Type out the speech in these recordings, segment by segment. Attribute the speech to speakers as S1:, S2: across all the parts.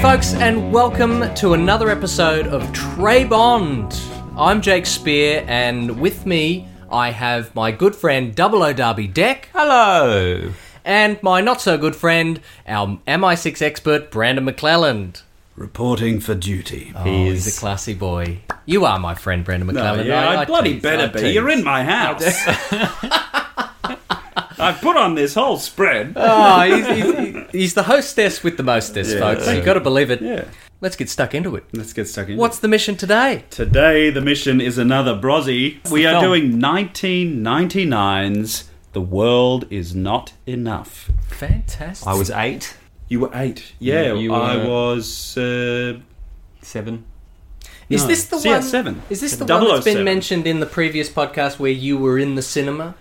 S1: folks, and welcome to another episode of Trey Bond. I'm Jake Spear, and with me I have my good friend Double O Derby Deck
S2: Hello.
S1: and my not so good friend, our MI6 expert Brandon McClelland.
S3: Reporting for duty.
S1: Oh, he's a classy boy. You are my friend, Brandon McClelland.
S3: yeah, I, bloody
S1: tease, I
S3: better be.
S1: tease.
S3: You're in my house. I've put on this whole spread.
S1: Oh, he's, he's, he's the hostess with the mostess, folks. You've got to believe it.
S3: Yeah.
S1: Let's get stuck into it.
S3: Let's get stuck in.
S1: What's the mission today?
S3: today? The mission is another brozzy. We
S1: the
S3: are
S1: film?
S3: doing 1999's "The World Is Not Enough."
S1: Fantastic.
S2: I was eight,
S3: You were eight. Yeah,
S2: You
S3: I
S2: were-
S3: was. Uh,
S2: seven.
S1: Is
S3: No.
S1: this the one?
S3: CS7.
S1: Is this the
S3: 007.
S1: one that's been mentioned in the previous podcast where you were in the cinema?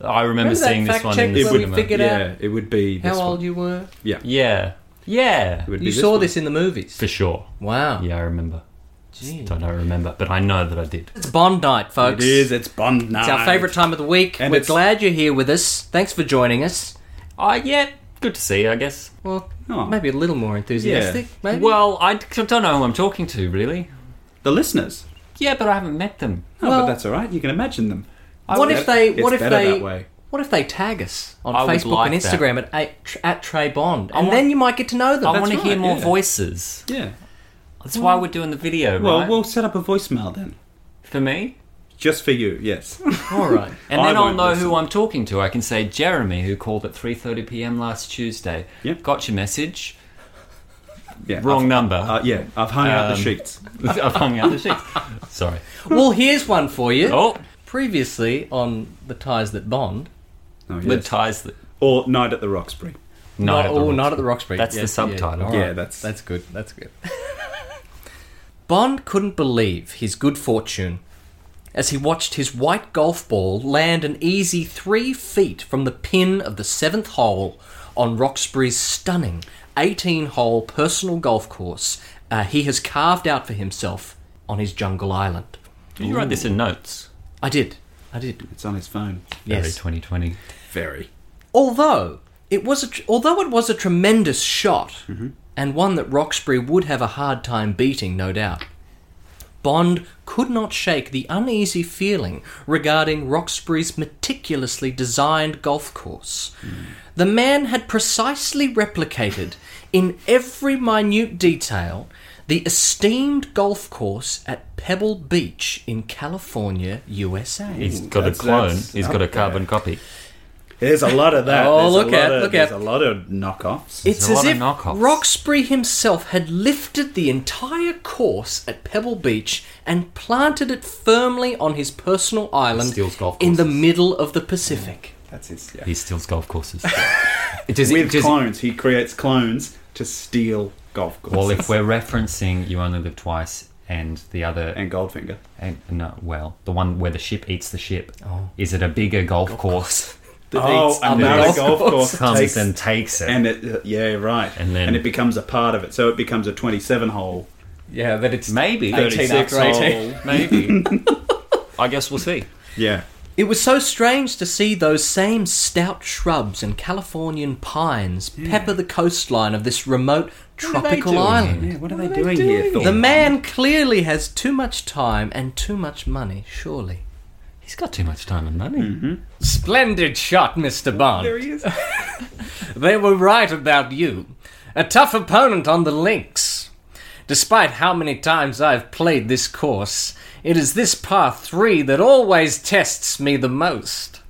S2: I remember,
S1: Remember that
S2: seeing this
S1: fact
S2: one
S1: check
S2: in
S1: where
S2: the
S1: we
S2: cinema.
S1: figured- Get
S3: yeah, it would be.
S1: How
S3: this
S1: old
S3: One.
S1: you were?
S3: Yeah.
S2: Yeah, yeah,
S3: It would be
S1: You saw
S3: one.
S1: this in the movies.
S2: for sure.
S1: Wow.
S2: Yeah, I remember.
S1: Gee.
S2: Don't know, remember, but I know that I did.
S1: It's Bond night, folks.
S3: It is. It's Bond night.
S1: It's our favourite time of the week.
S3: And
S1: We're
S3: it's-
S1: glad you're here with us. Thanks for joining us.
S2: Uh, yeah, good to see you, I guess.
S1: Well,
S3: Oh.
S1: maybe a little more enthusiastic. Maybe.
S2: Well, I d- don't know who I'm talking to, really.
S3: The listeners.
S2: Yeah, but I haven't met them.
S3: No,
S1: Well-
S3: Oh, but that's all right. You can imagine them.
S1: what if they?
S3: It's
S1: What if
S3: better
S1: they?
S3: that way.
S1: What if they tag us on
S2: I would
S1: Facebook
S2: like
S1: and
S2: that.
S1: Instagram at, at Tr- at Trey Bond, and
S2: want-
S1: then you might get to know them.
S2: I want to
S3: right,
S2: hear more
S3: yeah.
S2: voices.
S3: Yeah.
S2: That's why we're doing the video,
S3: Well,
S2: right?
S3: we'll set up a voicemail then.
S2: for me.
S3: Just for you, yes.
S1: All right.
S2: And
S3: I
S2: then I'll
S3: won't
S2: know
S3: listen.
S2: who I'm talking to. I can say Jeremy, who called at 3:30 p.m. last Tuesday.
S3: Yep.
S2: Got your message.
S3: Yeah,
S2: Wrong
S3: I've,
S2: number.
S3: Uh, yeah, I've hung out the
S2: Um,
S3: sheets.
S2: I've hung out the sheets. Sorry.
S1: well, here's one for you.
S2: Oh,
S1: Previously on the ties that bond.
S3: Oh,
S2: the
S3: yes.
S2: ties that.
S3: or Night at the Roxbury.
S1: Not,
S2: Night at the
S1: oh,
S2: Roxbury.
S1: not at the Roxbury.
S2: That's
S1: Yeah,
S2: the subtitle.
S1: all
S3: Yeah,
S1: right.
S3: that's-
S1: that's good. That's good. Bond couldn't believe his good fortune as he watched his white golf ball land an easy three feet from the pin of the seventh hole on Roxbury's stunning 18-hole personal golf course uh, he has carved out for himself on his jungle island.
S2: Did you write this in notes?
S1: I did. I did.
S3: It's on his phone.
S2: Very
S1: Yes.
S2: 2020.
S3: Very.
S1: although it was a tr- although it was a tremendous shot and one that Roxbury would have a hard time beating no doubt Bond could not shake the uneasy feeling regarding Roxbury's meticulously designed golf course the man had precisely replicated in every minute detail the esteemed golf course at Pebble Beach in California, USA.
S2: He's got a
S3: that's-
S2: clone.
S3: that's
S2: He's
S3: up
S2: got a
S3: there.
S2: carbon copy.
S3: There's a lot of that.
S1: Oh,
S3: There's a
S1: look at-
S3: lot of-
S1: look at-
S3: There's a lot of knockoffs.
S1: It's
S2: There's a
S1: as
S2: lot of
S1: if
S2: knockoffs.
S1: Roxbury himself had lifted the entire course at Pebble Beach and planted it firmly on his personal island
S2: Steals golf
S1: in the
S2: courses.
S1: middle of the Pacific.
S3: That's his. Yeah.
S2: He steals golf courses. does
S3: With clones, he creates clones to steal golf courses.
S2: well, if we're referencing "You Only Live Twice" and the other, and,
S3: and Goldfinger.
S2: no, well, the one where the ship eats the ship, is it a bigger golf, course that
S3: Oh,
S2: eats other
S1: golf
S3: another golf course
S1: courses.
S2: comes
S3: takes
S2: and takes it?
S3: and it, uh, yeah, right.
S2: And then-
S3: and it becomes a part of it, so it becomes a 27 hole,
S1: Yeah, that it's
S2: maybe
S3: 36 hole.
S2: Maybe. I guess we'll see.
S3: Yeah,
S1: It was so strange to see those same stout shrubs and Californian pines pepper the coastline of this remote tropical island.
S3: Yeah, what are they doing, here? Thor?
S1: The man clearly has too much time and too much money, surely.
S2: He's got too much time and money.
S3: Mm-hmm.
S1: Splendid shot, Mr. Bond.
S3: Oh, There he is.
S1: They were right about you. A tough opponent on the links. Despite how many times I've played this course, it is this par three that always tests me the most.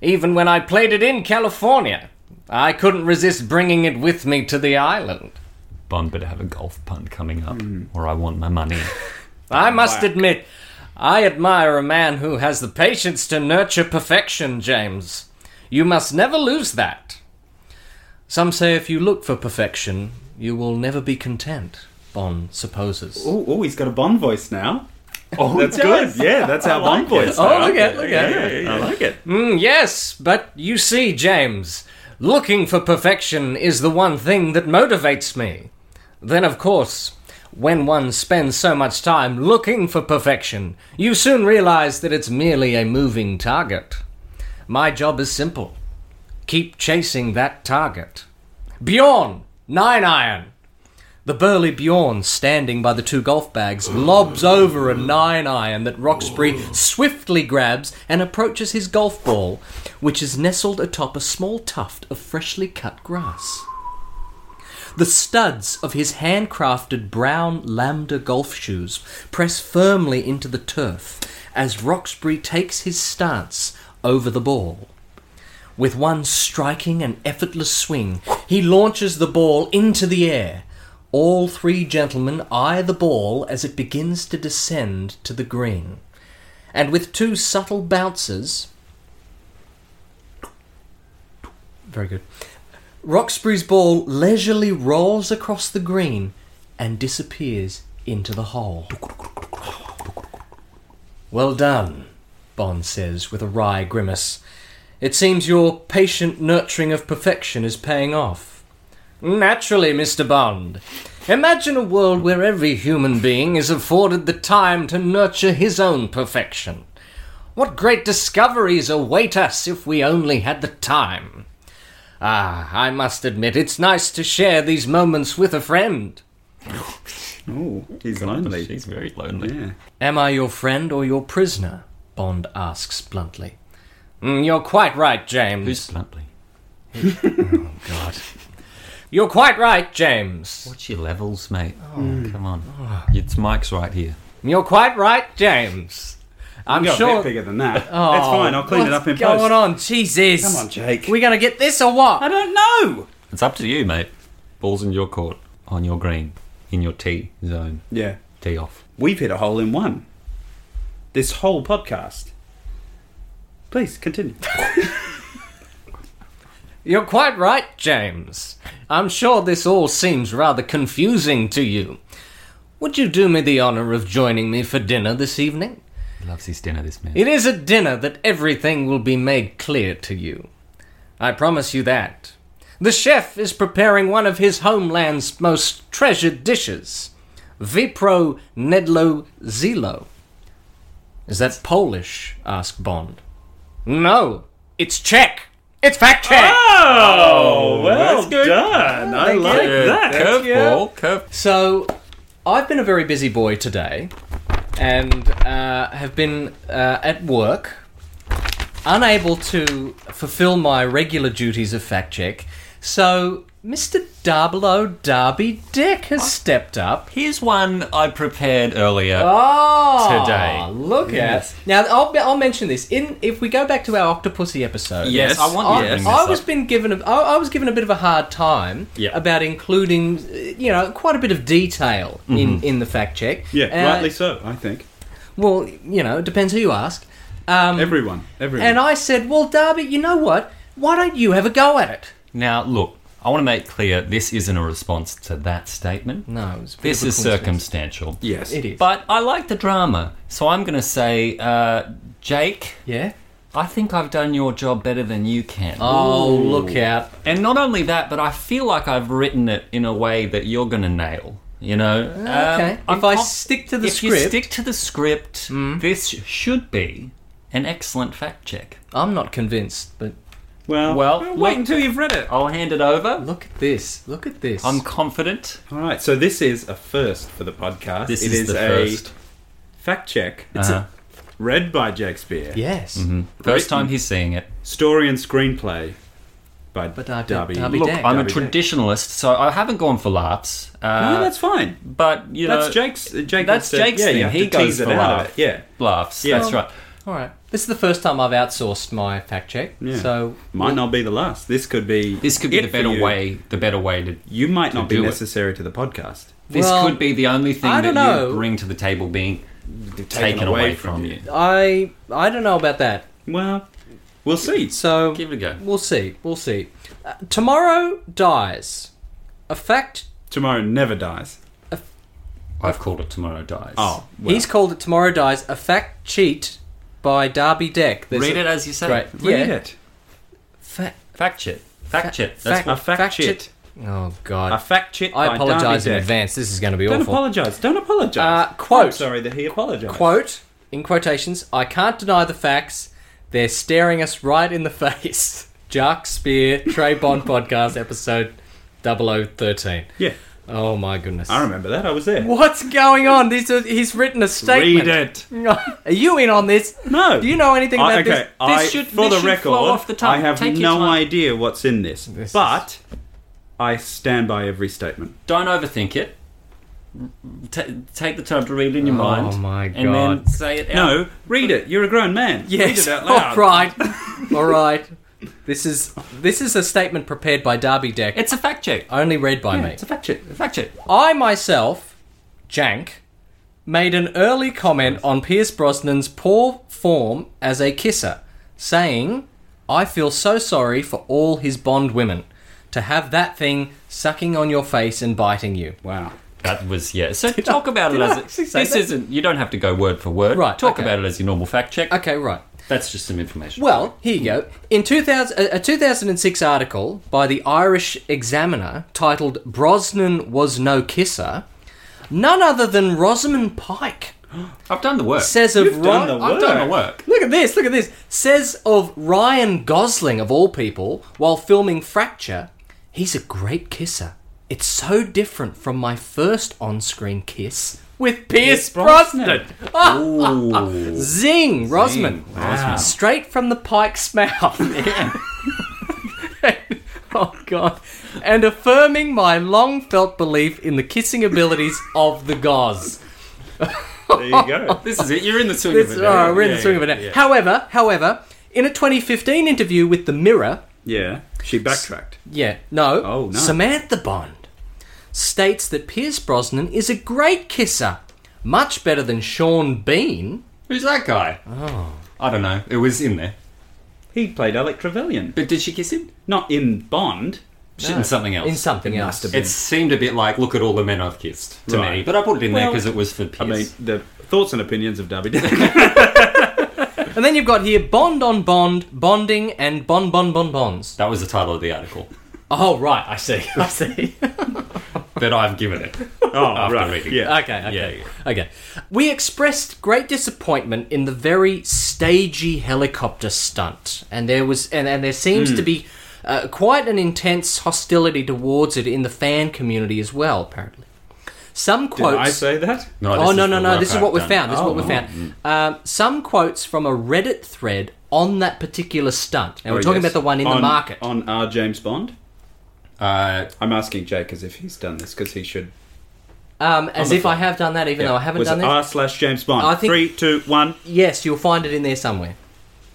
S1: Even when I played it in California, I couldn't resist bringing it with me to the island.
S2: Bond better have a golf punt coming up,
S3: Hmm.
S2: or I want my money.
S1: I must admit, I admire a man who has the patience to nurture perfection, James. You must never lose that. Some say if you look for perfection, you will never be content, Bond supposes.
S3: Oh, oh, he's got a Bond voice now.
S2: Oh,
S3: That's good. Yeah, that's our Bond voice.
S1: Oh,
S3: now.
S1: look at, look at.
S3: I like it.
S1: Mm, yes, but you see, James, looking for perfection is the one thing that motivates me. Then, of course, when one spends so much time looking for perfection, you soon realize that it's merely a moving target. My job is simple keep chasing that target. Bjorn, nine iron. The burly Bjorn, standing by the two golf bags, lobs over a nine iron that Roxbury swiftly grabs and approaches his golf ball, which is nestled atop a small tuft of freshly cut grass. The studs of his handcrafted brown lambda golf shoes press firmly into the turf as Roxbury takes his stance over the ball. With one striking and effortless swing, he launches the ball into the air. All three gentlemen eye the ball as it begins to descend to the green. And with two subtle bounces. Very good. Roxbury's ball leisurely rolls across the green and disappears into the hole. Well done, Bond says with a wry grimace. It seems your patient nurturing of perfection is paying off. Naturally, Mr. Bond. Imagine a world where every human being is afforded the time to nurture his own perfection. What great discoveries await us if we only had the time! Ah, I must admit, it's nice to share these moments with a friend.
S3: Oh, he's lonely.
S2: She's very lonely.
S3: Yeah.
S1: Am I your friend or your prisoner? Bond asks bluntly. "Mm, you're quite right, James.
S2: Who's bluntly?
S1: God. You're quite right, James.
S2: What's your levels, mate?
S3: Oh,
S2: Oh,
S3: Hmm.
S2: come on. It's Mike's right here.
S1: You're quite right, James. I'm
S3: You got a
S1: sure.
S3: bit bigger than that.
S1: Oh,
S3: That's fine. I'll clean it
S1: what's
S3: up in
S1: going
S3: post.
S1: on? Jesus.
S3: Come on, Jake.
S1: We're going to get this or what?
S3: I don't know.
S2: It's up to you, mate. Ball's in your court, on your green, in your tee zone.
S3: Yeah,
S2: Tee off.
S3: we've hit a hole in one. This whole podcast. Please continue.
S1: You're quite right, James. I'm sure this all seems rather confusing to you. Would you do me the honour of joining me for dinner this evening?
S2: He loves his dinner, this man.
S1: It is at dinner that everything will be made clear to you. I promise you that. The chef is preparing one of his homeland's most treasured dishes Vipro Nedlo Zilo. Is that Polish? asked Bond. No, it's Czech. It's fact check.
S3: Oh, well done. I like that.
S2: Curveball. Curve.
S1: So, I've been a very busy boy today, and uh, have been uh, at work, unable to fulfil my regular duties of fact check. So, Mr. Darblo Darby Dick has stepped up.
S2: Here's one I prepared earlier.
S1: Oh,
S2: Today.
S1: Look
S2: Yes.
S1: at now. I'll, I'll mention this in if we go back to our Octopussy episode.
S2: Yes. I want you
S1: I,
S2: to bring this
S1: I was
S2: up.
S1: been given a, I, I was given a bit of a hard time
S2: Yeah.
S1: about including uh, you know quite a bit of detail
S2: Mm-hmm.
S1: in, in the fact check.
S3: Yeah,
S1: Uh,
S3: rightly so, I think.
S1: Well, you know, it depends who you ask. Um,
S3: Everyone. Everyone.
S1: and I said, well, Darby, you know what? Why don't you have a go at it?
S2: Now, look, I want to make clear this isn't a response to that statement.
S1: No, it's
S2: This is
S1: circumstance.
S2: circumstantial.
S3: yes.
S1: It is.
S2: But I like the drama, so I'm going to say, uh, Jake,
S1: yeah.
S2: I think I've done your job better than you can.
S1: Oh, look out!
S2: And not only that, but I feel like I've written it in a way that you're going to nail. You know,
S1: Uh, Okay.
S2: Um,
S1: if I
S2: conf-
S1: stick to the
S2: if
S1: script, Mm.
S2: you stick to the script, this should be an excellent fact check.
S1: I'm not convinced. But
S3: Well,
S2: Well, look-
S3: wait until you've read it.
S2: I'll hand it over.
S1: look at this! Look at this!
S2: I'm confident.
S3: All right, so this is a first for the podcast.
S2: This
S3: It
S2: is the
S3: a
S2: first.
S3: fact check.
S2: It's a- Uh-huh.
S3: read by Jake Spear.
S1: yes.
S2: First
S3: written-
S2: time he's seeing it.
S3: Story and screenplay by
S1: But
S2: uh,
S1: I-
S3: Darby.
S1: Darby-
S2: Look,
S1: Dag,
S2: I'm a
S3: Darby Dag.
S2: traditionalist, so I haven't gone for laughs. Uh,
S3: no, that's fine.
S2: but you know,
S3: That's Jake's. uh, Jake wants
S2: that's
S3: to-
S2: Jake's
S3: yeah, you
S2: thing.
S3: have
S2: He
S3: to
S2: goes
S3: tease it
S2: for
S3: out of
S2: laugh.
S3: it. Yeah,
S2: laughs.
S3: Yeah.
S2: That's right.
S1: All right. This is the first time I've outsourced my fact check.
S3: Yeah.
S1: So
S3: might not be the last. This could be.
S2: This could be
S3: it
S2: the
S3: for
S2: better
S3: you.
S2: way. The better way to.
S3: You might not be
S2: do it.
S3: necessary to the podcast.
S2: This
S1: Well,
S2: could be the only thing
S1: I
S2: that
S1: don't know.
S2: you bring to the table being taken, away, from, you.
S1: I I don't know about that.
S3: Well, we'll see.
S1: So
S2: Give it a go.
S1: We'll see. We'll see. Uh, tomorrow dies. A fact.
S3: Tomorrow never dies.
S2: I've called it Tomorrow Dies.
S3: Oh, well.
S1: He's called it "Tomorrow Dies." A fact cheat by Darby Deck. There's
S2: read
S1: a-
S2: it as you say.
S1: Great.
S3: read
S1: yeah.
S3: it.
S1: Fa-
S2: Fact check. Fact check. That's
S1: fact-
S2: what
S3: A fact,
S1: fact
S3: cheat.
S1: check. oh
S3: A
S1: God.
S3: fact check.
S1: I
S3: by
S1: apologise
S3: Darby
S1: in
S3: Dick.
S1: advance. This is going to be
S3: Don't
S1: awful.
S3: apologise. Don't apologise.
S1: Uh, quote.
S3: I'm sorry that he apologised.
S1: Quote in quotations. I can't deny the facts. They're staring us right in the face. Jack Spear, Trey Bond podcast episode 0013.
S3: Yeah.
S1: Oh my goodness.
S3: I remember that. I was there.
S1: What's going on? This is, he's written a statement.
S3: Read it.
S1: Are you in on this?
S3: No.
S1: Do you know anything about
S3: I,
S1: this?
S3: okay,
S1: This
S3: I,
S1: should-
S3: for
S1: this
S3: the
S1: should
S3: record,
S1: flow off the tongue.
S3: I have
S4: Take your
S3: no
S4: time.
S3: idea what's in this,
S1: This
S3: but I stand by every statement.
S4: Don't overthink it. T- take the time to read it in your
S1: Oh
S4: mind.
S1: my
S4: And then
S1: God.
S4: say it out.
S3: No, read it. You're a grown man.
S1: Yes.
S3: Read it out loud.
S1: All right. All right. This is this is a statement prepared by Darby Deck,
S4: It's a fact check.
S1: only read by
S4: Yeah,
S1: me.
S4: it's a fact check. A fact check.
S1: I myself, Jank, made an early comment on Pierce Brosnan's poor form as a kisser, saying, I feel so sorry for all his Bond women. To have that thing sucking on your face and biting you.
S3: Wow.
S4: That was yeah. So talk about it
S1: I
S4: as
S1: actually
S4: it,
S1: say
S4: this
S1: that?
S4: isn't. You don't have to go word for word.
S1: Right,
S4: Talk
S1: okay.
S4: about it as your normal fact check.
S1: Okay, right.
S4: That's just some information.
S1: Well, here you go. In 2000, a a 2006 article by the Irish Examiner titled Brosnan Was No Kisser, none other than Rosamund Pike
S4: I've done the work.
S1: says of
S3: You've done
S1: Ro-
S3: the
S4: I've done the work.
S1: Look at this, look at this. Says of Ryan Gosling, of all people, while filming Fracture, he's a great kisser. It's so different from my first on screen kiss with Pierce Brosnan.
S4: Ooh.
S1: Zing, Rosman.
S4: Rosman.
S1: Straight from the pike's mouth. oh, God. And affirming my long felt belief in the kissing abilities of the gauze.
S3: There you go.
S4: This is it. You're in the swing
S1: It's,
S4: of it. now.
S1: oh, we're in the
S3: Yeah,
S1: swing of it now.
S3: yeah, yeah.
S1: However, however, in a 2015 interview with The Mirror,
S3: yeah. She backtracked.
S1: yeah, no,
S3: Oh, no.
S1: Samantha Bond states that Pierce Brosnan is a great kisser, much better than Sean Bean.
S4: Who's that guy? Oh. I don't know. It was in there.
S3: He played Alec Trevelyan.
S4: But did she kiss him?
S3: Not in Bond.
S4: Shit, in something else.
S1: In something else.
S4: It seemed a bit like, look at all the men I've kissed to
S3: Right.
S4: me. But I put it in there 'cause there because
S3: Well,
S4: it was for Pierce.
S3: I mean, the thoughts and opinions of Darby Dick.
S1: And then you've got here Bond on Bond, Bonding, and Bon Bon Bon Bonds.
S4: that was the title of the article
S1: Oh, right, I see, I see.
S4: that I've given it.
S3: oh,
S4: After
S3: right.
S4: reading.
S3: Yeah.
S1: Okay, okay. Okay. We expressed great disappointment in the very stagey helicopter stunt, and there was and, and there seems
S3: Hmm.
S1: to be uh, quite an intense hostility towards it in the fan community as well, apparently. Some
S3: Did
S1: quotes
S3: I say that?
S4: No, this
S1: oh no
S4: is
S1: no
S4: the
S1: no!
S4: work
S1: This is
S4: I've
S1: what we
S4: done.
S1: found. This is
S3: Oh,
S1: what we found. Um, some quotes from a Reddit thread on that particular stunt, and
S3: Oh,
S1: we're talking
S3: yes.
S1: about the one in the
S3: On-
S1: market.
S3: On our James Bond?
S4: Uh,
S3: I'm asking Jake as if he's done this because he should.
S1: um, as
S3: the
S1: if I have done that, even though I haven't
S3: Was
S1: done
S3: it
S1: that.
S3: R slash James Bond.
S1: I think-
S3: Three, two, one.
S1: yes, you'll find it in there somewhere.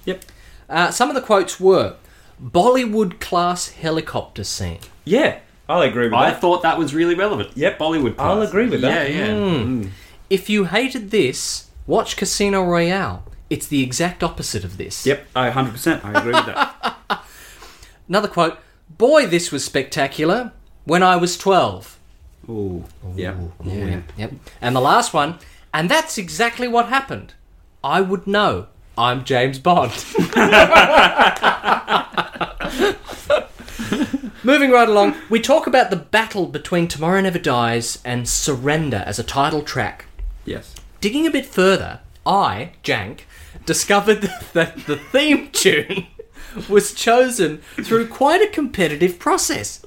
S3: Yep.
S1: Uh, some of the quotes were Bollywood class helicopter scene.
S3: Yeah, I'll agree with
S4: I
S3: that.
S4: thought that was really relevant.
S3: Yep.
S4: Bollywood.
S3: I'll
S4: class.
S3: agree with that.
S4: Yeah, yeah.
S1: Hmm. If you hated this, watch Casino Royale. It's the exact opposite of this.
S3: Yep, I 100%. I agree with that.
S1: Another quote Boy, this was spectacular when I was 12.
S3: Ooh. Yeah.
S1: Yep, Yep. And the last one, and that's exactly what happened. I would know. I'm James Bond. Moving right along, we talk about the battle between Tomorrow Never Dies and Surrender as a title track.
S3: Yes.
S1: Digging a bit further, I, Jank, discovered that the theme tune was chosen through quite a competitive process.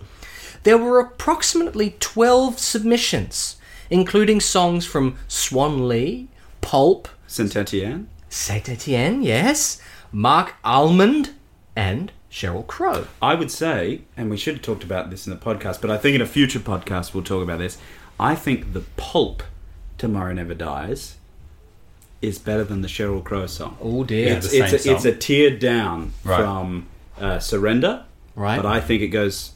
S1: There were approximately 12 submissions, including songs from Swan Lee, Pulp,
S3: Saint Etienne?
S1: Saint Etienne, yes, Mark Almond, and Cheryl Crow.
S3: I would say, and we should have talked about this in the podcast, but I think in a future podcast we'll talk about this. I think the pulp Tomorrow Never Dies is better than the Cheryl Crow song.
S1: Oh dear.
S3: it's,
S4: the
S3: it's, a,
S4: same
S3: it's a tear down
S4: Right.
S3: from uh, Surrender,
S1: Right.
S3: but I think it goes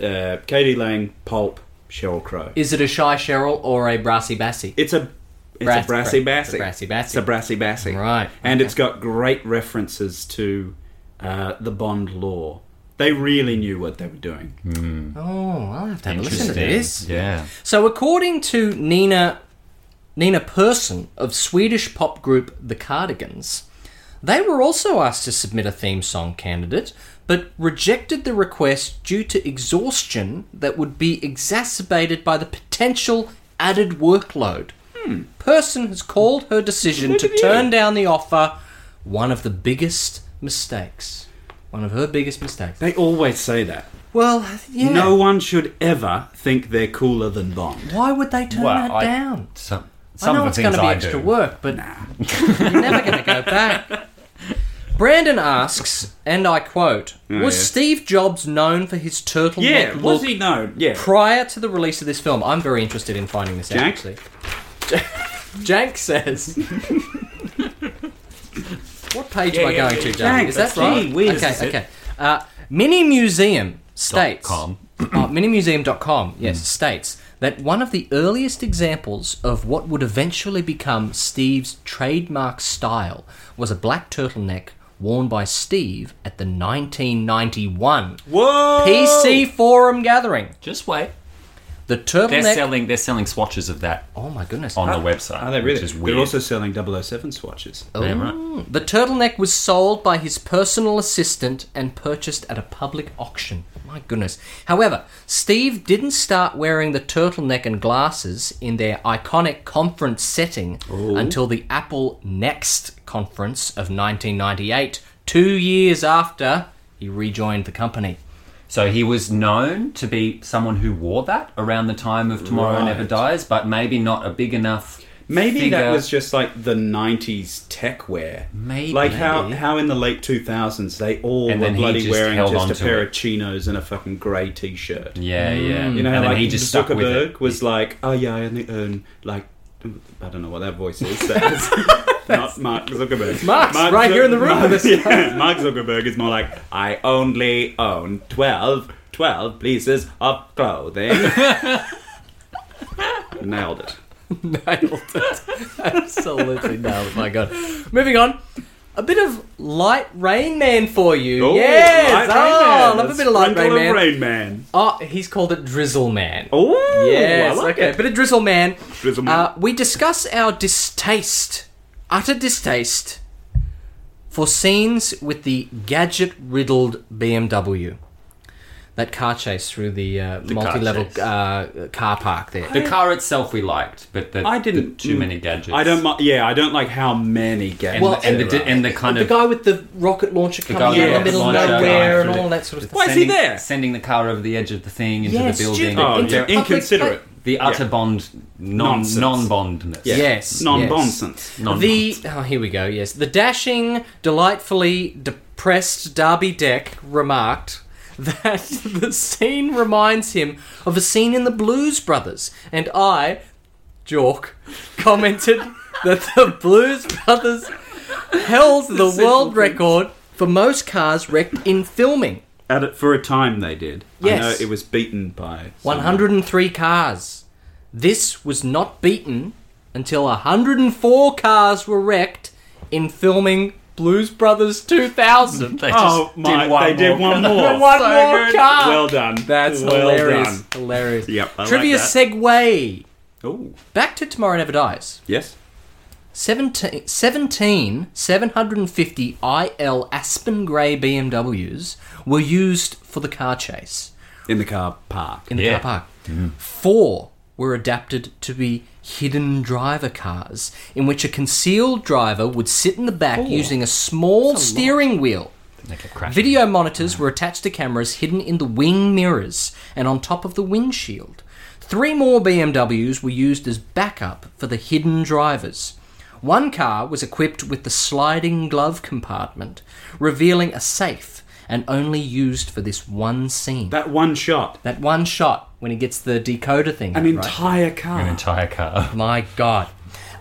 S3: uh, Katie Lang, Pulp, Cheryl Crow.
S1: Is it a Shy Cheryl or a Brassy Bassy?
S3: It's a it's
S1: Brass-
S3: a brassy
S1: bra-
S3: bassy.
S1: brassy bassy.
S3: It's a brassy bassy.
S1: Right,
S3: And it's got great references to uh, the Bond law. They really knew what they were doing.
S1: Oh, I'll have to have a listen to
S4: Interesting.
S1: this.
S4: Yeah.
S1: So, according to Nina Nina Persson of Swedish pop group The Cardigans, they were also asked to submit a theme song candidate, but rejected the request due to exhaustion that would be exacerbated by the potential added workload.
S5: Hmm.
S1: Person has called her decision to turn down the offer one of the biggest mistakes. One of her biggest mistakes.
S3: They always say that.
S1: Well, yeah.
S3: No one should ever think they're cooler than Bond.
S1: Why would they turn
S5: Well,
S1: that
S5: I-
S1: down?
S5: Some,
S1: I
S5: some
S1: know
S5: of
S1: it's
S5: the
S1: going
S5: things
S1: to be
S5: I
S1: extra
S5: do.
S1: work, but you're never going to go back. Brandon asks, and I quote,
S5: Oh,
S1: "Was
S3: yeah.
S1: Steve Jobs known for his turtleneck
S3: Yeah,
S1: look
S3: was he known? Yeah.
S1: prior to the release of this film?" I'm very interested in finding this out.
S3: Jank?
S1: Actually, Jank says, "What page am I
S4: yeah,
S1: going
S4: yeah,
S1: to, Jank?
S3: Jank,
S1: Is that
S3: that's
S1: right?
S3: gee whiz,
S1: okay,
S3: is it?
S1: okay. Uh, Mini Museum states."
S5: com.
S1: uh, minimuseum.com, yes,
S3: Hmm.
S1: states that one of the earliest examples of what would eventually become Steve's trademark style was a black turtleneck worn by Steve at the 1991
S3: Whoa!
S1: PC Forum gathering.
S4: Just wait.
S1: Oh, The
S4: They're
S1: turtleneck.
S4: selling. They're selling swatches of that
S1: oh my goodness.
S5: on
S1: Uh,
S5: the website.
S3: Are they really?
S5: Which is weird.
S3: They're also selling 007 swatches.
S5: Damn
S1: Ooh.
S5: right.
S1: Oh. The turtleneck was sold by his personal assistant and purchased at a public auction. My goodness. However, Steve didn't start wearing the turtleneck and glasses in their iconic conference setting
S5: Oh.
S1: until the Apple Next conference of 1998, two years after he rejoined the company.
S5: So he was known to be someone who wore that around the time of Tomorrow
S3: Right.
S5: Never Dies, but maybe not a big enough.
S3: Maybe that
S5: figure.
S3: was just like the '90s tech wear.
S5: Maybe.
S3: like how how in the late 2000s they all
S5: And
S3: were
S5: then he
S3: bloody
S5: just
S3: wearing
S5: held
S3: just
S5: on
S3: a
S5: to
S3: pair
S5: it.
S3: of chinos and a fucking grey t-shirt.
S5: Yeah, yeah.
S1: Mm.
S3: You know how
S5: and then
S3: like
S5: he just stuck with
S3: Zuckerberg
S5: it.
S3: was like, "Oh yeah, I only earn like I don't know what that voice is." That's not Mark Zuckerberg.
S1: Mark's right here in the room
S3: Mark,
S1: with us.
S3: yeah, Mark Zuckerberg is more like, "I only own 12, 12 pieces of clothing." Nailed it.
S1: nailed it. Absolutely nailed it. My God. Moving on. A bit of light Rain Man for you.
S3: Oh,
S1: yes.
S3: Light Rain
S1: oh,
S3: Man.
S1: love a
S3: A
S1: bit of light
S3: sprinkle
S1: Rain
S3: of
S1: Man.
S3: Rain Man.
S1: Oh, he's called it Drizzle Man.
S3: Oh,
S1: yes.
S3: I like
S1: okay.
S3: it.
S1: Bit of Drizzle Man.
S3: Drizzle Man.
S1: Uh, we discuss our distaste, utter distaste, for scenes with the gadget-riddled BMW. That car chase through the, uh, multi-level
S5: chase.
S1: uh, car park there.
S5: The car itself we liked, but the,
S3: I didn't-
S5: the too many gadgets.
S3: I don't. mi- Yeah, I don't like how many gadgets.
S5: And,
S1: Well-
S5: the, and, the,
S3: there
S5: di-
S3: are.
S5: and the kind
S1: the
S5: of
S1: guy with the rocket launcher
S5: guy
S1: coming
S3: with
S1: out
S3: the
S1: in the middle of
S3: rocket launcher
S1: nowhere
S5: guy.
S1: and all that sort of stuff.
S3: Why is he
S5: sending-
S3: there?
S5: Sending the car over the edge of the thing into
S1: Yeah,
S5: the building.
S1: stupid.
S3: Oh,
S1: Into
S3: yeah.
S1: public-
S3: inconsiderate.
S5: The utter
S3: Yeah.
S5: bond, non
S3: Nonsense.
S5: non bondness.
S3: Yeah.
S1: Yes,
S3: Non-nonsense.
S5: Non
S1: the oh, here we go. Yes, the dashing, delightfully depressed Darby Deck remarked that the scene reminds him of a scene in the Blues Brothers, and I, Jork, commented that the Blues Brothers held the world record for most cars wrecked in filming.
S3: At it for a time, they did.
S1: Yes.
S3: I know it was beaten by someone.
S1: 103 cars. This was not beaten until 104 cars were wrecked in filming Blues Brothers 2000.
S5: They just
S3: Oh my!
S5: did one
S3: they did
S5: more.
S3: one more.
S1: One more car.
S3: Well done.
S1: That's
S3: well
S1: hilarious.
S3: Done.
S1: Hilarious.
S3: Yep, I like
S1: Trivia
S3: that.
S1: segue.
S3: Oh
S1: Back to Tomorrow Never Dies.
S3: yes.
S1: 17, 17 750 IL Aspen Grey BMWs were used for the car chase.
S3: In the car park.
S1: in the
S5: Yeah.
S1: car park. Four were adapted to be hidden driver cars, in which a concealed driver would sit in the back using a small steering wheel.
S5: They kept crashing.
S1: Video monitors were attached to cameras hidden in the wing mirrors and on top of the windshield. Three more BMWs were used as backup for the hidden drivers. One car was equipped with the sliding glove compartment, revealing a safe and only used for this one scene.
S3: that one shot.
S1: That one shot when he gets the decoder thing.
S3: An
S1: out, right?
S3: entire car.
S5: An entire car.
S1: My God.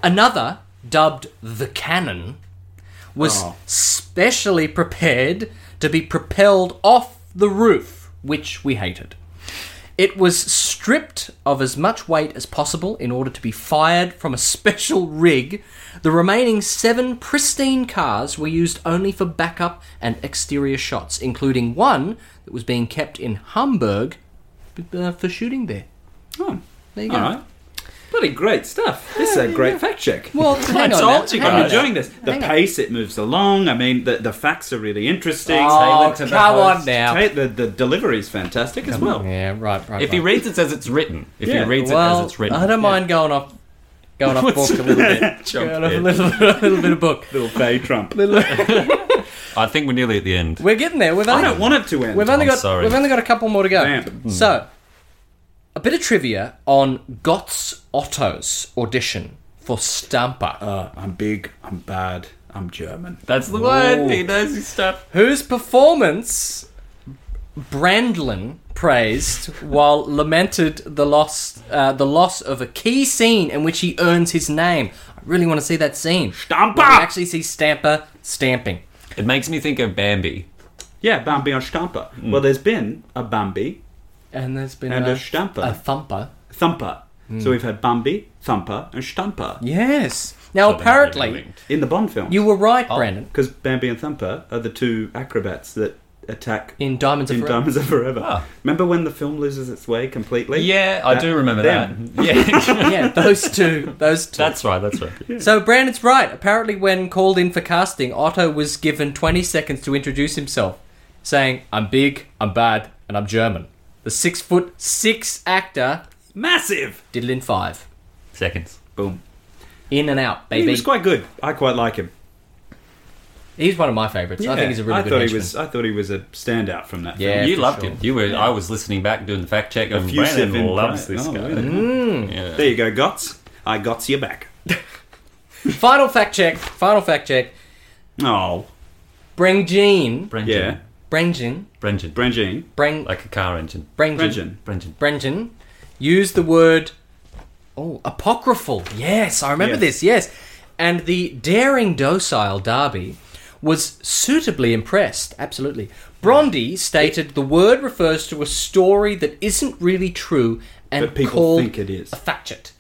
S1: Another, dubbed the cannon, was
S3: Oh.
S1: specially prepared to be propelled off the roof, which we hated. It was stripped of as much weight as possible in order to be fired from a special rig. The remaining seven pristine cars were used only for backup and exterior shots, including one that was being kept in Hamburg uh, for shooting there.
S3: Oh,
S1: There you go.
S3: all right. Bloody great stuff. This is a great fact check.
S1: Well, hang on.
S4: told
S1: now.
S4: you
S1: Hang on
S3: I'm
S4: guys.
S1: now.
S3: enjoying this. The
S1: Hang on.
S3: pace it moves along. I mean, the, the facts are really interesting.
S1: Oh,
S5: Taylor to the
S1: come on
S5: host.
S1: now.
S3: Ta- the, the delivery is fantastic as well.
S1: Yeah, right, right.
S5: If he
S1: right.
S5: reads it as it's written, if
S3: Yeah.
S5: he reads
S1: well,
S5: it as it's written,
S1: I don't mind going off, going off book a little bit.
S3: Jump
S1: Going off a
S3: in.
S1: little, a little bit of book.
S3: Little Bay Trump.
S2: I think we're nearly at the end.
S1: We're getting there. We've
S3: I
S1: only,
S3: don't want it to end.
S1: we've only
S2: I'm
S1: got
S2: sorry.
S1: we've only got a couple more to go. Hmm.
S3: Damn.
S1: So, a bit of trivia on Gotts Otto's audition for Stamper.
S3: Uh, I'm big. I'm bad. I'm German.
S4: That's the one. He knows his stuff.
S1: whose performance Brandlin praised while lamented the loss uh, the loss of a key scene in which he earns his name. I really want to see that scene.
S3: Stamper!
S1: Where we actually see Stamper stamping.
S2: It makes me think of Bambi.
S3: Yeah, Bambi on Stamper.
S1: Hmm.
S3: Well, there's been a Bambi
S1: And there's been
S3: and
S1: a,
S3: a Stamper.
S1: a thumper.
S3: Thumper.
S1: Hmm.
S3: So we've had Bambi, Thumper, and Stamper
S1: Yes. Now apparently
S3: in the Bond film.
S1: you were right,
S3: Oh.
S1: Brandon.
S3: Because Bambi and Thumper are the two acrobats that attack
S1: In Diamonds of
S3: in
S1: Forever. Ah.
S3: Diamonds Are Forever. Remember when the film loses its way completely?
S5: Yeah, I
S3: That-
S5: do remember
S3: them.
S5: that. Yeah,
S1: yeah, those two. Those two.
S2: That's right, that's right.
S1: So Brandon's right. Apparently, when called in for casting, Otto was given 20 seconds to introduce himself, saying, "I'm big, I'm bad, and I'm German." The six foot six actor
S3: Massive!
S1: did it in five,
S2: Seconds.
S3: Boom.
S1: in and out,
S3: He
S1: baby.
S3: was quite good. I quite like him.
S1: He's one of my favorites. I think he's a really
S3: I
S1: good
S3: thought he
S1: henchman.
S3: was. I thought he was a standout from that.
S1: Yeah,
S3: film.
S2: you
S1: for
S2: loved
S1: sure.
S2: him. You were. I was listening back doing the fact check, and
S3: Effusive
S2: Brandon
S3: in
S2: loves
S3: pride.
S2: this
S3: Oh,
S2: guy.
S3: really?
S1: Mm.
S3: Mm.
S2: Yeah.
S3: There you go, Gots. I got you back.
S1: Final fact check. Final fact check.
S3: Oh,
S1: Brengjin,
S2: Brengen.
S3: yeah.
S1: Brengjin,
S2: Brengen.
S3: Brenjin.
S1: Breng,
S2: Like a car engine.
S1: Brengjin,
S3: Brenjin.
S2: Brengen.
S1: Brengjin, used the word, oh, apocryphal. Yes, I remember
S3: Yes.
S1: this. Yes, and the daring, docile Darby was suitably impressed. Absolutely, Brondy stated the word refers to a story that isn't really true and
S3: But people
S1: called
S3: think it is.
S1: a factchet.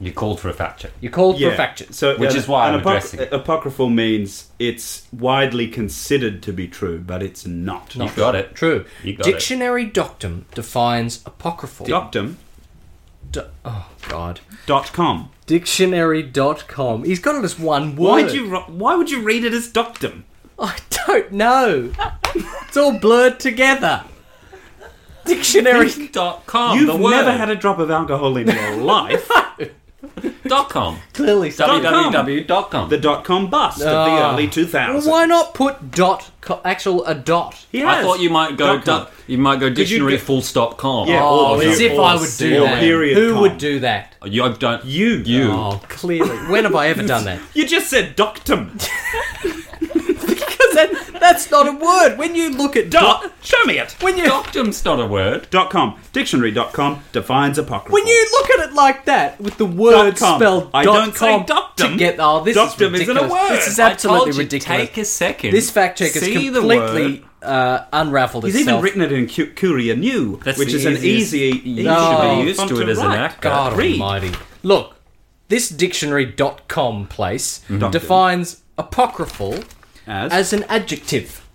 S2: You called for a fact check.
S1: You called
S3: Yeah.
S1: for a factchet.
S3: So
S2: Which
S3: an-
S2: is why
S3: an
S2: I'm addressing it.
S3: apocryphal means it's widely considered to be true, but it's not.
S2: You got it.
S1: True.
S2: You got it.
S1: Dictionary Doctum defines apocryphal.
S3: Doctum
S1: Do- oh God.
S3: dot com.
S1: Dictionary.com. He's got it as one word.
S3: Why'd you? ro- Why would you read it as doctum?
S1: I don't know. it's all blurred together. Dictionary.
S2: Dot com.
S3: You've
S2: Oh, the word.
S3: never had a drop of alcohol in your life.
S2: dot com.
S1: Clearly, something.
S2: www.com.
S3: The dot com bust of the
S1: Ah.
S3: early two thousands.
S1: Well, why not put dot co- actual a dot?
S3: He
S2: I
S3: has.
S2: thought you might go.
S3: Dot com.
S2: dot- you might go
S3: you
S2: dictionary
S3: get-
S2: full stop com.
S3: Yeah,
S2: Oh,
S1: Oh,
S3: or
S1: as
S3: pe-
S1: if I would do
S3: or
S1: that.
S3: period
S1: Who
S3: com.
S1: would do that?
S2: you don't.
S3: You.
S2: You.
S1: Oh, clearly. When have I ever done that?
S3: You just said doctum.
S1: Because that, that's not a word. When you look at
S3: Dot. Show me it.
S1: when you
S2: Doctum's not a word.
S3: Dot com. Dictionary.com defines apocryphal.
S1: when you look at it like that with the word
S3: Dot com.
S1: spelled
S3: I
S1: dot
S3: don't say
S1: com
S3: doctum.
S1: to get oh this
S3: Doctum
S1: is
S3: isn't a
S1: ridiculous.
S3: word.
S1: This is
S2: I
S1: absolutely
S2: told you,
S1: ridiculous.
S2: Take a second.
S1: This fact check is
S2: See the word.
S1: completely uh, unraveled
S3: He's even
S1: itself.
S3: written it in Cu- Courier New,
S2: That's
S3: which
S2: the
S3: is an
S2: easiest-
S3: easy,
S2: you
S3: easy
S1: should be
S2: used
S3: font
S2: to it as an
S3: write.
S2: actor.
S1: God
S3: Read.
S1: almighty. Look, this dictionary.com place
S3: Doctor.
S1: defines apocryphal
S3: As?
S1: as an adjective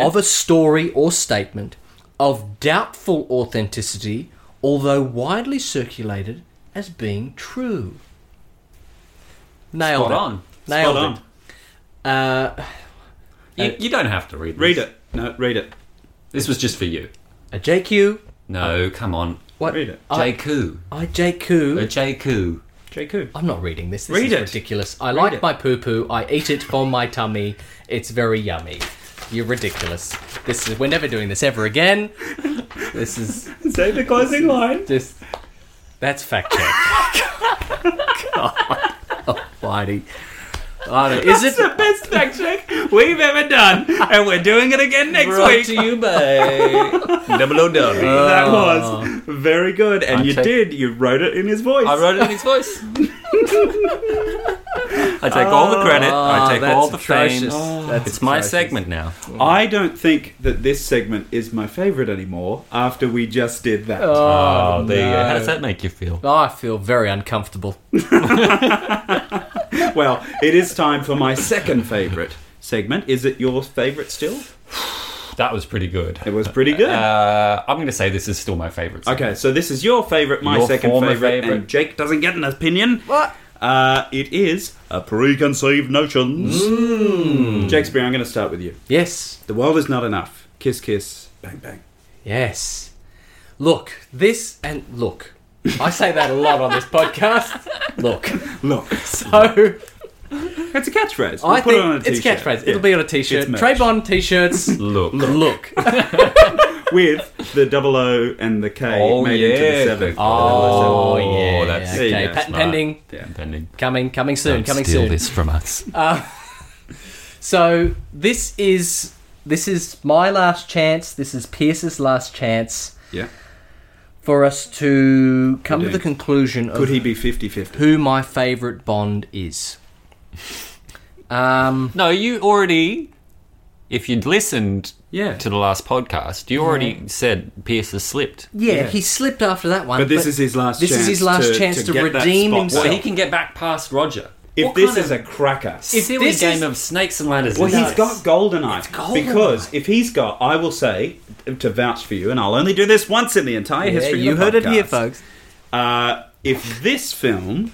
S1: of a story or statement of doubtful authenticity, although widely circulated as being true. Nailed
S2: Spot
S1: it.
S2: on.
S1: Nailed
S3: Spot
S1: it. Uh,
S2: You, you don't have to read. This.
S3: Read it. No, read it.
S2: This was just for you.
S1: a JQ.
S2: No, come on.
S1: What?
S3: Read it.
S1: I,
S2: JQ.
S1: I
S2: A
S1: JQ.
S2: JQ.
S3: JQ.
S1: I'm not reading this. This
S3: Read
S1: is
S3: it.
S1: ridiculous. I like
S3: it.
S1: my poo poo. I eat it from my tummy. It's very yummy. You're ridiculous. This is. We're never doing this ever again. This is
S3: Say the closing line.
S1: just. That's fact check. God Oh, almighty. Oh, I don't- Is it
S3: Best fact check we've ever done, and we're doing it again next
S2: Brought
S3: week.
S2: to you by Double O Double.
S3: that was very good, and you
S2: take-
S3: did. You wrote it in his voice.
S2: I wrote it in his voice. I take all the credit. I take
S1: that's
S2: all the fame. Ah,
S1: atrocious. That's
S2: it's my
S1: atrocious.
S2: segment now.
S3: I don't think that this segment is my favorite anymore. After we just did that,
S2: Oh, there you go.
S1: no.
S2: How does that make you feel?
S1: I feel very uncomfortable.
S3: well, it is time for my second favorite segment. Is it your favorite still?
S2: That was pretty good.
S3: It was pretty good.
S2: Uh, I'm going to say this is still my favorite. segment.
S3: Okay, so this is your favorite, my
S2: Your
S3: second
S2: former
S3: favorite,
S2: favourite.
S3: and Jake doesn't get an opinion. What? Uh, it is a preconceived notions.
S1: Mm. Hmm.
S3: Shakespeare, I'm going to start with you.
S1: Yes.
S3: The world is not enough. Kiss, kiss, bang, bang.
S1: Yes. Look, this and look. I say that a lot on this podcast. Look.
S3: Look,
S1: So
S3: It's a catchphrase. We'll
S1: I
S3: put
S1: think
S3: it on a
S1: it's
S3: t-shirt.
S1: catchphrase.
S3: Yeah.
S1: It'll be on a t-shirt.
S3: It's merch. Oh,
S1: Trey Bond t-shirts.
S2: Look.
S1: Look.
S3: with the double O and the K
S2: Oh,
S3: made into
S2: yeah.
S3: the seven.
S2: Oh,
S1: Oh, yeah.
S2: that's-
S3: there
S1: okay.
S3: you go,
S1: Patent
S2: smart.
S1: pending.
S3: yeah.
S2: Pending.
S1: Coming. Coming soon.
S2: Don't
S1: coming
S2: steal
S1: soon.
S2: this from us.
S1: So this is this is my last chance. This is Pierce's last chance
S3: yeah.
S1: for us to come to
S3: Indeed.
S1: the conclusion of
S3: Could he be 50-50?
S1: who my favorite Bond is. Um,
S2: No, you already. If you'd listened
S3: Yeah.
S2: to the last podcast, you already said Pierce has slipped.
S1: yeah,
S3: Yeah.
S1: he slipped after that one.
S3: But this is his last
S1: This is
S3: chance
S1: his last
S3: to-
S1: chance
S3: to
S1: to
S3: get that
S1: redeem
S3: spot.
S1: himself.
S4: Well, he can get back past Roger.
S3: If
S4: What
S3: this
S4: kind
S3: is
S4: of
S3: a cracker.
S1: If
S4: silly
S1: this
S4: game
S1: is-
S4: of snakes and ladders.
S3: Well,
S4: is
S3: he's
S4: this?
S3: got Goldeneye. Because if he's got, I will say, to vouch for you, and I'll only do this once in the entire
S1: yeah,
S3: history of
S1: you
S3: the
S1: heard it here,
S3: podcast.
S1: folks.
S3: Uh, if this film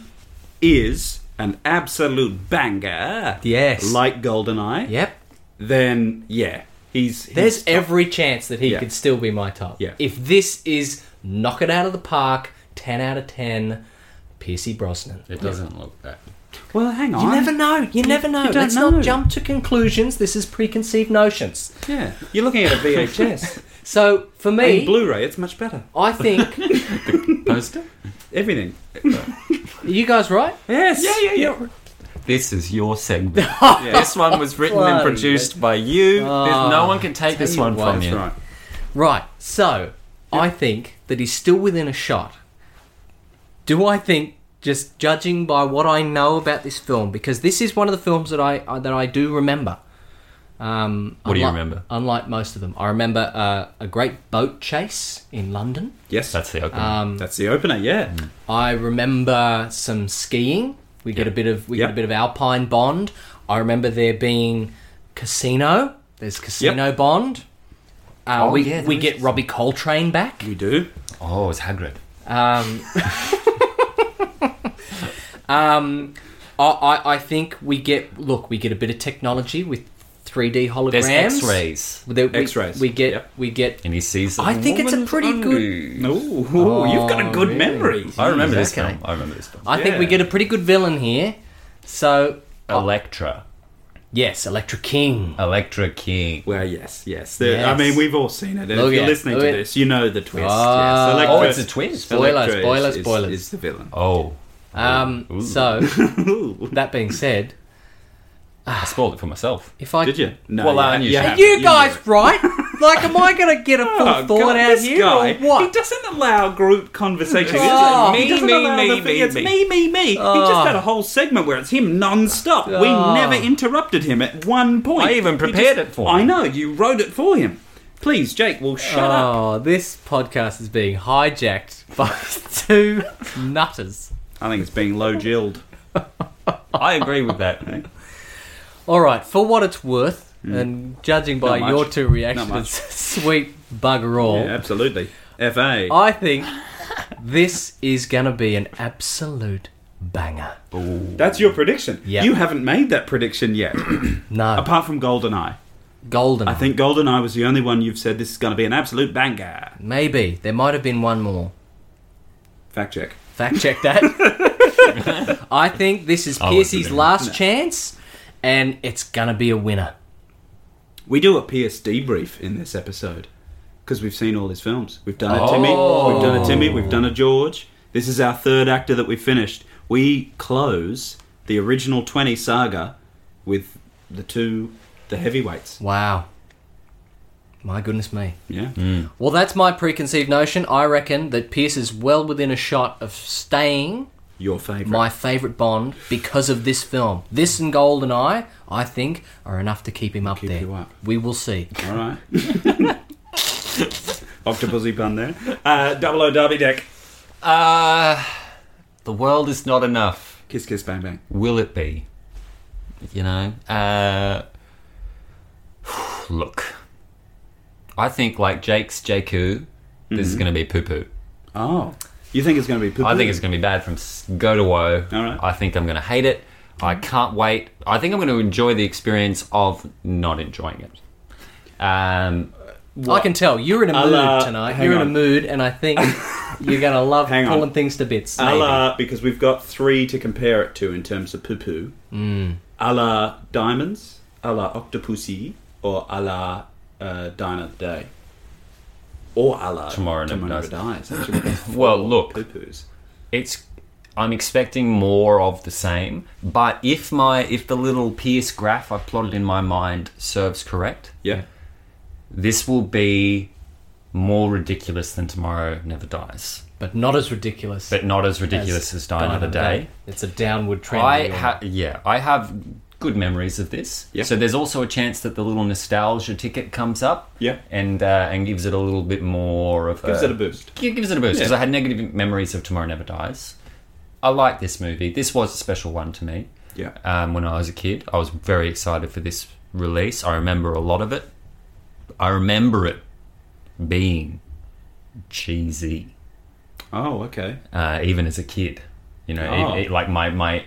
S3: is an absolute banger,
S1: Yes.
S3: like Goldeneye,
S1: Yep.
S3: then yeah, he's, he's
S1: There's every chance that he
S3: Yeah.
S1: could still be my top.
S3: Yeah.
S1: If this is knock it out of the park, ten out of ten, Piercy Brosnan.
S5: It doesn't look that.
S3: well, hang on,
S1: You never know. You never know.
S3: don't
S1: Let's
S3: know.
S1: not jump to conclusions. This is preconceived notions.
S3: yeah, you're looking at a VHS
S1: So for me,
S3: and Blu-ray. It's much better.
S1: I think
S5: Poster?
S3: Everything.
S1: are you guys right.
S3: Yes. Yeah, yeah, yeah.
S2: This is your segment.
S3: Yeah.
S2: This one was written and
S1: Bloody
S2: produced by you. There's no one can take this
S1: Oh, you
S2: one
S1: what,
S2: from
S3: That's
S2: you.
S3: right.
S1: Right. So I think that he's still within a shot. Do I think? Just judging by what I know about this film, because this is one of the films that I that I do remember. Um,
S2: What do you
S1: unlike-
S2: remember?
S1: Unlike most of them, I remember uh, a great boat chase in London.
S3: Yes,
S2: That's the opening.
S1: Um, mm.
S3: that's the opener. Yeah.
S1: I remember some skiing. We get a bit of we
S3: Yeah.
S1: get a bit of Alpine Bond. I remember there being Casino. There's Casino Bond. Uh,
S2: Oh,
S1: we
S2: yeah, there
S1: we
S2: is
S1: get Robbie Coltrane back.
S3: We do.
S5: Oh, it's Hagrid.
S1: Um, um, I, I I think we get look we get a bit of technology with 3D holograms.
S2: There's X-rays,
S1: There- we-
S3: X-rays,
S1: We get
S3: yep.
S1: we get.
S2: and he sees.
S1: I think it's a
S2: woman's
S1: pretty good.
S2: underoos.
S3: Ooh, you've got a good memory.
S2: I remember this
S1: Okay.
S2: film. I remember this film.
S1: I think we
S3: Yeah.
S1: get a pretty good villain here. So
S2: Electra,
S1: yes, Electric King.
S2: Electra King.
S3: Well, yes, yes. There, I
S1: Yes.
S3: mean, we've all seen it. And
S1: Look
S3: if you're
S1: at-
S3: listening
S1: look
S3: to
S1: at-
S3: this, you know the twist.
S1: Ah.
S3: yes.
S2: Oh,
S3: Electra-
S2: it's a twist.
S1: Spoiler,
S3: Electra is-
S1: spoilers,
S3: is-
S1: spoilers.
S3: Is the villain.
S2: Oh,
S1: Um,
S2: Ooh.
S1: so
S3: Ooh.
S1: that being said,
S2: I spoiled it for myurself.
S1: if I
S3: Did you? No.
S2: Well, I
S3: ha-
S2: knew she-
S1: Are
S3: haven't.
S1: you
S3: knew
S1: guys
S3: it.
S1: right? Like, am I gonna get a full
S3: Oh,
S1: thought
S3: God,
S1: out
S3: this
S1: here
S3: guy,
S1: or what?
S3: He doesn't allow group conversation.
S1: Oh.
S3: He doesn't
S2: Me, me,
S3: allow
S2: me,
S3: the thing.
S2: me,
S3: It's
S2: me.
S3: me, me, me. He just had a whole segment where it's him non-stop.
S1: Oh.
S3: We never interrupted him at one point.
S2: I even
S3: He
S2: prepared it for
S3: I
S2: him.
S3: know you wrote it for him. Please, Jake. Well, shut up.
S1: oh, this podcast is being hijacked by two nutters.
S3: I think it's being low gilled.
S2: I agree with that.
S1: All right, for what it's worth, and judging by
S3: Mm. Not much.
S1: your two
S3: much.
S1: reactions, sweet bugger all.
S3: Yeah, absolutely. Fa.
S1: I think this is gonna be an absolute banger.
S3: That's your prediction.
S1: Yeah.
S3: You haven't made that prediction yet,
S1: No,
S3: apart from Goldeneye.
S1: golden.
S3: I think Goldeneye was the only one you've said this is going to be an absolute banger.
S1: maybe there might have been one more.
S3: Fact check.
S1: Fact check that. I think this is
S2: wouldn't
S1: Piercy's
S2: do that.
S1: last chance, and it's gonna be a winner.
S3: We do a PS debrief in this episode because we've seen all his films. We've done a
S2: Oh.
S3: Timmy, we've done a Timmy, we've done a George. This is our third actor that we finished. We close the original 20 saga with the two, the heavyweights.
S1: Wow. My goodness me.
S3: Yeah.
S2: Hmm.
S1: Well, that's my preconceived notion. I reckon that Pierce is well within a shot of staying
S3: Your favourite.
S1: my favourite Bond because of this film. This and Goldeneye, I think, are enough to keep him up there.
S3: you up.
S1: We will see.
S3: all right. Octopussy pun there. Uh, double O Derby Deck.
S2: Uh, the world is not enough.
S3: Kiss, kiss, bang, bang.
S2: Will it be? You know. Uh, look, I think like Jake's Jaku,
S3: Mm-hmm.
S2: this is going to be poo poo.
S3: Oh. You think it's going to be poo
S2: I think it's going to be bad from s- go to woe.
S3: All right.
S2: I think I'm going to hate it. I can't wait. I think I'm going to enjoy the experience of not enjoying it. Um,
S1: I can tell you're in a
S3: A
S1: mood
S3: la-
S1: tonight.
S3: uh, hang
S1: You're in
S3: on.
S1: a mood, and I think you're going to love
S3: Hang on. uh,
S1: pulling things to bits.
S2: Mm.
S3: a la, because we've got three to compare it to in terms of poo poo. a la Diamonds, a la Octopussy, or a la uh, Dine of the Day. Or a la
S2: Tomorrow Never
S3: Tomorrow
S2: Dies.
S3: Never Dies. Actually,
S2: Well, look.
S3: Poo-poos.
S2: it's I'm expecting more of the same. But if my if the little Pierce graph I plotted in my mind serves correct,
S3: Yeah.
S2: this will be more ridiculous than Tomorrow Never Dies,
S1: but not as ridiculous.
S2: but not as ridiculous as, Die Another Day.
S1: It's a downward trend.
S2: I
S1: you're-
S2: ha- yeah, I have good memories of this.
S3: Yeah.
S2: So there's also a chance that the little nostalgia ticket comes up.
S3: Yeah.
S2: And uh, and gives it a little bit more of
S3: Gives
S2: a,
S3: it a boost.
S2: gi- gives it a boost because
S3: Yeah.
S2: I had negative memories of Tomorrow Never Dies. I like this movie. This was a special one to me.
S3: Yeah.
S2: Um, when I was a kid, I was very excited for this release. I remember a lot of it. I remember it being cheesy
S3: Oh, okay.
S2: uh, even as a kid. You know,
S3: Oh.
S2: it, it, like my my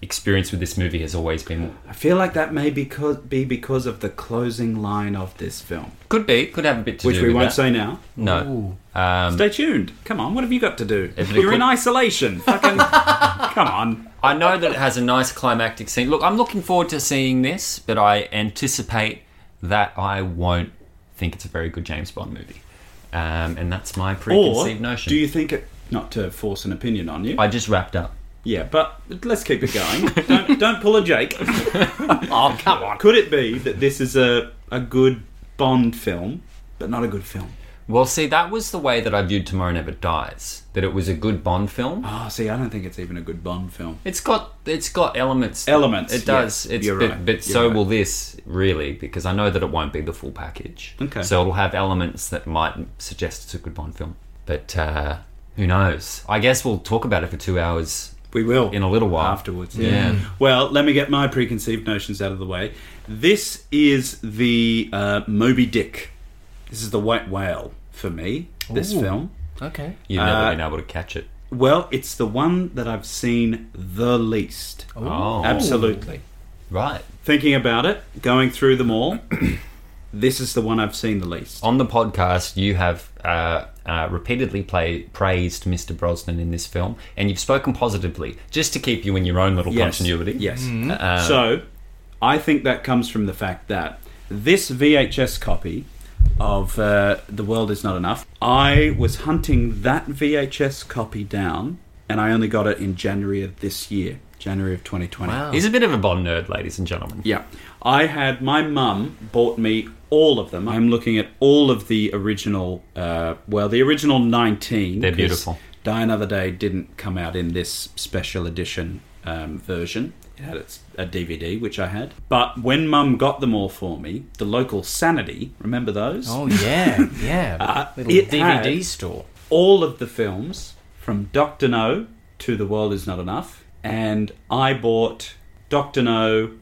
S2: experience with this movie has always been
S3: I feel like that may because, be because of the closing line of this film,
S2: could be could have a bit to
S3: which
S2: do
S3: we
S2: with
S3: won't
S2: that.
S3: say now.
S2: No,
S3: Stay tuned. Come on, what have you got to do?
S2: If it
S3: You're in
S2: could-
S3: isolation. Fucking. Come on.
S2: I know that it has a nice climactic scene. Look, I'm looking forward to seeing this, but I anticipate that I won't think it's a very good James Bond movie, um, and that's my
S3: Or
S2: preconceived notion.
S3: do you think it? Not to force an opinion on you.
S2: I just wrapped up.
S3: Yeah, but let's keep it going. don't, don't pull a Jake.
S2: Oh come on!
S3: Could it be that this is a, a good Bond film, but not a good film?
S2: Well, see, that was the way that I viewed Tomorrow Never Dies. That it was a good Bond film.
S3: Oh, see, I don't think it's even a good Bond film.
S2: It's got it's got elements.
S3: Elements,
S2: It
S3: yes.
S2: does. it's
S3: You're
S2: but,
S3: right.
S2: but
S3: You're
S2: so
S3: right.
S2: will this really because I know that it won't be the full package.
S3: Okay.
S2: So it'll have elements that might suggest it's a good Bond film, but uh, who knows? I guess we'll talk about it for two hours
S3: We will.
S2: in a little while
S3: Afterwards,
S2: Yeah.
S3: Well, let me get my preconceived notions out of the way. This is the uh, Moby Dick. This is the white whale for me, this
S1: Ooh.
S3: film.
S1: Okay.
S2: You've never
S3: Uh,
S2: been able to catch it.
S3: Well, it's the one that I've seen the least.
S2: Oh,
S3: Absolutely.
S2: right.
S3: Thinking about it, going through them all, this is the one I've seen the least.
S2: On the podcast, you have uh, uh, repeatedly play, praised Mr. Brosnan in this film, and you've spoken positively just to keep you in your own little continuity.
S3: Yes. so, I think that comes from the fact that this VHS copy of uh, The World Is Not Enough, I was hunting that VHS copy down, and I only got it in January of this year, January of 2020.
S1: Wow.
S2: He's a bit of a Bond nerd, ladies and gentlemen.
S3: Yeah. I had my mum bought me all of them. I'm looking at all of the original, uh, well, the original 19.
S2: They're
S3: 'cause
S2: beautiful.
S3: Die Another Day didn't come out in this special edition um, version. It had its, a DVD, which I had. But when mum got them all for me, the local Sanity, remember those?
S1: Oh yeah, yeah.
S3: Uh,
S1: Little
S3: it
S1: DVD
S3: had-
S1: store.
S3: all of the films from Doctor No to The World Is Not Enough, and I bought Doctor No,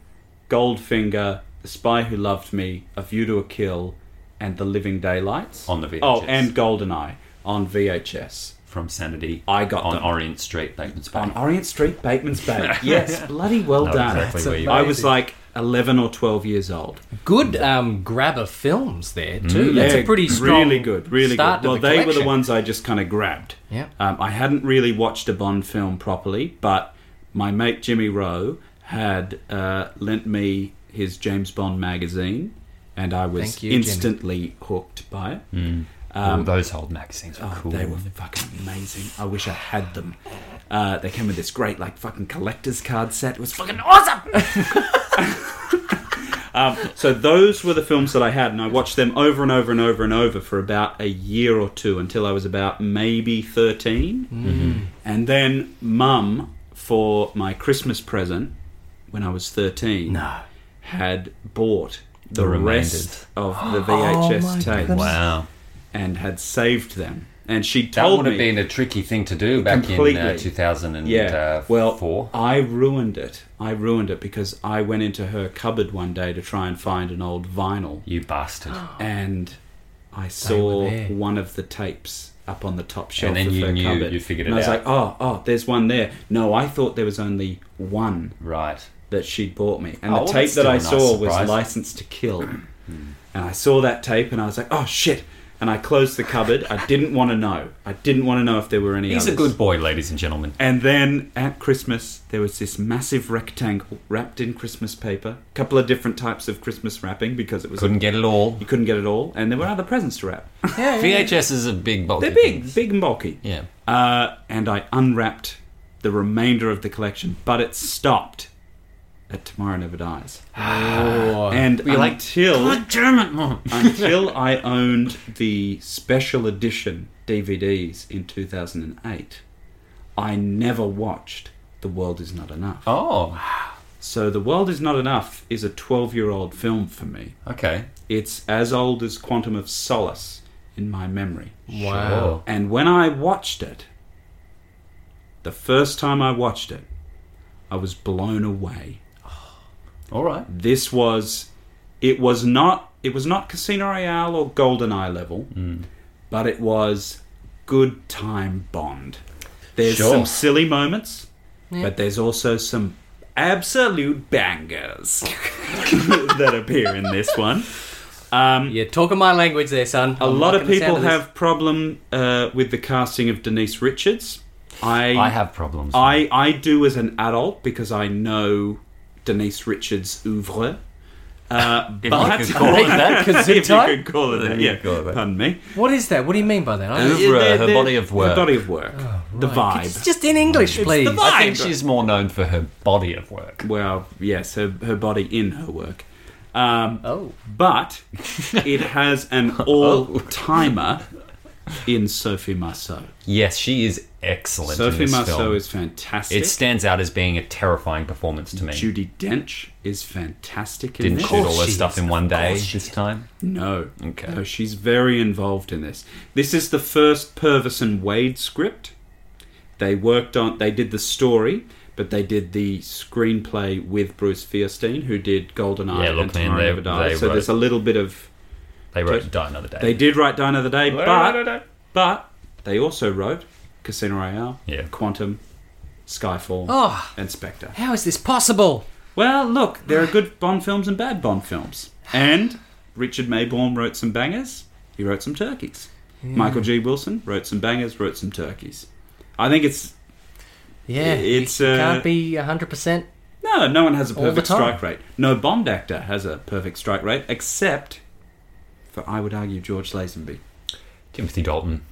S3: Goldfinger, The Spy Who Loved Me, A View to a Kill, and The Living Daylights
S2: On the VHS.
S3: Oh, and Goldeneye on VHS.
S2: From Sanity.
S3: I got
S2: on
S3: them.
S2: Orient Street, Bateman's Bay.
S3: on Orient Street, Bateman's Bay. Yes, bloody well
S2: Know
S3: done.
S2: exactly
S1: That's
S2: where you
S1: amazing.
S2: are.
S3: I was like eleven or twelve years old.
S1: Good um, grab of films there too. That's
S3: Mm. Yeah,
S1: a pretty strong,
S3: really good, really
S1: start
S3: good.
S1: to
S3: well,
S1: the
S3: they were
S1: collection.
S3: the ones I just kind of grabbed.
S1: Yeah.
S3: Um, I hadn't really watched a Bond film properly, but my mate Jimmy Rowe had uh, lent me his James Bond magazine, and I was
S1: Thank you, Jimmy.
S3: instantly hooked by it.
S2: Ooh, those old magazines Um, were
S3: Oh,
S2: cool.
S3: They were fucking amazing. I wish I had them. Uh, they came with this great, like, fucking collector's card set. It was fucking awesome! um, so, those were the films that I had, and I watched them over and over and over and over for about a year or two until I was about maybe 13. And then, mum, for my Christmas present when I was 13, had bought the,
S2: The
S3: rest of the VHS
S1: Oh my
S3: tapes
S1: goodness.
S2: Wow.
S3: and had saved them. And she
S2: That
S3: told
S2: would have
S3: me
S2: been a tricky thing to do back in uh,
S3: Completely.
S2: 2004.
S3: yeah. well, I ruined it. I ruined it because I went into her cupboard one day to try and find an old vinyl,
S2: you bastard.
S3: and I
S1: were
S3: saw
S1: there.
S3: one of the tapes up on the top shelf.
S2: then
S3: of
S2: you
S3: her
S2: knew-
S3: cupboard.
S2: you figured
S3: and
S2: it
S3: I was
S2: out.
S3: like, oh, oh, there's one there. No, I thought there was only one
S2: right.
S3: that she'd bought me, and
S2: Oh,
S3: the
S2: well,
S3: tape
S2: that's
S3: that
S2: still
S3: I
S2: a nice
S3: saw was
S2: surprise.
S3: "License to Kill," and I saw that tape, and I was like, oh shit. and I closed the cupboard. I didn't want to know. I didn't want to know if there were any.
S2: He's a
S3: others.
S2: good boy, ladies and gentlemen.
S3: And then at Christmas, there was this massive rectangle wrapped in Christmas paper. A couple of different types of Christmas wrapping because it was
S2: Couldn't get it all.
S3: you couldn't get it all, and there were other presents to wrap.
S2: VHS is a big bulky.
S3: They're big,
S2: thing.
S3: big and bulky.
S2: Yeah.
S3: Uh, and I unwrapped the remainder of the collection, but it stopped at Tomorrow Never Dies. and until
S2: German mom.
S3: until I owned the special edition DVDs in 2008, I never watched The World Is Not Enough.
S2: Oh,
S3: So, The World Is Not Enough is a 12 year old film for me.
S2: okay.
S3: It's as old as Quantum of Solace in my memory.
S1: Wow.
S3: And when I watched it, the first time I watched it, I was blown away.
S2: All right.
S3: This was it was not it was not Casino Royale or GoldenEye level,
S2: Hmm.
S3: but it was good time Bond. There's
S2: Sure.
S3: some silly moments, but there's also some absolute bangers that appear in this one. Um,
S1: You're talking my language there, son.
S3: a lot of people have problem uh, with the casting of Denise Richards. I
S2: I have problems.
S3: I, I do as an adult because I know Denise Richards' oeuvre. Uh,
S2: If
S3: but
S2: you could call it that.
S3: if you
S1: time?
S3: could call it that,
S2: you
S3: yeah,
S2: could call it that.
S3: pardon me.
S1: What is that? What do you mean by that? I
S2: Oeuvre, her body of work.
S3: Her body of work. The vibe.
S1: It's just in English, please.
S3: the
S2: I think
S3: vibe.
S2: she's more known for her body of work.
S3: Well, yes, her, her body in her work. Um,
S1: Oh.
S3: But it has an
S2: Oh.
S3: all timer in Sophie Marceau.
S2: Yes, she is excellent. in
S3: Sophie
S2: this
S3: Marceau
S2: film.
S3: is fantastic.
S2: It stands out as being a terrifying performance to me.
S3: Judy Dench is fantastic in
S2: Didn't
S3: this.
S2: shoot all her
S1: she
S2: stuff
S1: is.
S2: in one day
S1: course she
S2: this time.
S3: No.
S2: Okay.
S3: No, she's very involved in this. This is the first Purvis and Wade script. They worked on they did the story, but they did the screenplay with Bruce Fierstein, who did GoldenEye
S2: Yeah, look,
S3: and
S2: man,
S3: Tomorrow
S2: they-
S3: Never Dies.
S2: they
S3: so there's a little bit of
S2: They wrote Die Another Day.
S3: they did write Die Another Day, but but they also wrote Casino Royale,
S2: Yeah.
S3: Quantum, Skyfall,
S1: Oh.
S3: and Spectre.
S1: How is this possible?
S3: Well, look, there are good Bond films and bad Bond films. And Richard Maybaum wrote some bangers, he wrote some turkeys.
S1: Hmm.
S3: Michael G. Wilson wrote some bangers, wrote some turkeys. I think it's.
S1: Yeah,
S3: It's,
S1: you, you
S3: uh,
S1: can't be hundred percent.
S3: No, no one has a
S1: All the
S3: perfect
S1: time.
S3: strike rate. No Bond actor has a perfect strike rate, except for, I would argue, George Lazenby.
S2: Timothy Dalton.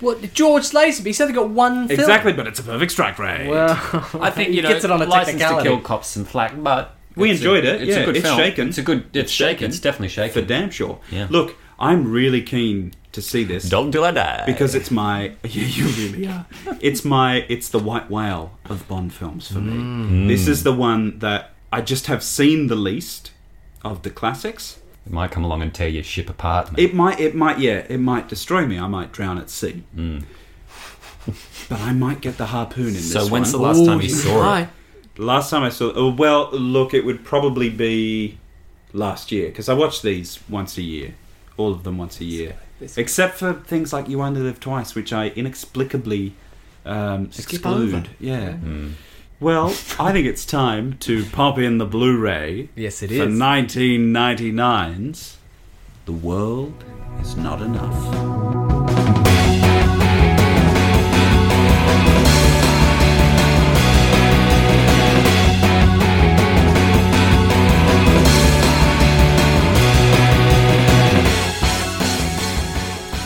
S1: What George Lazenby said? They got one film.
S3: Exactly, but it's a perfect strike rate.
S1: Well,
S2: I think
S1: He
S2: you know,
S1: gets it on a
S2: License to
S1: technicality.
S2: Kill cops some flack, but
S3: We
S2: it's a-
S3: enjoyed it,
S2: It's
S3: yeah,
S2: a good
S3: it's
S2: film.
S3: shaken.
S2: It's a good. It's,
S3: It's
S2: shaken.
S3: shaken.
S2: It's definitely
S3: for
S2: shaken.
S3: damn sure.
S2: Yeah.
S3: Look, I'm really keen to see this.
S2: Dalton till I die.
S3: because it's my yeah, you really are. It's my it's the white whale of Bond films for
S2: Mm.
S3: me. This is the one that I just have seen the least of the classics.
S2: it might come along and tear your ship apart. mate.
S3: It might it might yeah it might destroy me. I might drown at sea. But I might get the harpoon in this
S2: Mm. So when's the
S3: one.
S2: last time you
S1: you
S2: saw
S1: right.
S2: it?
S3: The last time I saw oh, well look it would probably be last year because I watch these once a year, all of them once a year.
S1: This-
S3: Except for things like You Only Live Twice, which I inexplicably um, exclude.
S1: over. Mm.
S3: Yeah. Well, I think it's time to pop in the Blu-ray
S1: Yes, it
S3: for
S1: is.
S3: 1999's The World Is Not Enough.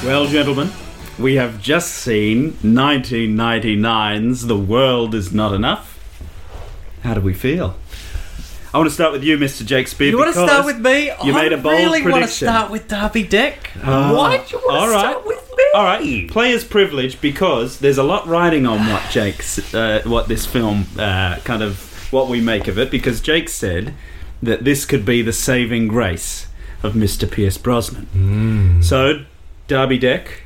S3: Well, gentlemen, we have just seen 1999's The World Is Not Enough. How do we feel? I want to start with you, Mr. Jake Spear.
S1: You want to
S3: because-
S1: start with me?
S3: you made a bold
S1: I really want to
S3: prediction.
S1: start with Darby Dick.
S3: Ah.
S1: Why do you want
S3: All
S1: to
S3: right.
S1: start with me?
S3: All right, players' privilege because there's a lot riding on what Jake's, uh, what this film uh, kind of what we make of it. Because Jake said that this could be the saving grace of Mr. Pierce Brosnan. So, Darby Deck,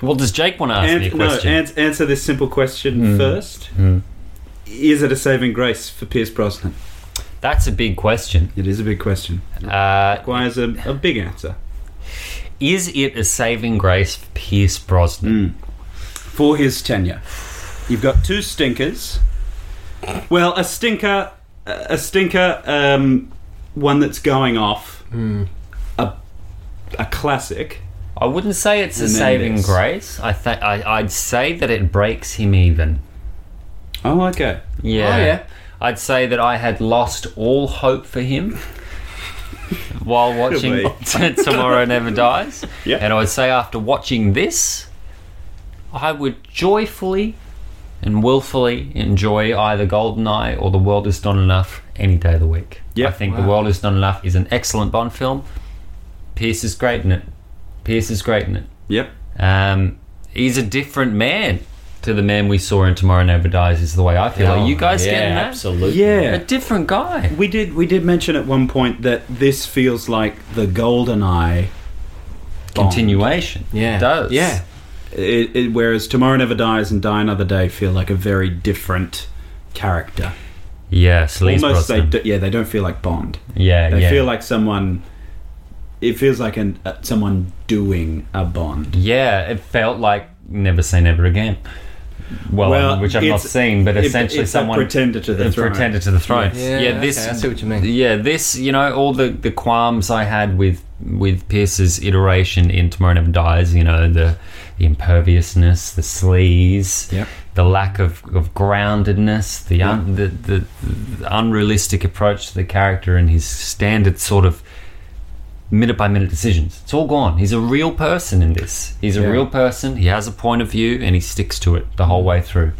S2: Well, does Jake want to ask me a
S3: an- no,
S2: question?
S3: ans- answer this simple question first. Is it a saving grace for Pierce Brosnan?
S2: That's a big question.
S3: It is a big question.
S2: Uh,
S3: Requires a, a big answer
S2: is it a saving grace for Pierce
S3: Mm.
S2: Brosnan?
S3: Hmm. for his tenure. You've got two stinkers. Well, a stinker, a stinker, um, one that's going off, a, a classic,
S2: I wouldn't say it's a
S3: Mendes.
S2: saving grace. I, th- I I'd say that it breaks him even.
S3: Oh, okay.
S2: Yeah.
S1: Oh, yeah.
S2: I'd say that I had lost all hope for him while watching Tomorrow Never Dies.
S3: Yeah.
S2: And I would say after watching this, I would joyfully and willfully enjoy either Goldeneye or The World Is Not Enough any day of the week.
S3: Yeah.
S2: I think The World Is Not Enough is an excellent Bond film. Pierce is great in it. Pierce is great in it.
S3: Yep.
S2: Um, he's a different man to the man we saw in Tomorrow Never Dies. Is the way I feel. Are
S1: Oh,
S2: you guys
S5: yeah,
S2: getting that?
S5: Absolutely.
S2: A
S3: Yeah.
S2: different guy.
S3: We did we did mention at one point that this feels like the golden eye Bond.
S2: Continuation.
S1: Yeah.
S2: It does.
S1: Yeah.
S3: It, it, whereas Tomorrow Never Dies and Die Another Day feel like a very different character.
S2: Yeah. Sleaze
S3: Almost they
S2: Brosnan.
S3: do, yeah, they don't feel like Bond.
S2: yeah.
S3: They
S2: yeah.
S3: feel like someone it feels like an uh, someone doing a Bond.
S2: yeah. It felt like Never Say Never Again. Well, which I've not
S3: it's-
S2: seen, but
S3: it-
S2: essentially
S3: it's a
S2: someone
S3: pretender to the
S2: a
S3: throne.
S2: pretender to the throne.
S1: Yeah,
S2: this
S1: okay, I see what you mean.
S2: Yeah, this, you know, all the, the qualms I had with with Pierce's iteration in Tomorrow Never Dies, you know, the, the imperviousness, the sleaze,
S3: Yep.
S2: the lack of, of groundedness, the, un, the, the the unrealistic approach to the character and his standard sort of minute by minute decisions. It's all gone. He's a real person in this. He's a
S3: Yeah.
S2: real person. He has a point of view and he sticks to it the whole way through.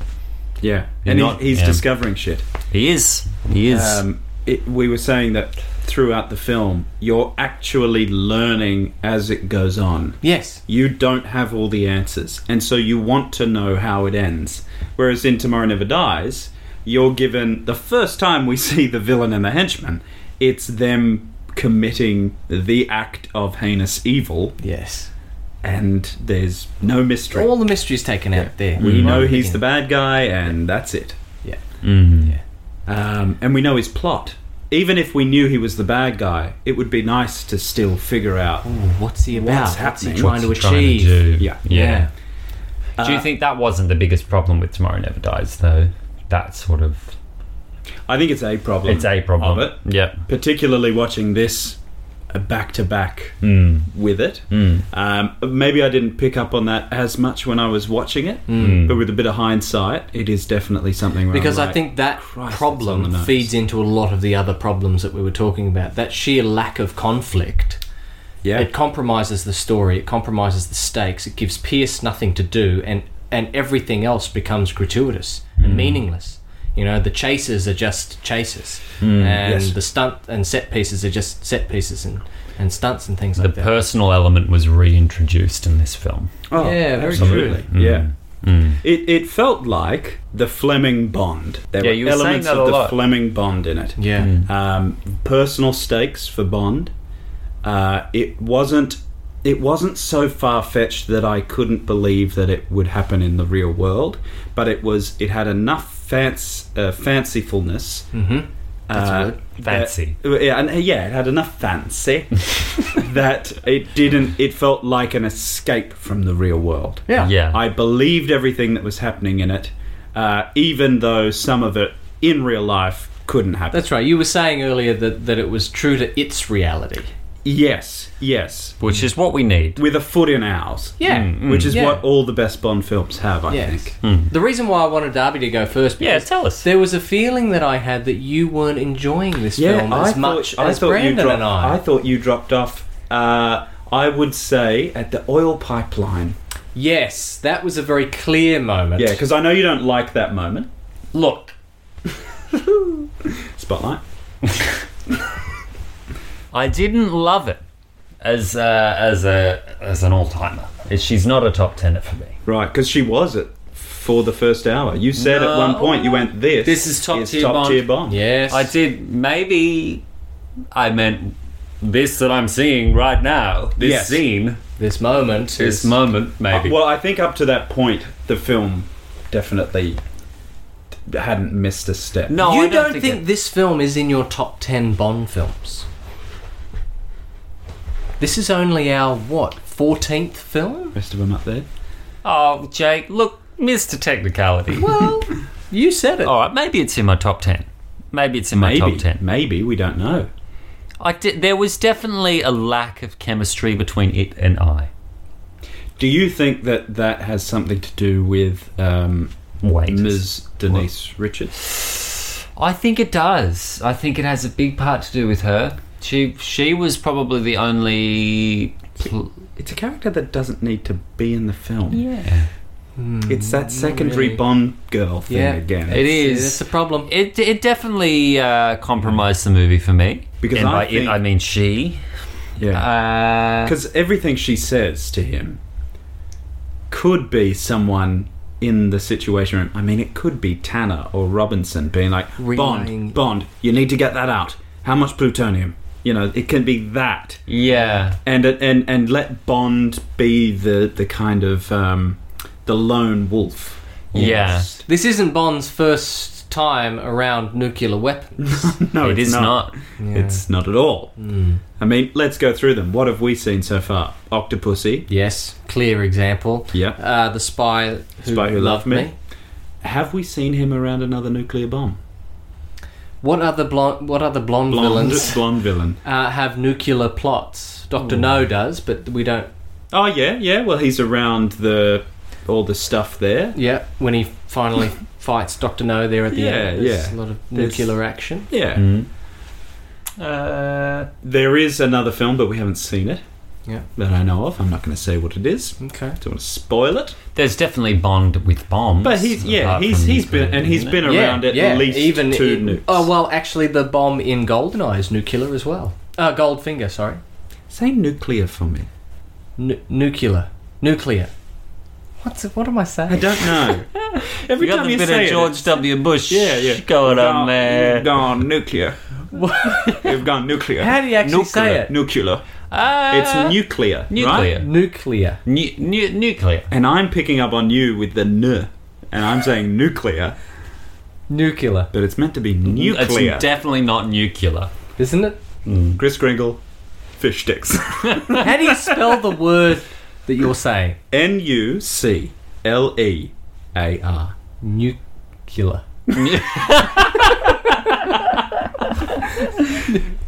S3: Yeah. And he-
S2: Not-
S3: he's
S2: yeah.
S3: discovering shit.
S2: He is. He is.
S3: um, it, we were saying that throughout the film, you're actually learning as it goes on.
S1: Yes.
S3: You don't have all the answers, and so you want to know how it ends. Whereas in Tomorrow Never Dies, you're given the first time we see the villain and the henchman, it's them committing the act of heinous evil,
S1: Yes.
S3: and there's no mystery.
S1: All the mystery's taken out there.
S2: Mm-hmm.
S3: we know he's
S1: Yeah.
S3: the bad guy, and that's it.
S1: Yeah.
S2: Mm.
S3: Um, and we know his plot. Even if we knew he was the bad guy, it would be nice to still figure out.
S1: What's he about? What's,
S3: happening?
S1: he trying
S2: What's
S1: to
S2: he trying
S1: achieve?
S2: do?
S3: Yeah.
S2: Yeah. Uh, Do you think that wasn't the biggest problem with Tomorrow Never Dies, though? That sort of
S3: I think it's a problem.
S2: it's a problem.
S3: Of it.
S2: Yep.
S3: Particularly watching this uh, back to back
S2: Mm.
S3: with it.
S2: Mm.
S3: Um, maybe I didn't pick up on that as much when I was watching it, but with a bit of hindsight, it is definitely something. Where
S1: Because
S3: I'm
S1: I
S3: like,
S1: think that
S3: Christ, it's on
S1: problem
S3: the nose.
S1: feeds into a lot of the other problems that we were talking about. That sheer lack of conflict.
S3: yeah,
S1: It compromises the story, it compromises the stakes, it gives Pierce nothing to do, and, and everything else becomes gratuitous and meaningless. You know, the chases are just chases, and
S3: Yes.
S1: the stunt and set pieces are just set pieces and, and stunts and things
S2: The
S1: like that.
S2: personal element was reintroduced in this film.
S3: oh,
S1: yeah, very
S3: absolutely.
S2: true.
S3: Yeah,
S2: Mm. Mm.
S3: it it felt like the Fleming Bond. There
S2: Yeah,
S3: were
S2: you were saying
S3: elements
S2: that
S3: of
S2: a
S3: the
S2: lot.
S3: Fleming Bond in it.
S1: yeah.
S3: um, personal stakes for Bond. Uh, it wasn't it wasn't so far fetched that I couldn't believe that it would happen in the real world, but it was it had enough fanc- uh, fancifulness.
S1: Mm-hmm. That's
S3: uh,
S1: good.
S2: Fancy.
S3: that- yeah, and, yeah, it had enough fancy that it didn't. It felt like an escape from the real world.
S1: Yeah.
S2: Yeah.
S3: I believed everything that was happening in it, uh, even though some of it in real life couldn't happen.
S1: That's right. You were saying earlier that, that it was true to its reality.
S3: Yes, yes.
S2: Which is what we need.
S3: With a foot in ours. Mm,
S1: Yeah.
S3: Which is
S1: Yeah.
S3: what all the best Bond films have, I
S1: Yes.
S3: think.
S1: The reason why I wanted Darby to go first
S2: Hmm. Yeah,
S1: because
S2: tell us.
S1: there was a feeling that I had that you weren't enjoying this film as much as
S3: you
S1: Brandon
S3: dropped,
S1: and I.
S3: thought you dropped off, uh, I would say, at the oil pipeline.
S1: Yes, that was a very clear moment.
S3: Yeah, because I know you don't like that moment.
S1: look,
S3: Spotlight.
S2: I didn't love it as uh, as a as an all timer. She's not a top tenner for me.
S3: Right, because she was it for the first hour. You said at one point, you went, this,
S2: This is top tier
S3: top
S2: Bond.
S3: tier Bond.
S1: yes,
S2: I did maybe I meant this that I'm seeing right now. This
S3: Yes.
S2: scene,
S1: This moment, is,
S2: this moment, maybe.
S3: Uh, Well, I think up to that point, the film definitely hadn't missed a step.
S2: no,
S1: you
S2: Oh, I
S1: don't, think,
S2: it-
S1: this film is in your top ten Bond films? This is only our what fourteenth film.
S3: Rest of them up there.
S2: Oh, Jake, look, Mr. Technicality.
S1: Well, you said it.
S2: All right, maybe it's in my top 10. Maybe it's in my
S3: Maybe.
S2: top 10.
S3: Maybe. We don't know.
S2: I did, there was definitely a lack of chemistry between it and I.
S3: Do you think that that has something to do with um,
S2: Wait.
S3: Ms. Denise Richards?
S2: I think it does. I think it has a big part to do with her. She she was probably the only. pl-
S3: It's a character that doesn't need to be in the film.
S2: yeah.
S3: It's that secondary
S1: really.
S3: Bond girl thing
S1: Hmm. Yeah.
S3: again.
S2: It
S1: It's, it's
S2: is.
S1: a problem.
S2: It it definitely uh, compromised the movie for me.
S3: Because
S2: and
S3: I
S2: by
S3: think-
S2: it I mean she.
S3: yeah.
S2: Uh,
S3: Because everything she says to him could be someone in the Situation Room. I mean, it could be Tanner or Robinson being like,
S1: Relaying-
S3: Bond, Bond, you need to get that out. How much plutonium? You know, it can be that.
S2: yeah.
S3: and and and let Bond be the the kind of um, the lone wolf.
S2: Yeah.
S3: almost.
S1: This isn't Bond's first time around nuclear weapons.
S3: no,
S2: it
S3: it's
S2: is
S3: not.
S2: not.
S3: It's not at all.
S1: Hmm.
S3: I mean, let's go through them. What have we seen so far? Octopussy.
S1: Yes, clear example.
S3: Yeah.
S1: Uh, the spy who,
S3: Spy Who
S1: loved
S3: Loved
S1: me.
S3: Me. Have we seen him around another nuclear bomb?
S1: What other blonde? What other blonde,
S3: Blonde,
S1: villains
S3: blonde villain.
S1: uh, have nuclear plots? Doctor No does, but we don't.
S3: Oh yeah, yeah. Well, he's around the all the stuff there.
S1: Yeah, when he finally fights Doctor No there at the
S3: Yeah,
S1: end, there's
S3: yeah.
S1: a lot of
S3: There's-
S1: nuclear action.
S3: Yeah.
S2: Mm.
S5: Uh,
S3: There is another film, but we haven't seen it.
S1: Yeah.
S3: That I know of. I'm not going to say what it is.
S1: Okay.
S3: Don't want to spoil it.
S2: There's definitely Bond with bombs.
S3: But he's yeah,
S2: apart
S3: he's
S2: from
S3: he's been
S2: nuclear,
S3: and he's
S2: isn't it?
S3: been around at least
S1: even
S3: two
S1: in-
S3: nukes.
S1: Oh well, actually, the bomb in Goldeneye is nuclear as well. Uh, Goldfinger, sorry,
S3: Say nuclear for me.
S1: Nu nuclear, nuclear. What's what am I saying?
S3: I don't know. Every
S2: You got
S3: time
S2: the
S3: you
S2: bit
S3: say
S2: of George
S3: it,
S2: W. Bush
S3: Yeah, yeah.
S2: going on
S3: Gone-
S2: there.
S3: gone nuclear. You've gone nuclear.
S1: How do you actually say
S3: nuclear.
S1: it? Uh,
S3: Nuclear.
S2: Ah,
S3: It's nuclear.
S2: nuclear.
S3: Right?
S1: nuclear.
S2: Nu- nu- nuclear.
S3: And I'm picking up on you with the n, and I'm saying nuclear,
S1: Nuclear,
S3: but it's meant to be nuclear. Mm.
S2: It's definitely not nuclear.
S1: isn't it?
S3: Chris Kringle, fish sticks.
S1: How do you spell the word that you're saying?
S3: N U C L E A R.
S1: Nuclear.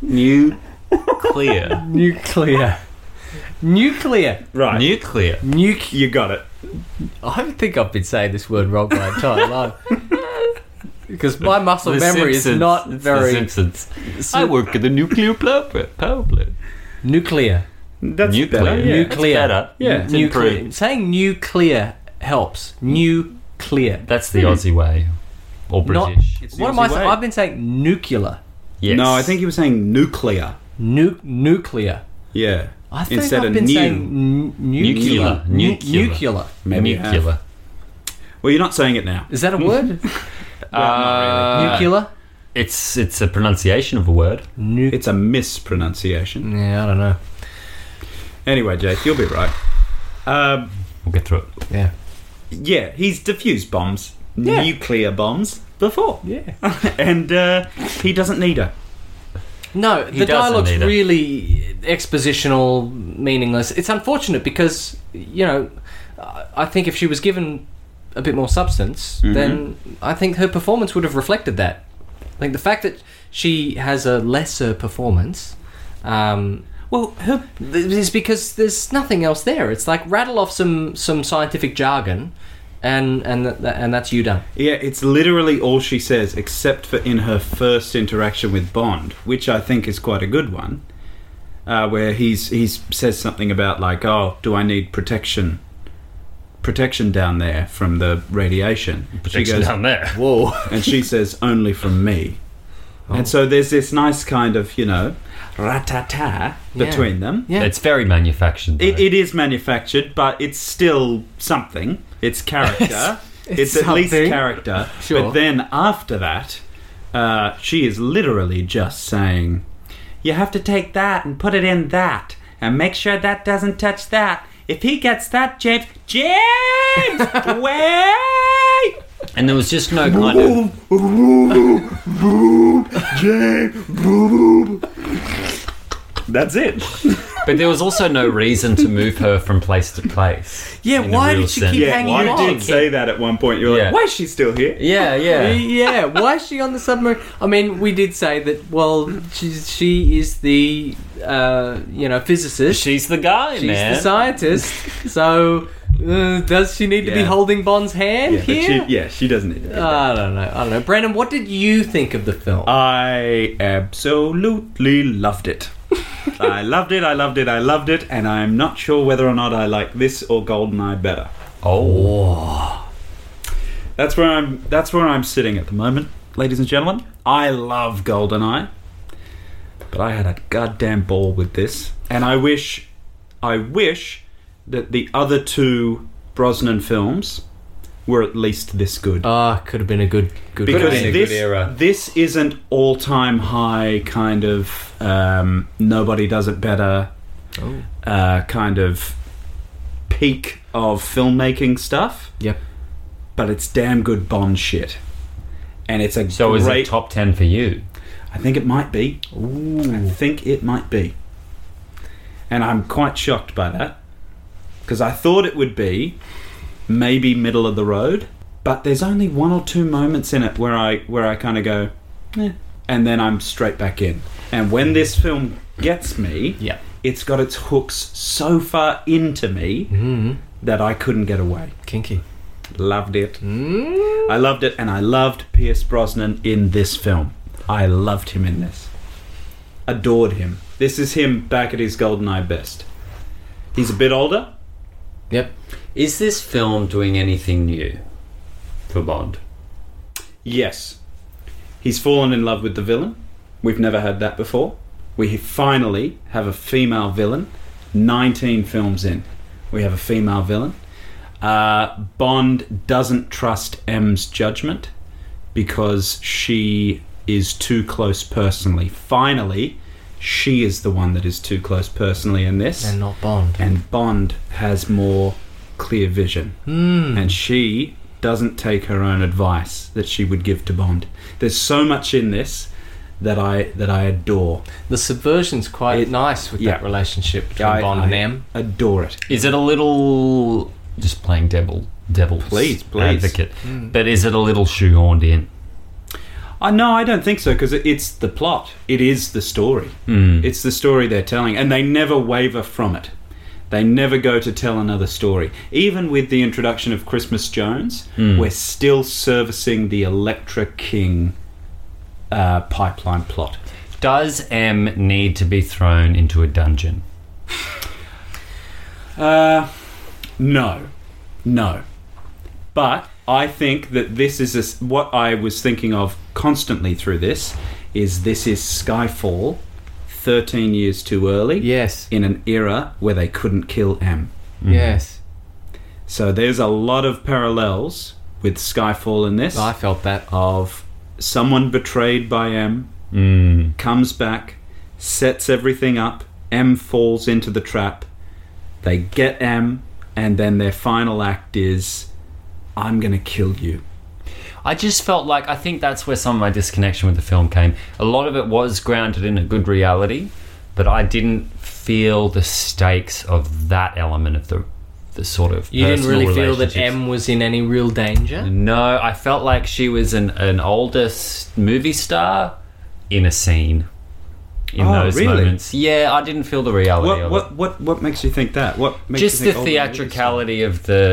S2: Nuclear.
S1: Nuclear. Nuclear.
S3: Right.
S2: nuclear.
S1: Nuclear.
S3: you got it.
S1: I think I've been saying this word wrong my entire life. Because my muscle
S2: The
S1: memory is
S2: Simpsons.
S1: not
S2: It's The
S1: very
S2: Simpsons. I work at the nuclear power plant. Power plant.
S1: nuclear.
S3: That's
S2: nuclear.
S3: better, yeah.
S1: Nuc- Nuclear.
S2: That's better.
S3: Yeah.
S2: It's
S1: Nuclear.
S2: improved.
S1: Saying nuclear helps. Nuclear.
S2: That's the Aussie way, or
S1: Hmm. Not-
S2: British.
S3: It's
S1: What
S3: the
S1: am I
S3: easy
S1: saying?
S3: way.
S1: I've been saying nuclear.
S2: yes.
S3: No, I think you were saying nuclear.
S1: Nu- nuclear.
S3: Yeah.
S1: I think
S3: Instead
S1: I've
S3: of
S1: been
S3: new.
S1: saying n-
S2: Nuclear.
S1: nu-
S2: Nuclear.
S1: nuclear.
S3: Maybe
S1: uh,
S2: nuclear.
S3: half. Well, you're not saying it now.
S1: Is that a word?
S2: Uh,
S1: nuclear?
S2: It's it's a pronunciation of a word.
S1: Nuclear.
S3: It's a mispronunciation.
S1: Yeah, I don't know.
S3: Anyway, Jake, you'll be right. Um,
S2: We'll get through it.
S1: Yeah.
S3: yeah, he's diffused bombs, nuclear bombs, before.
S1: Yeah.
S3: and uh, he doesn't need her.
S1: No, the
S2: doesn't
S1: dialogue's
S2: either.
S1: really expositional, meaningless. It's unfortunate because you know, I I think if she was given a bit more substance, then I think her performance would have reflected that. I think the fact that she has a lesser performance. Um, well, her th- is because there's nothing else there. It's like rattle off some, some scientific jargon, and and th- th- and that's you done.
S3: Yeah, it's literally all she says, except for in her first interaction with Bond, which I think is quite a good one, uh, where he's he's says something about like, "Oh, do I need protection? Protection down there from the radiation."
S2: Protection down there.
S3: Whoa. And she says, only from me.
S2: Oh.
S3: And so there's this nice kind of, you know, ratata
S1: Yeah.
S3: between them.
S1: Yeah.
S2: It's very manufactured. Though.
S3: It, it is manufactured, but it's still something. It's character. it's
S1: It's
S3: at least
S1: something.
S3: character.
S1: Sure.
S3: But then after that, uh, she is literally just saying, You have to take that and put it in that and make sure that doesn't touch that. If he gets that, James. James! Wait! Oh,
S2: and there was just no kind of.
S3: That's it.
S2: But there was also no reason to move her from place to place.
S1: Yeah,
S2: in a
S1: why
S2: real
S1: did she keep
S2: sense.
S3: Yeah,
S1: hanging
S3: you
S1: on?
S3: did say that at one point. You were
S2: Yeah.
S3: like, why is she still here?
S2: Yeah, yeah.
S1: yeah, why is she on the submarine? I mean, we did say that. Well, she, she is the uh, you know physicist.
S2: She's the guy,
S1: She's
S2: man.
S1: the scientist. So uh, does she need to be
S3: Yeah.
S1: holding Bond's hand
S3: but
S1: here?
S3: She, yeah, Uh, she doesn't need to.
S1: I don't know. I don't know. Brandon, what did you think of the film?
S3: I absolutely loved it. I loved it, I loved it, I loved it, and I'm not sure whether or not I like this or Goldeneye better.
S2: oh,
S3: That's where I'm that's where I'm sitting at the moment, ladies and gentlemen. I love Goldeneye. But I had a goddamn ball with this. And I wish I wish that the other two Brosnan films were at least this good.
S1: Ah, could have been a good, good.
S3: because
S2: been
S1: film.
S2: a good
S3: this,
S2: era.
S3: this is an all-time high kind of um, nobody does it better
S2: Oh.
S3: uh, kind of peak of filmmaking stuff
S1: Yep.
S3: but it's damn good bond shit and it's a
S2: so is
S3: great
S2: it top ten for you?
S3: i think it might be i think it might be and i'm quite shocked by that because i thought it would be maybe middle of the road but there's only one or two moments in it where i where i kind of go eh, and then i'm straight back in and when this film gets me
S1: Yep.
S3: it's got its hooks so far into me that i couldn't get away
S1: Hmm, Kinky.
S3: Loved it. I loved it, and I loved Pierce Brosnan in this film. I loved him in this. Adored him. This is him back at his golden eye best. He's a bit older.
S1: Yep.
S2: Is this film doing anything new for Bond?
S3: Yes. He's fallen in love with the villain. We've never had that before. We finally have a female villain. 19 films in, we have a female villain. Uh, Bond doesn't trust M's judgment because she is too close personally. Finally, she is the one that is too close personally in this
S1: And not Bond.
S3: and Bond has more clear vision. Mm. And she doesn't take her own advice that she would give to Bond. There's so much in this that I that I adore.
S1: The subversion's quite
S3: It-
S1: nice with
S3: yeah.
S1: that relationship between
S3: I,
S1: Bond
S3: I
S1: and M.
S3: Adore it.
S2: Is it a little just playing devil, devil?
S3: Please, please.
S2: advocate.
S3: Hmm.
S2: But is it a little shoehorned in?
S3: Uh, no, I don't think so because it's the plot. It is the story.
S1: Hmm.
S3: It's the story they're telling, and they never waver from it. They never go to tell another story. Even with the introduction of Christmas Jones, we're still servicing the Electra King uh, pipeline plot.
S2: Does M need to be thrown into a dungeon?
S3: Uh, no, no. But I think that this is a s what I was thinking of constantly through this. Is this is Skyfall, thirteen years too early?
S1: Yes.
S3: in an era where they couldn't kill M.
S1: Yes.
S3: So there's a lot of parallels with Skyfall in this
S1: I felt that.
S3: of someone betrayed by M comes back, sets everything up, M falls into the trap, they get M, and then their final act is I'm gonna kill you.
S2: I just felt like I think that's where some of my disconnection with the film came. A lot of it was grounded in a good reality, but I didn't feel the stakes of that element of the the sort of
S1: You didn't
S2: personal
S1: really feel that
S2: relationships.
S1: M was in any real
S3: Mm.
S1: danger?
S2: No, I felt like she was an an older s- movie star in a scene. In
S3: Oh,
S2: those
S3: really?
S2: moments, yeah, I didn't feel the reality
S3: What
S2: of it.
S3: what what what makes you think that? What makes
S2: just
S3: you
S2: the
S3: think all that is?
S2: theatricality of the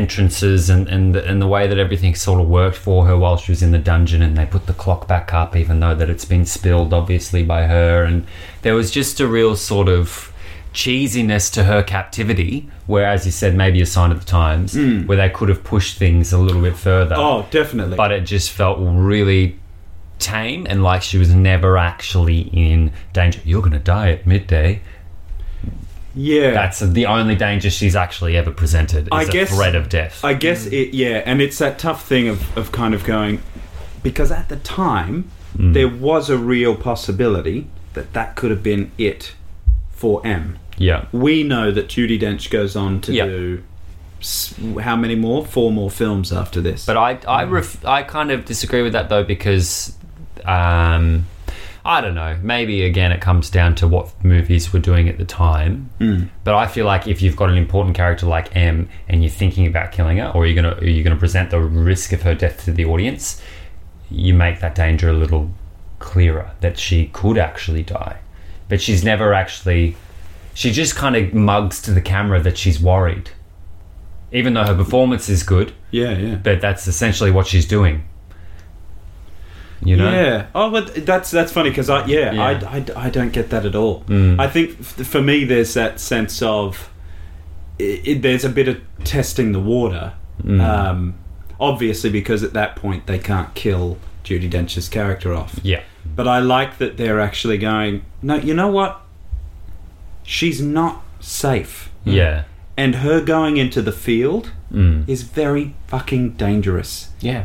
S2: entrances and and the, and the way that everything sort of worked for her while she was in the dungeon and they put the clock back up even though that it's been spilled obviously by her and there was just a real sort of cheesiness to her captivity where as you said maybe a sign of the times where they could have pushed things a little bit further
S3: Hmm. Oh, definitely.
S2: but it just felt really tame and like she was never actually in danger you're going to die at midday
S3: yeah.
S2: that's the only danger she's actually ever presented is
S3: I
S2: a
S3: guess-
S2: threat of death.
S3: I guess it, yeah, and it's that tough thing of, of kind of going because at the time
S2: Mm. Hmm.
S3: there was a real possibility that that could have been it for M.
S2: yeah.
S3: We know that Judy Dench goes on to
S2: Yeah.
S3: do s- how many more? Four more films after this.
S2: But I I ref- I kind of disagree with that though because um I don't know. Maybe again, it comes down to what movies were doing at the time.
S3: Hmm.
S2: Mm. But I feel like if you've got an important character like M, and you're thinking about killing her, or you're gonna are you gonna present the risk of her death to the audience, you make that danger a little clearer that she could actually die. But she's never actually. She just kind of mugs to the camera that she's worried, even though her performance is good.
S3: Yeah, yeah.
S2: But that's essentially what she's doing. You know.
S3: Yeah. Oh, but that's that's funny because I yeah,
S2: Yeah. Hmm.
S3: I, I, I don't get that at all. I think f- for me there's that sense of i i there's a bit of testing the water.
S2: Hmm.
S3: Um, obviously, because at that point they can't kill Judy Dench's character off.
S2: Yeah.
S3: But I like that they're actually going. No, you know what? She's not safe,
S2: Yeah.
S3: and her going into the field
S2: Mm.
S3: is very fucking dangerous
S1: Yeah.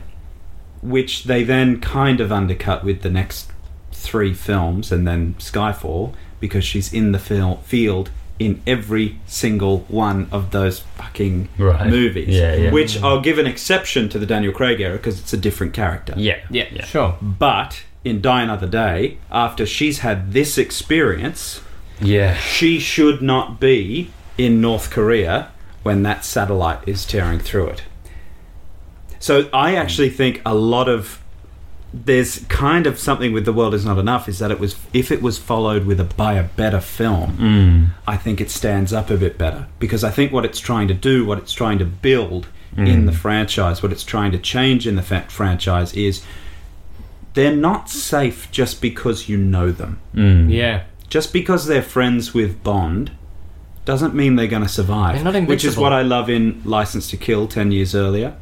S3: which they then kind of undercut with the next three films and then Skyfall because she's in the fil- field in every single one of those fucking
S2: Right.
S3: movies.
S2: Yeah, yeah.
S3: Which I'll give an exception to the Daniel Craig era because it's a different character.
S2: Yeah.
S4: Yeah.
S1: Sure.
S3: But in Die Another Day, after she's had this experience,
S2: Yeah.
S3: she should not be in North Korea when that satellite is tearing through it. So I actually think a lot of there's kind of something with the world is not enough is that it was if it was followed with a by a better film I think it stands up a bit better because I think what it's trying to do what it's trying to build in the franchise what it's trying to change in the fa- franchise is they're not safe just because you know them
S1: Yeah.
S3: just because they're friends with Bond doesn't mean they're going to survive.
S1: They're not
S3: which is
S1: invincible.
S3: what I love in License to Kill 10 years earlier,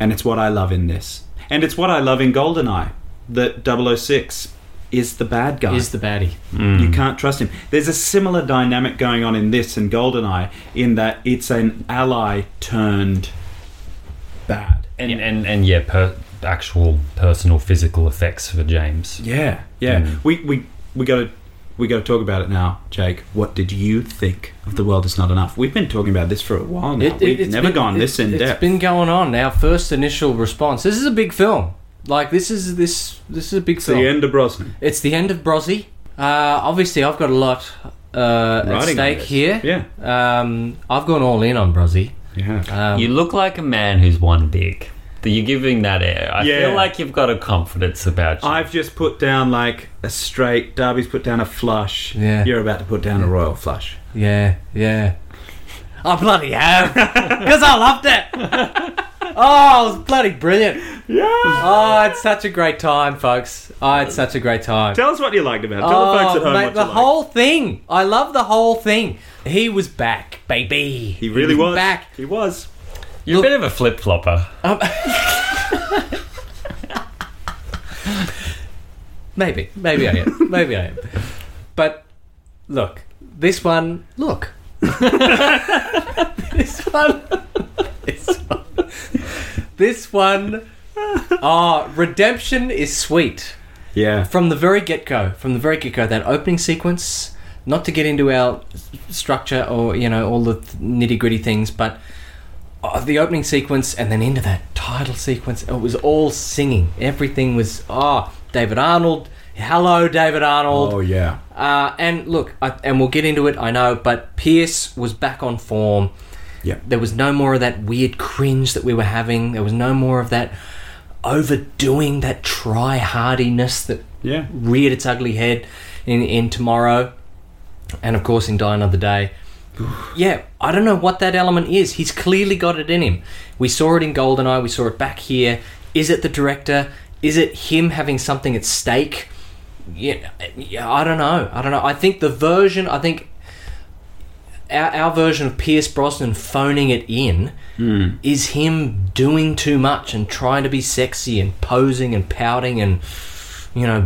S3: and it's what I love in this. And it's what I love in Goldeneye that 006 is the bad guy.
S1: Is the baddie.
S3: You can't trust him. There's a similar dynamic going on in this and Goldeneye in that it's an ally turned bad.
S2: And and and yeah, per, actual personal physical effects for James.
S3: Yeah, yeah.
S1: Mm.
S3: We we we got to we got to talk about it now, Jake. What did you think of the world is not enough? We've been talking about this for a while now. We've
S1: it's
S3: never
S1: been-
S3: gone this
S1: it-
S3: in depth.
S1: It's been going on. Our first initial response. This is a big film. Like this is this this is a big
S3: the
S1: film.
S3: end of Brosnan.
S1: It's the end of Brozzy. Uh, obviously, I've got a lot uh,
S3: Riding
S1: at
S3: on
S1: stake
S3: this.
S1: here.
S3: Yeah.
S1: Um, I've gone all in on Brozzy.
S3: Yeah.
S1: Um,
S2: You look like a man who's won big. That You're giving that air. I
S3: Yeah.
S2: feel like you've got a confidence about you.
S3: I've just put down like a straight. Darby's put down a flush.
S1: Yeah.
S3: You're about to put down a royal flush.
S1: yeah, yeah. I bloody have. Because I loved it. oh, it was bloody brilliant.
S3: Yeah.
S1: Oh, I had such a great time, folks. I had such a great time.
S3: Tell us what you liked about it. Tell the folks at home
S1: Oh, mate,
S3: what
S1: the
S3: you liked.
S1: whole thing. I love the whole thing. He was back, baby.
S3: He really was.
S1: back.
S3: He was.
S2: You're a bit of a flip flopper.
S1: Maybe, maybe I am. Maybe I am. But look, this one. Look, this one. This one. This one. Ah, redemption is sweet
S3: Yeah.
S1: from the very get go. From the very get go, that opening sequence. Not to get into our s- structure or you know all the nitty gritty things, but uh, the opening sequence and then into that title sequence, it was all singing. Everything was ah David Arnold. Hello, David Arnold.
S3: Oh yeah.
S1: Uh, and look, I, and we'll get into it, I know, but Pierce was back on form.
S3: Yeah.
S1: There was no more of that weird cringe that we were having. There was no more of that overdoing, that try hardiness that
S3: Yeah.
S1: reared its ugly head in, in Tomorrow. And of course, in Die Another Day. yeah, I don't know what that element is. He's clearly got it in him. We saw it in Goldeneye, we saw it back here. Is it the director? Is it him having something at stake? yeah, yeah, I don't know. I don't know. I think the version, I think our, our version of Pierce Brosnan phoning it in
S3: Hmm.
S1: is him doing too much and trying to be sexy and posing and pouting and, you know,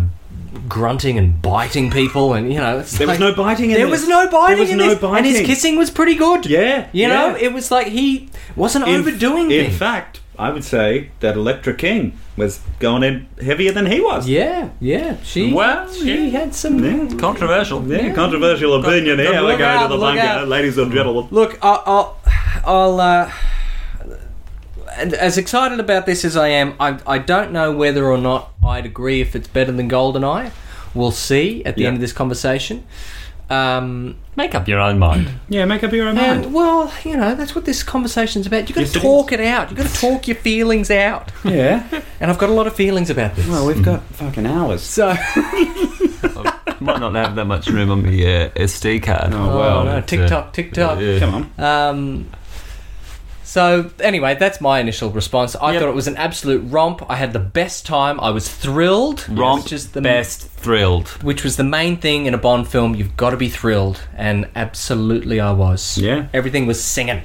S1: grunting and biting people and, you know. It's
S3: There was
S1: like-
S3: no biting in
S1: There
S3: this.
S1: was no biting
S3: There was
S1: in
S3: no
S1: this. And his
S3: biting.
S1: kissing was pretty good.
S3: Yeah.
S1: You know,
S3: yeah.
S1: it was like he wasn't
S3: In-
S1: overdoing
S3: In
S1: things.
S3: fact, I would say that Electra King was going in heavier than he was.
S1: Yeah, yeah. She,
S2: Well,
S1: she had some...
S3: Yeah.
S2: Controversial.
S3: Yeah, controversial opinion
S1: Look-
S3: here. We're
S1: look
S3: going
S1: out,
S3: to the
S1: look
S3: bunker,
S1: out.
S3: ladies and gentlemen.
S1: Look, I'll, I'll, I'll uh, and as excited about this as I am, I, I don't know whether or not I'd agree if it's better than GoldenEye We'll see at the
S3: Yeah.
S1: end of this conversation. Um,
S2: Make up your own mind.
S3: Yeah, make up your own mind.
S1: and well, you know that's what this conversation's about. You've got
S3: Yes,
S1: to
S3: it
S1: talk it, out. You've got to talk your feelings out.
S3: Yeah.
S1: And I've got a lot of feelings about this.
S3: Well, we've got fucking hours.
S1: so
S2: Might not have that much room on the uh, SD card.
S3: Oh,
S1: oh,
S3: well.
S1: no, tick tock, tick tock.
S2: Yeah.
S3: Come on.
S1: Um, so anyway, that's my initial response. I thought it was an absolute romp. I had the best time. I was thrilled.
S2: Romped,
S1: which is the
S2: best thrilled.
S1: which was the main thing in a Bond film. You've got to be thrilled, and absolutely I was.
S3: Yeah.
S1: everything was singing.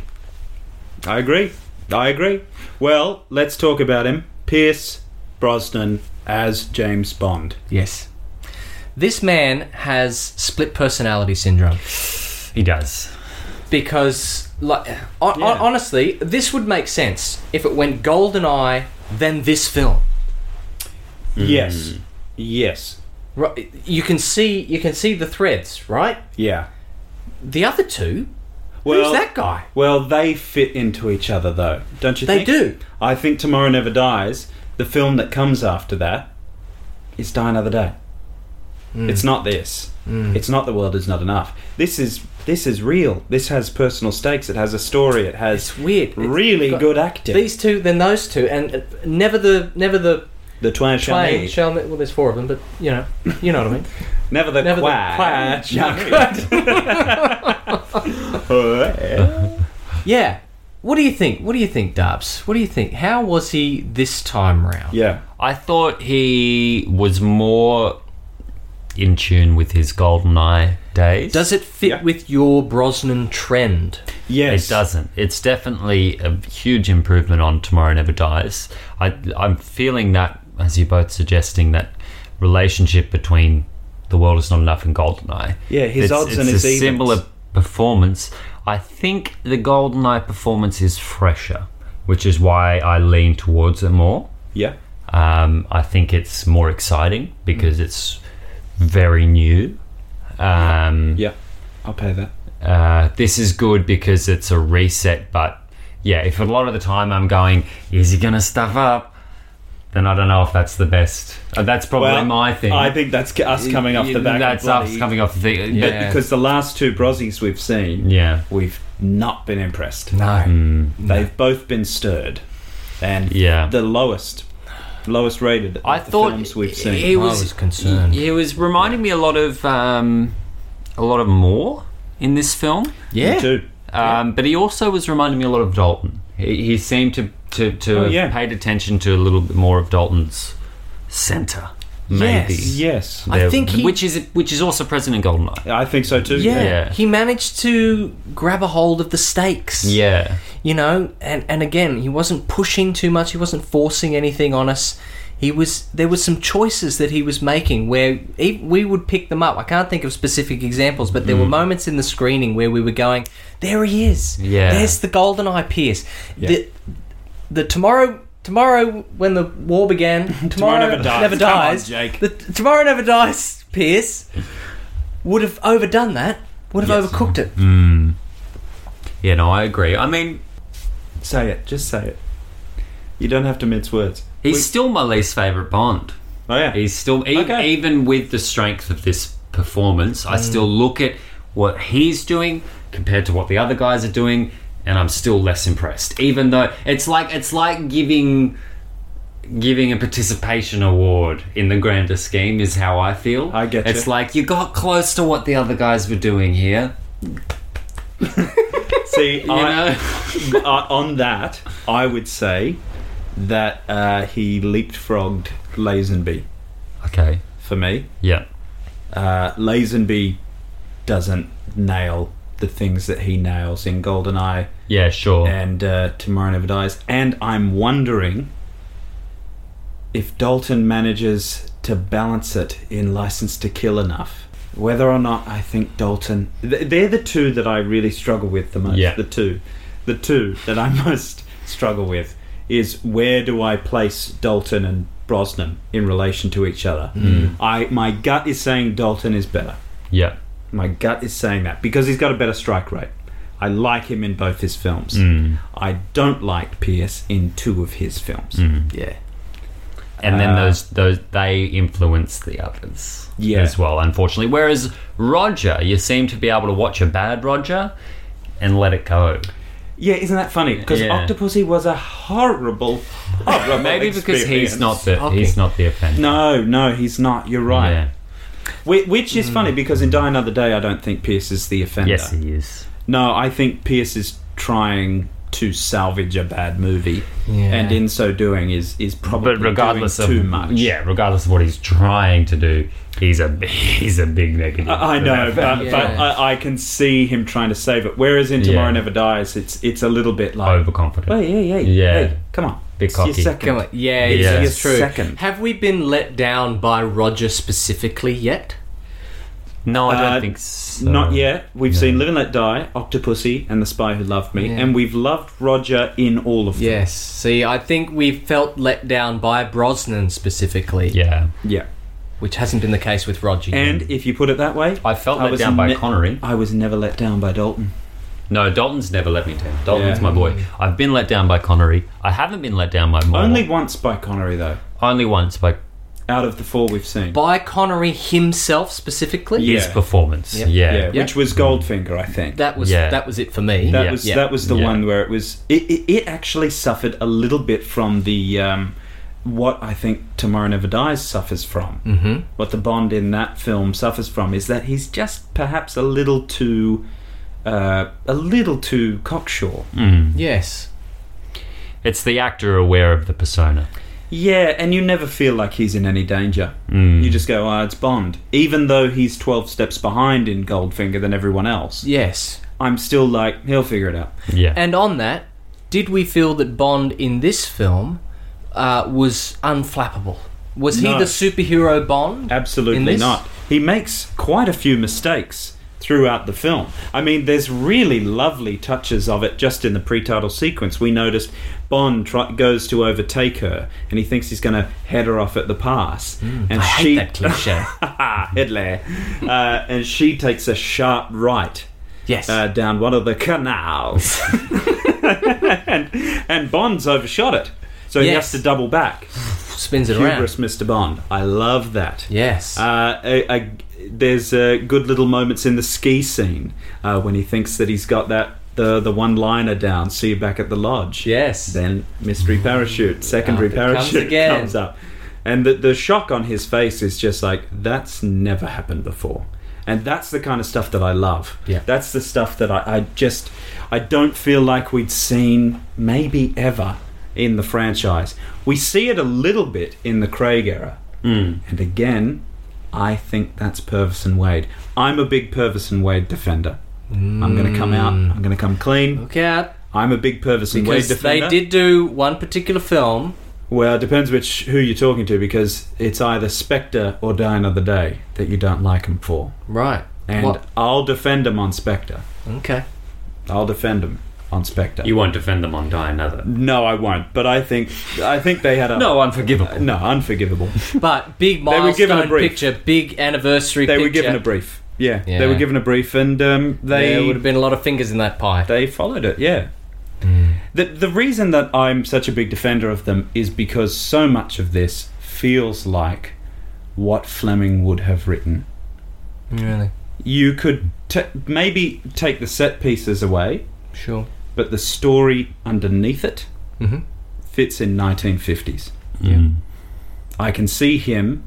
S3: I agree. I agree. Well, let's talk about him. Pierce Brosnan as James Bond.
S1: Yes, this man has split personality syndrome
S2: He does.
S1: because, like, hon- hon- honestly, this would make sense if it went GoldenEye, then this film.
S3: Hmm. Yes. Yes.
S1: Right, you can see you can see the threads, right?
S3: Yeah.
S1: The other two,
S3: Well,
S1: who's that guy?
S3: Well, they fit into each other, though, don't you
S1: They
S3: think?
S1: do.
S3: I think Tomorrow Never Dies, the film that comes after that, is Die Another Day.
S2: Hmm.
S3: It's not this. It's not the world is not enough. This is this is real. This has personal stakes. It has a story. It has
S1: It's weird. It's
S3: really
S1: got-
S3: good acting.
S1: These two, then those two, and uh, never the never the
S3: the Twain shall
S1: Twain,
S3: meet.
S1: Shalmet. Well, there's four of them, but you know, you know what I mean.
S3: Never the
S1: Never
S3: quack.
S1: the Yeah. What do you think? What do you think, Darbs? What do you think? How was he this time round?
S3: yeah.
S2: I thought he was more in tune with his golden eye days.
S1: Does it fit
S3: Yeah.
S1: with your Brosnan trend?
S3: Yes.
S2: It doesn't. It's definitely a huge improvement on Tomorrow Never Dies. I, I'm feeling that, as you both suggesting, that relationship between The World Is Not Enough and Goldeneye.
S3: Yeah, his
S2: it's,
S3: odds
S2: it's
S3: and
S2: a
S3: his evens.
S2: similar performance. I think the Goldeneye performance is fresher, which is why I lean towards it more.
S3: Yeah.
S2: Um, I think it's more exciting
S3: Mm.
S2: because it's very new. Um,
S3: Yeah. I'll pay that.
S2: uh, this is good because it's a reset. But yeah, if a lot of the time I'm going, is he gonna stuff up? Then I don't know if that's the best. Uh, that's probably my thing.
S3: I think that's c- us coming off the back.
S2: That's
S3: of bloody-
S2: us coming off the thing.
S3: But
S2: Yeah.
S3: because the last two Brozzies we've seen,
S2: yeah.
S3: we've not been impressed.
S1: No.
S3: They've both been stirred, and
S2: Yeah.
S3: the lowest, lowest rated.
S2: I
S3: of the
S2: thought
S3: films we've seen.
S2: he was,
S1: I was concerned.
S2: He, he was reminding me a lot of um, a lot of Moore in this film.
S1: Yeah.
S3: Two.
S2: Um, but he also was reminding me a lot of Dalton. He, he seemed to to, to
S3: Oh,
S2: have
S3: yeah.
S2: paid attention to a little bit more of Dalton's centre, maybe.
S3: Yes,
S1: I think he-
S2: which is which is also present in Goldeneye.
S3: I think so too.
S1: Yeah.
S2: Yeah.
S1: He managed to grab a hold of the stakes.
S2: Yeah,
S1: You know, and, and again, he wasn't pushing too much, he wasn't forcing anything on us. He was there was some choices that he was making where e we would pick them up. I can't think of specific examples, but there were moments in the screening where we were going, "There he is!
S2: Yeah.
S1: there's the golden eye Pierce." The, the tomorrow, tomorrow when the war began, tomorrow,
S3: Never Dies.
S1: Never
S3: Come on,
S1: dies
S3: Jake.
S1: The t- tomorrow never dies. Pierce would have overdone that. Would have overcooked it.
S2: yeah. No, I agree. I mean,
S3: Say it. Just say it. You don't have to mince words.
S2: he's still my least favorite Bond.
S3: Oh yeah.
S2: He's still even,
S3: Okay. Mm.
S2: even with the strength of this performance, I still look at what he's doing compared to what the other guys are doing, and I'm still less impressed. Even though it's like it's like giving giving a participation award in the grander scheme is how I feel.
S3: I get
S2: It's
S3: you.
S2: like you got close to what the other guys were doing here.
S3: See,
S2: You
S3: I,
S2: know?
S3: uh, on that, I would say that uh, he leapfrogged Lazenby
S2: Okay.
S3: for me.
S2: Yeah.
S3: Uh, Lazenby doesn't nail the things that he nails in Goldeneye
S2: Yeah. Sure.
S3: and uh, Tomorrow Never Dies. And I'm wondering if Dalton manages to balance it in License to Kill enough. Whether or not I think Dalton. th- They're the two that I really struggle with the most.
S2: Yeah.
S3: The two. The two that I most struggle with is where do I place Dalton and Brosnan in relation to each other?
S2: Hmm.
S3: I My gut is saying Dalton is better.
S2: Yeah.
S3: My gut is saying that because he's got a better strike rate. I like him in both his
S2: Hmm. Hmm.
S3: films. I don't like Pierce in two of his films. Yeah.
S2: and then those those they influence the others
S3: Ah. Yeah.
S2: as well unfortunately whereas roger you seem to be able to watch a bad roger and let it go
S3: Yeah, isn't that funny? Because
S2: Yeah.
S3: Octopussy was a horrible, horrible
S2: maybe because he's
S3: experience.
S2: not the he's not the offender
S3: No, no, he's not. You're right.
S2: Yeah.
S3: Whi- Which is funny because in Die Another Day, I don't think Pierce is the offender.
S2: yes he is
S3: No, I think Pierce is trying to salvage a bad movie,
S1: Yeah.
S3: and in so doing, is is probably
S2: but regardless
S3: doing
S2: of
S3: too much.
S2: yeah regardless of what he's trying to do he's a he's a big negative
S3: I I
S2: for
S3: know, but,
S2: that.
S3: but
S1: Yeah.
S3: I, I can see him trying to save it. Whereas in Tomorrow
S2: Yeah.
S3: Never Dies, it's it's a little bit like,
S2: overconfident
S3: oh yeah, yeah,
S2: Yeah.
S3: hey, come on,
S2: Bit
S3: It's your
S2: cocky.
S3: second.
S1: Come on. Yeah, it's,
S2: Yeah.
S1: it's true.
S3: Second.
S1: Have we been let down by Roger specifically yet?
S2: no i don't
S3: Uh,
S2: think so
S3: Not yet. We've seen Live and Let Die, Octopussy, and The Spy Who Loved Me,
S1: Yeah.
S3: and we've loved Roger in all of them.
S1: Yes. See, I think we felt let down by Brosnan specifically,
S2: yeah
S3: Yeah.
S1: which hasn't been the case with Roger. yet.
S3: And if you put it that way,
S2: i felt
S3: I
S2: let
S3: was
S2: down by
S3: ne-
S2: connery
S3: I was never let down by Dalton.
S2: No, Dalton's never let me down. Dalton's
S3: Yeah.
S2: my boy. I've been let down by Connery. I haven't been let down by Moore.
S3: Only once by Connery, though.
S2: only once by
S3: Out of the four we've seen.
S1: by Connery himself specifically.
S3: Yeah.
S2: his performance.
S1: Yep.
S2: Yeah.
S3: yeah, which was Goldfinger, I think.
S1: That was
S2: Yeah.
S1: that was it for me.
S3: That
S2: Yeah.
S3: was
S1: Yeah.
S3: that was the
S2: Yeah.
S3: one where it was it, it, it actually suffered a little bit from the um, what I think Tomorrow Never Dies suffers from. Mm-hmm. What the Bond in that film suffers from is that he's just perhaps a little too uh, a little too cocksure.
S1: yes.
S2: It's the actor aware of the persona.
S3: Yeah, and you never feel like he's in any danger. You just go, "Ah, it's Bond." Even though he's twelve steps behind in Goldfinger than everyone else,
S1: Yes.
S3: I'm still like, he'll figure it out.
S2: Yeah.
S1: And on that, did we feel that Bond in this film uh, was unflappable? Was
S3: No.
S1: he the superhero Bond? in
S3: Absolutely
S1: this?
S3: not. He makes quite a few mistakes throughout the film. I mean, there's really lovely touches of it just in the pre-title sequence. We noticed Bond try- goes to overtake her, and he thinks he's going to head her off at the pass, and
S1: Hmm, I hate
S3: she
S1: that cliche.
S3: Hitler, uh, and she takes a sharp right.
S1: yes.
S3: Uh, down one of the canals, and, and Bond's overshot it, so he
S1: Yes.
S3: has to double back.
S1: Spins it around.
S3: Hubris, Mr. Bond. I love that.
S1: Yes.
S3: Uh, I, I, there's uh, good little moments in the ski scene uh, when he thinks that he's got that the the one liner down. See you back at the lodge.
S1: yes.
S3: Then mystery parachute, secondary
S1: Up it comes
S3: parachute
S1: again.
S3: comes up, and the the shock on his face is just like that's never happened before, and that's the kind of stuff that I love.
S1: Yeah.
S3: that's the stuff that I, I just I don't feel like we'd seen maybe ever in the franchise. We see it a little bit in the Craig era,
S1: Hmm.
S3: and again, I think that's Purvis and Wade. I'm a big Purvis and Wade defender. I'm going to come out. I'm going to come clean.
S1: Look out.
S3: I'm a big Purvis and Wade
S1: Hmm. Because they
S3: defender.
S1: did do one particular film.
S3: Well, it depends which who you're talking to because it's either Spectre or Die Another Day that you don't like him for.
S1: Right.
S3: And
S1: What-
S3: I'll defend him on Spectre.
S1: Okay.
S3: I'll defend him on Spectre.
S2: you won't defend them on Die Another.
S3: no, I won't. But I think I think they had a
S2: No, unforgivable.
S3: no unforgivable.
S1: But big
S3: were
S1: milestone
S3: given a brief.
S1: picture, big anniversary
S3: they
S1: picture.
S3: were given a brief. Yeah,
S1: Yeah.
S3: they were given a brief, and um,
S1: There
S3: they
S1: would have been a lot of fingers in that pie.
S3: they followed it. Yeah. The the reason that I'm such a big defender of them is because so much of this feels like what Fleming would have written.
S1: Really?
S3: you could t- maybe take the set pieces away,
S1: Sure.
S3: but the story underneath it Mm-hmm.
S1: Mhm.
S3: fits in 1950s. Mm-hmm. I can see him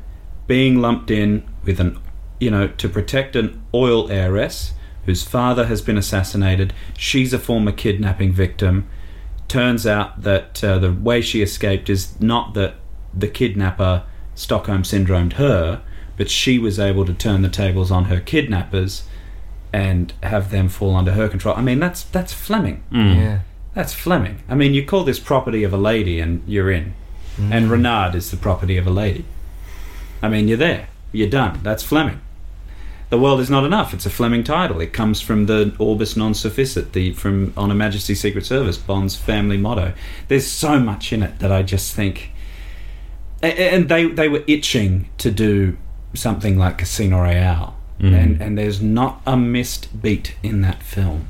S3: being lumped in with an, you know, to protect an oil heiress whose father has been assassinated. She's a former kidnapping victim. Turns out that uh, the way she escaped is not that the kidnapper Stockholm syndromed her, but she was able to turn the tables on her kidnappers and have them fall under her control. I mean, that's that's Fleming.
S1: Yeah.
S3: That's Fleming. I mean, you call this property of a lady and you're in. And Renard is the property of a lady. I mean, you're there. You're done. That's Fleming. The world is not enough. It's a Fleming title. It comes from the Orbis non sufficit, the from Honor Majesty's Secret Service, Bond's family motto. There's so much in it that I just think. a- a- And they, they were itching to do something like Casino Royale. And, and there's not a missed beat in that film.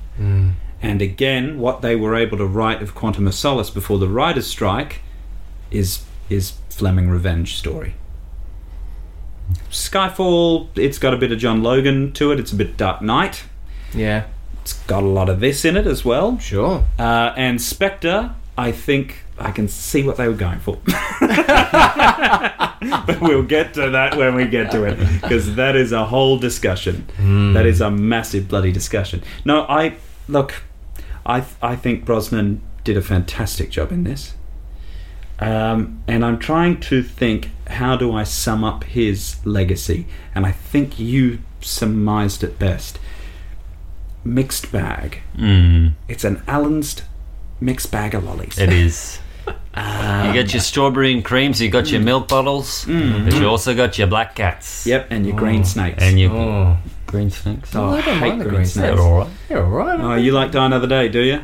S3: And again, what they were able to write of Quantum of Solace before the writer's strike is is Fleming Revenge Story. Skyfall, it's got a bit of John Logan to it. It's a bit Dark Knight.
S1: Yeah.
S3: It's got a lot of this in it as well.
S1: Sure.
S3: Uh, and Spectre, I think I can see what they were going for. but we'll get to that when we get to it, because that is a whole discussion. That is a massive bloody discussion. No, I look, I I think Brosnan did a fantastic job in this, um, and I'm trying to think how do I sum up his legacy, and I think you surmised it best. Mixed bag. It's an Allen's mixed bag of lollies.
S2: Mm, It is. you got your strawberry and creams, you got your milk bottles, but you also got your black cats.
S3: Mm. Yep, and your green snakes.
S2: And your
S1: Oh.
S2: green snakes.
S3: oh, I
S1: I don't
S3: hate
S1: mind the
S3: green,
S1: green
S3: snakes.
S2: They're alright.
S1: You're alright.
S3: Oh, you like Die Another Day, do you?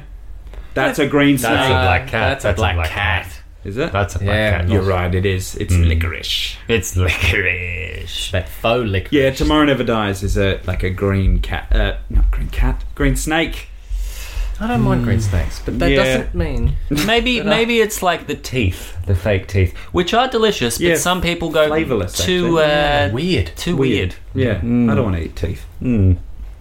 S3: That's a green snake.
S2: That's a black cat.
S1: that's a
S2: black, cat.
S3: Is it? Hmm.
S2: That's a black
S1: Yeah.
S2: cat.
S3: You're right, it is. It's licorice.
S2: It's licorice.
S5: That faux liquor.
S3: Yeah, Tomorrow Never Dies is a like a green cat. Uh, not green cat, green snake.
S1: I don't mind green snakes, but that
S3: Yeah.
S1: doesn't mean.
S2: maybe
S3: uh,
S2: maybe it's like the teeth, the fake teeth, which are delicious, but
S3: Yeah,
S2: some people go
S3: flavourless,
S2: too uh,
S1: Weird. Hmm.
S2: too weird.
S3: Yeah, I don't want to eat teeth.
S2: Mm.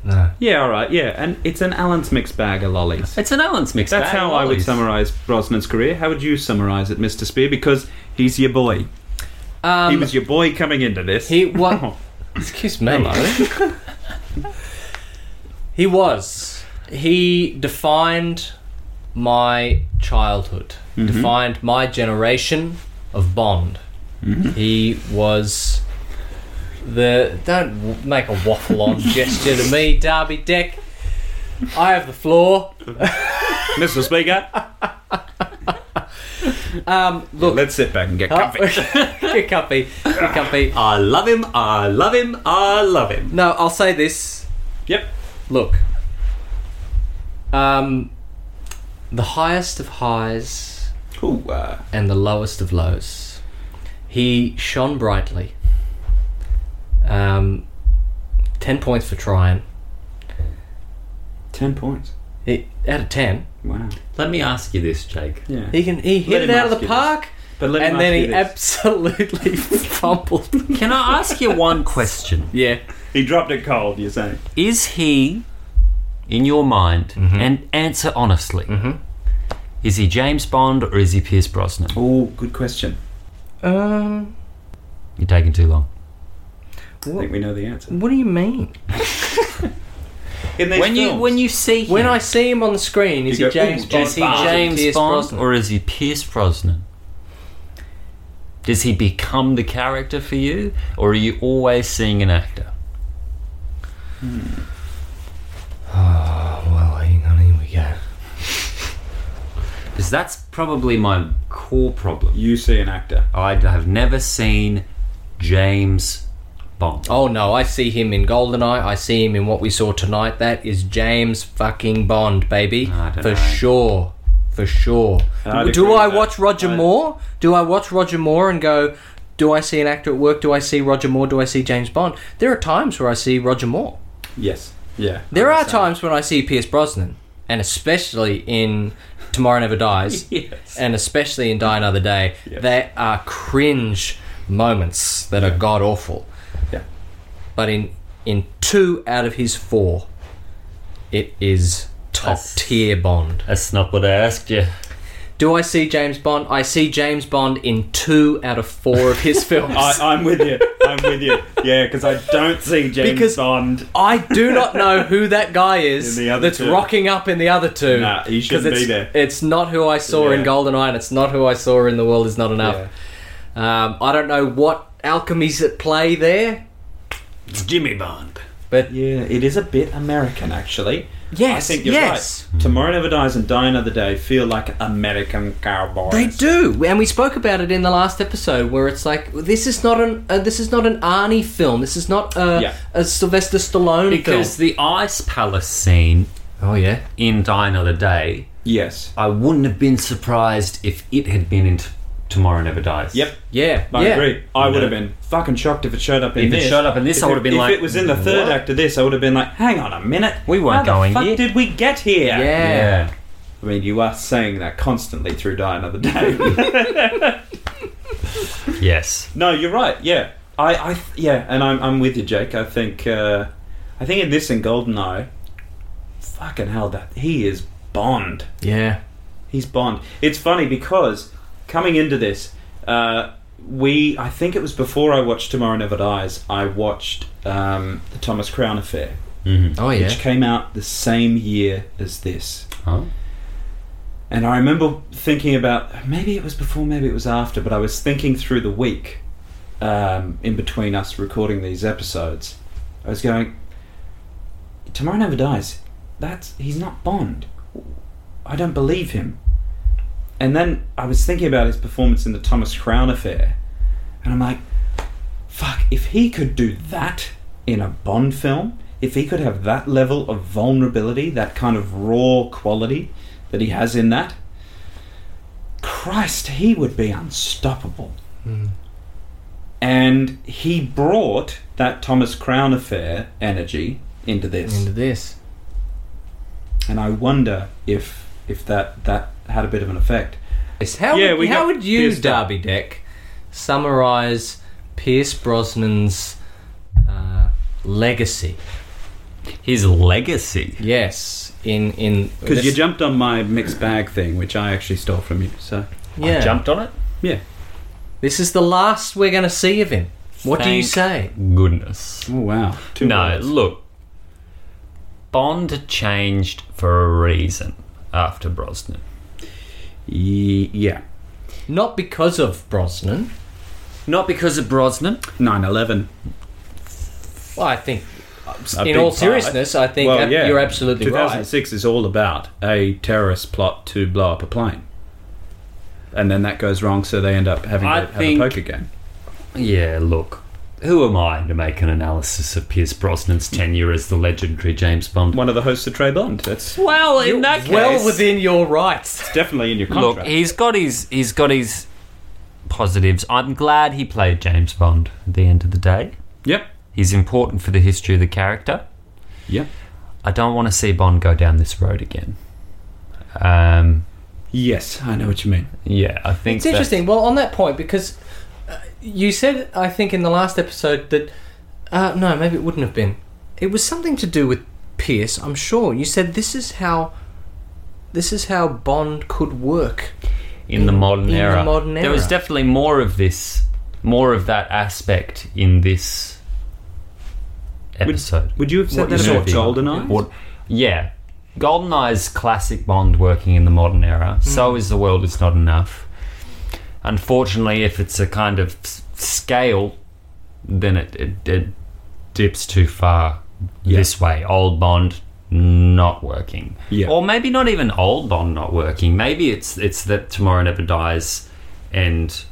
S1: No.
S3: Yeah, all right. Yeah, and it's an Allen's mixed bag of lollies.
S2: It's an Allen's mix. eh?
S3: That's
S2: bag,
S3: how I would
S2: always.
S3: summarise Brosnan's career. How would you summarise it, Mr. Spear? Because he's your boy.
S1: Um,
S3: he was your boy coming into this.
S1: He what? Excuse me. he was. He defined my childhood. Defined my generation of Bond. He was the. Don't w- make a waffle on gesture to me, Darby Deck. I have the floor.
S3: Mr. Speaker,
S1: Um, look,
S3: let's sit back and get comfy.
S1: get comfy. Get comfy.
S5: I love him. I love him. I love him.
S1: No, I'll say this.
S3: Yep.
S1: Look. Um, the highest of highs
S3: Ooh, uh,
S1: and the lowest of lows. He shone brightly. Um, ten points for trying.
S3: ten points.
S1: He, out of ten,
S3: Wow.
S5: Let me ask you this, Jake.
S3: Yeah.
S1: he can he hit
S3: Let
S1: it
S3: him
S1: out of
S3: ask
S1: the
S3: you this.
S1: park,
S3: But let
S1: and
S3: him
S1: then
S3: ask you
S1: he
S3: this.
S1: absolutely fumbled.
S2: Can I ask you one question?
S1: yeah,
S3: He dropped it cold, you're saying?
S2: Is he, in your mind,
S3: Mm-hmm.
S2: and answer honestly? Is he James Bond or is he Pierce Brosnan?
S3: Oh, good question.
S1: um,
S2: You're taking too long.
S3: I think we know the answer.
S1: what do you mean?
S3: In these
S2: when you
S3: films-
S2: when you see him,
S1: When I see him on the screen, is
S3: You
S1: he
S3: go, "Ooh,
S1: James Bond?
S2: is he
S1: or
S2: James
S1: Pierce
S2: Bond
S1: Brosnan?"
S2: or is he Pierce Brosnan? Does he become the character for you, or are you always seeing an actor?
S1: Well, hang on, here we go.
S2: Because that's probably my core problem.
S3: you see an actor.
S2: I have never seen James Bond.
S1: Oh no, I see him in Goldeneye. I see him in what we saw tonight. That is James fucking Bond, baby,
S3: Ah,
S2: I don't
S1: for
S2: know.
S1: sure, for sure.
S3: And I'd agree
S1: do I
S3: with that.
S1: watch Roger
S3: I-
S1: Moore? Do I watch Roger Moore and go? Do I see an actor at work? Do I see Roger Moore? Do I see James Bond? There are times where I see Roger Moore.
S3: Yes. Yeah.
S1: There are
S3: Understand.
S1: times when I see Pierce Brosnan, and especially in Tomorrow Never Dies,
S3: Yes.
S1: and especially in Die Another Day,
S3: Yes.
S1: there are cringe moments that are god awful.
S3: Yeah.
S1: But in in two out of his four, it is top
S2: That's-
S1: tier Bond.
S2: That's not what I asked you.
S1: Do I see James Bond? I see James Bond in two out of four of his films.
S3: I, I'm with you. I'm with you. Yeah, because I don't see James
S1: Because-
S3: Bond.
S1: I do not know who that guy is
S3: In the other
S1: that's
S3: two.
S1: rocking up in the other two.
S3: Nah, he
S1: 'Cause
S3: shouldn't
S1: it's,
S3: be there.
S1: It's not who I saw in
S3: Yeah.
S1: Goldeneye, and it's not who I saw in The World Is Not Enough. Um, I don't know what alchemy's at play there,
S2: It's Jimmy Bond.
S1: but
S3: Yeah, it is a bit American, actually.
S1: yes,
S3: I think you're
S1: yes,
S3: right. Tomorrow Never Dies and Die Another Day feel like American cowboys.
S1: they do. And we spoke about it in the last episode, where it's like this is not an uh, this is not an Arnie film. This is not a,
S3: Yeah.
S1: a Sylvester Stallone
S2: Because the Ice Palace scene
S1: film. Oh yeah,
S2: in Die Another Day,
S3: Yes.
S2: I wouldn't have been surprised if it had been in T- Tomorrow Never Dies.
S3: Yep.
S1: yeah,
S3: I
S1: yeah.
S3: agree. I
S2: No.
S3: would have been fucking shocked if it showed up in
S2: If it
S3: this.
S2: showed up in this,
S3: If
S2: I
S3: it-
S2: would've been
S3: if
S2: like,
S3: it was in the third
S2: "What?"
S3: act of this, I would have been like, "Hang on a minute,
S2: We weren't
S3: How
S2: going
S3: The fuck
S2: here."
S3: did we get here?
S1: Yeah.
S2: Yeah.
S3: I mean, you are saying that constantly through Die Another Day.
S2: Yes.
S3: No, you're right. Yeah, I, I, yeah, and I'm, I'm with you, Jake. I think, uh, I think in this and Goldeneye, fucking hell, that he is Bond.
S1: Yeah.
S3: He's Bond. It's funny because coming into this, uh, we, I think it was before I watched Tomorrow Never Dies. I watched um, the Thomas Crown Affair,
S2: Mm-hmm.
S1: Oh yeah.
S3: which came out the same year as this.
S2: Oh.
S3: And I remember thinking about maybe it was before, maybe it was after, but I was thinking through the week um, in between us recording these episodes. I was going, Tomorrow Never Dies. That's he's not Bond. I don't believe him. And then I was thinking about his performance in the Thomas Crown Affair, and I'm like, fuck, if he could do that in a Bond film, if he could have that level of vulnerability, that kind of raw quality that he has in that, Christ, he would be unstoppable. And he brought that Thomas Crown Affair energy into this.
S1: Into this.
S3: And I wonder if if that, that had a bit of an effect.
S1: How
S3: Yeah,
S1: would,
S3: we
S1: how
S3: got
S1: would you,
S3: Pierce Dar-
S1: Darby Deck, summarize Pierce Brosnan's uh, legacy?
S2: His legacy.
S1: Yes, in in
S3: Because you jumped on my mixed bag thing, which I actually stole from you. So,
S1: yeah.
S2: Jumped on it?
S3: yeah.
S1: This is the last we're going to see of him. What do you say?
S2: Goodness.
S3: Oh, wow. Two
S2: no,
S3: words.
S2: look. Bond changed for a reason after Brosnan.
S3: Ye- yeah.
S1: Not because of Brosnan.
S2: Not because of Brosnan.
S3: 9 11.
S1: Well, I think,
S3: A
S1: in
S3: big
S1: all
S3: part.
S1: seriousness, I think ab- you're absolutely right.
S3: 2006 is all about a terrorist plot to blow up a plane. And then that goes wrong, so they end up having to
S2: I
S3: have
S2: think-
S3: a poker game.
S2: Yeah, look. Who am I to make an analysis of Pierce Brosnan's tenure as the legendary James Bond?
S3: One of the hosts of Trey Bond. That's
S2: Well, in
S1: well within your rights.
S3: definitely in your
S2: Look,
S3: contract.
S2: he's got his he's got his positives. I'm glad he played James Bond at the end of the day.
S3: yep.
S2: He's important for the history of the character.
S3: Yep.
S2: I don't want to see Bond go down this road again. Um,
S3: Yes, I know what you mean.
S2: yeah, I think
S1: It's
S2: that-
S1: interesting. Well, on that point, because uh, you said, I think, in the last episode that. Uh, no, maybe it wouldn't have been. It was something to do with Pierce, I'm sure. You said this is how. This is how Bond could work.
S2: in the modern
S1: in the
S2: era.
S1: modern
S2: There was
S1: era.
S2: definitely more of this, more of that aspect in this episode.
S3: Would you have said
S2: What
S3: that
S2: you
S3: about
S2: said.
S3: Goldeneye?
S2: What- yeah, GoldenEye's classic Bond working in the modern
S1: Mm.
S2: era. So is the world is not enough. Unfortunately, if it's a kind of s- scale, then it it, it dips too far
S3: Yeah.
S2: this way. Old Bond not working,
S3: Yeah.
S2: or maybe not even old Bond not working. Maybe it's it's that Tomorrow Never Dies and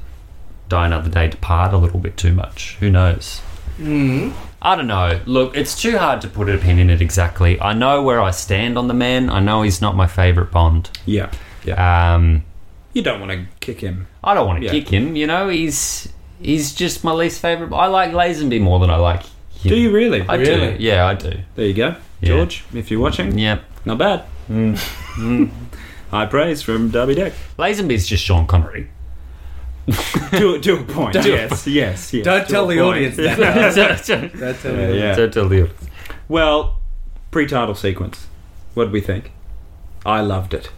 S2: Die Another Day depart a little bit too much. Who knows?
S3: Mm-hmm.
S2: I don't know. Look, it's too hard to put an opinion in it exactly. I know where I stand on the man. I know he's not my favourite Bond.
S3: Yeah. Yeah.
S2: Um,
S3: you don't want to kick him.
S2: I don't want to
S3: Yeah.
S2: kick him. You know, he's he's just my least favourite. I like Lazenby more than I like him.
S3: Do you really?
S2: I do. Yeah, I do.
S3: There you go.
S2: Yeah.
S3: George, if you're watching,
S2: Yep.
S3: not bad.
S1: Mm.
S3: High praise from Derby Deck.
S2: Lazenby's just Sean Connery.
S3: to, to a point. yes, yes, yes.
S1: Don't
S3: to
S1: tell
S3: a
S1: the
S3: point.
S1: audience that.
S2: Don't
S3: Yeah, yeah.
S2: tell the audience.
S3: Well, pre-title sequence. What did we think? I loved it.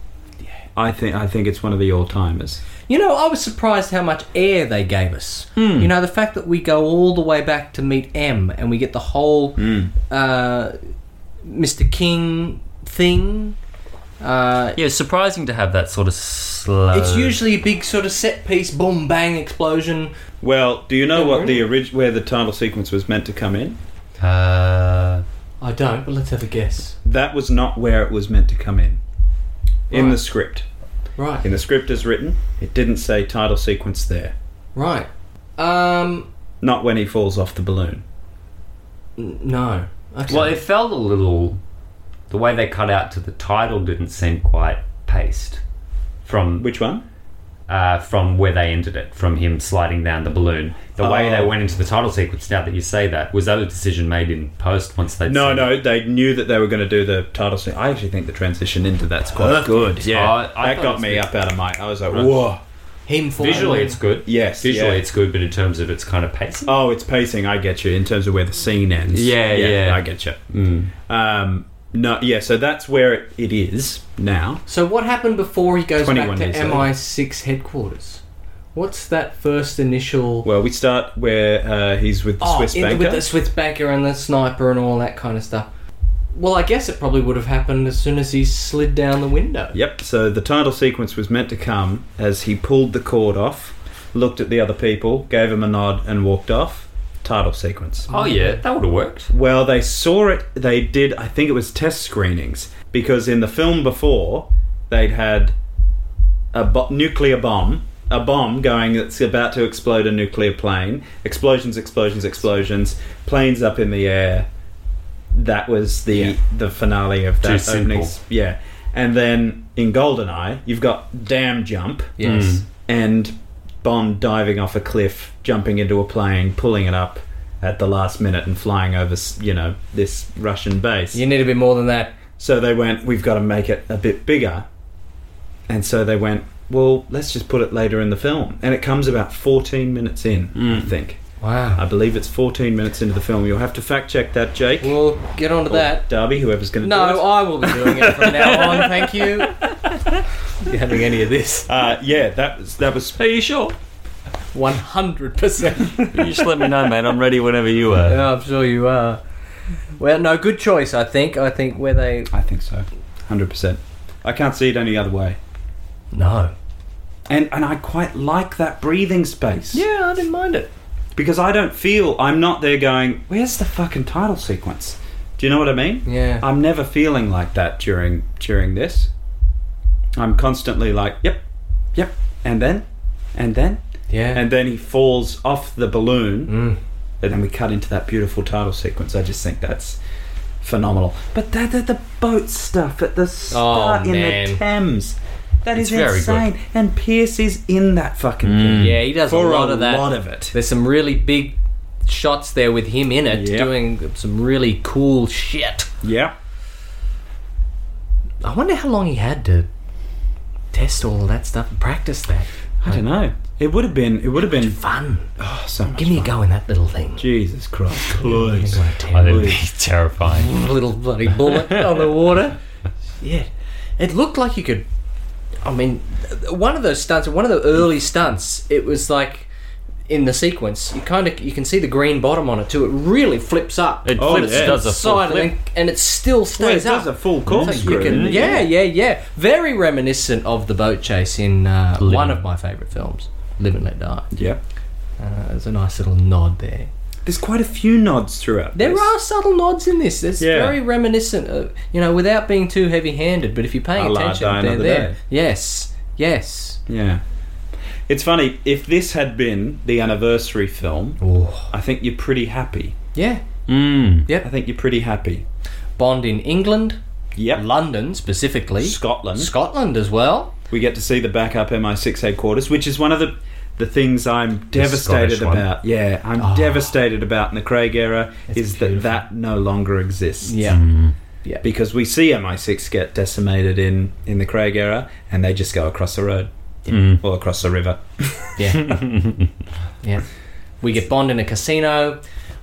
S3: I think I think it's one of the all-timers.
S1: You know, I was surprised how much air they gave us. You know, the fact that we go all the way back to meet M and we get the whole uh, Mr. King thing. Uh,
S2: Yeah, it's surprising to have that sort of slow.
S1: it's usually a big sort of set piece, boom, bang, explosion.
S3: Well, do you know what the orig- where the title sequence was meant to come in?
S2: Uh,
S1: I don't, but let's have a guess.
S3: That was not where it was meant to come in. In
S1: Right.
S3: the script.
S1: Right,
S3: In the script as written, it didn't say title sequence there.
S1: right. Um,
S3: Not when he falls off the balloon.
S1: n- no. Okay.
S2: Well, it felt a little. The way they cut out to the title didn't seem quite paced from
S3: Which one?
S2: uh, from where they ended it, from him sliding down the balloon. The way
S3: Oh.
S2: they went into the title sequence. Now that you say that, was that a decision made in post once they?
S3: No, no, they knew that they were going to do the title scene. Oh, I actually think the transition into that's quite good.
S2: I- I
S3: that
S2: thought
S3: got
S2: it's
S3: me
S2: good.
S3: up out of my. I was like, whoa,
S1: him falling.
S2: Visually, it's good.
S3: Yes,
S2: Visually,
S3: yeah.
S2: it's good, but in terms of its kind of pacing.
S3: Oh, it's pacing. I get you in terms of where the scene ends.
S2: Yeah, yeah.
S3: I get you.
S2: Mm.
S3: Um, no, yeah. So that's where it, it is now.
S1: So what happened before he goes back
S3: 21
S1: to
S3: years old.
S1: MI6 headquarters? What's that first initial?
S3: Well, we start where uh, he's with the
S1: Oh,
S3: Swiss
S1: in-
S3: banker.
S1: with the Swiss banker and the sniper and all that kind of stuff. Well, I guess it probably would have happened as soon as he slid down the window.
S3: Yep. So the title sequence was meant to come as he pulled the cord off, looked at the other people, gave him a nod, and walked off. Title sequence.
S2: Oh yeah, that would have worked.
S3: Well, they saw it. They did. I think it was test screenings because in the film before they'd had a bo- nuclear bomb, a bomb going that's about to explode a nuclear plane. Explosions, explosions, explosions. Planes up in the air. That was the the finale of that
S2: Too
S3: opening.
S2: simple.
S3: Yeah, and then in Goldeneye, you've got damn jump
S2: Mm.
S1: Yes.
S3: and Bond diving off a cliff, jumping into a plane, pulling it up at the last minute and flying over, you know, this Russian base.
S1: You need a bit more than that.
S3: So they went, we've got to make it a bit bigger. And so they went, well, let's just put it later in the film. And it comes about 14 minutes in, I think.
S1: Wow.
S3: I believe it's 14 minutes into the film. You'll have to fact check that, Jake.
S1: We'll get on to that.
S3: Or Darby, whoever's going to do it.
S1: No, I will be doing it from now on. Thank you. You having any of this?
S3: Uh, yeah, that was that was
S4: Are you sure?
S1: One hundred percent.
S4: You just let me know, mate. I'm ready whenever you are.
S1: I'm sure you are. Well, no, good choice. I think. I think where they.
S3: I think so, hundred percent. I can't see it any other way.
S1: No.
S3: and and I quite like that breathing space.
S1: Yeah, I didn't mind it.
S3: Because I don't feel I'm not there going, where's the fucking title sequence? Do you know what I mean?
S1: Yeah.
S3: I'm never feeling like that during during this. I'm constantly like, yep, yep, and then, and then,
S1: yeah.
S3: and then he falls off the balloon,
S1: Mm.
S3: and then we cut into that beautiful title sequence. I just think that's phenomenal. But that the, the boat stuff at the start in the
S1: Oh, man.
S3: Thames. That is
S2: very good.
S3: insane. And Pierce is in that fucking thing
S1: Mm. yeah, he does
S3: for
S1: a lot
S3: a
S1: of that.
S3: lot of it.
S1: There's some really big shots there with him in it,
S3: Yep.
S1: doing some really cool shit.
S3: Yeah.
S1: I wonder how long he had to test all of that stuff and practice that.
S3: I don't know. It would have been. It would have been
S1: Fun.
S3: oh, so much.
S1: Give me a go in that little thing.
S3: Jesus Christ, please.
S1: Like,
S2: Oh, that'd be terrifying.
S1: little bloody bullet on the water. Yeah, it looked like you could. I mean, one of those stunts, one of the early stunts, it was like in the sequence. You kind of you can see the green bottom on it too. It really flips up.
S2: It
S3: Oh,
S2: flips,
S3: yeah.
S2: does a full
S1: side
S2: flip.
S1: and, and it still
S3: Wait, it
S1: stays
S3: does a
S1: up.
S3: full
S1: So
S3: corkscrew.
S1: you can, yeah, yeah, yeah. Very reminiscent of the boat chase in uh,
S2: Live
S1: one
S2: and-
S1: of my favourite films, Live and Let Die.
S3: Yep.
S1: Uh, there's a nice little nod there.
S3: There's quite a few nods throughout.
S1: There
S3: this.
S1: are subtle nods in this. It's
S3: Yeah.
S1: very reminiscent of, you know, without being too heavy handed, but if you're paying
S3: A la
S1: attention,
S3: Die
S1: they're
S3: Another
S1: there.
S3: Day.
S1: Yes, yes.
S3: Yeah. It's funny if this had been the anniversary film.
S1: Oh.
S3: I think you're pretty happy.
S1: Yeah.
S2: Mm.
S3: I think you're pretty happy.
S1: Bond in England,
S3: Yep.
S1: London specifically,
S3: Scotland.
S1: Scotland as well.
S3: we get to see the backup MI6 headquarters, which is one of the the things I'm devastated
S2: Scottish one.
S3: about. Yeah, I'm devastated about in the Craig era is that that no longer exists.
S1: Yeah.
S2: Mm,
S3: Because we see MI6 get decimated in, in the Craig era and they just go across the road
S2: Mm.
S3: or across the river.
S1: Yeah. yeah. We get Bond in a casino.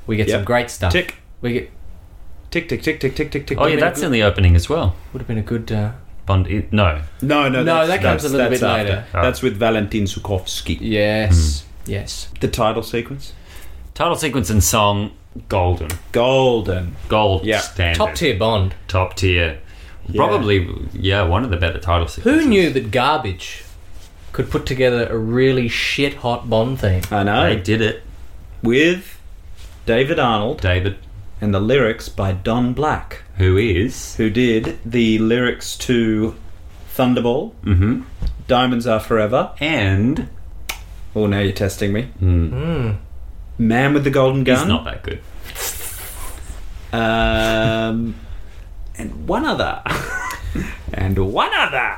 S1: We get
S3: Yep.
S1: some great stuff.
S3: Tick,
S1: We get
S3: tick, tick, tick, tick, tick, tick, tick.
S2: Oh yeah, that's in the opening as well.
S1: would have been a good.
S3: Mm.
S1: Uh,
S2: Bond. i- No,
S3: No, no,
S1: No,
S3: that's-
S1: that comes a
S3: that's-
S1: little
S3: that's
S1: bit
S3: after.
S1: later.
S2: Oh.
S3: That's with Valentin Sukovsky.
S1: yes. Yes.
S3: The title sequence?
S2: title sequence and song golden,
S3: Golden.
S2: gold
S3: Yeah.
S2: standard,
S1: Top tier Bond.
S2: top tier. Probably, yeah, one of the better title sequences.
S1: Who knew that garbage could put together a really shit hot Bond theme?
S3: I know.
S2: They did it,
S3: With David Arnold
S2: David.
S3: and the lyrics by Don Black.
S2: Who is?
S3: who did the lyrics to Thunderball,
S2: Mm-hmm.
S3: Diamonds Are Forever.
S2: And
S3: Oh, now you're testing me.
S2: mm,
S1: Hmm.
S3: Man with the Golden Gun.
S2: he's not that good.
S3: Um, and one other. and one other.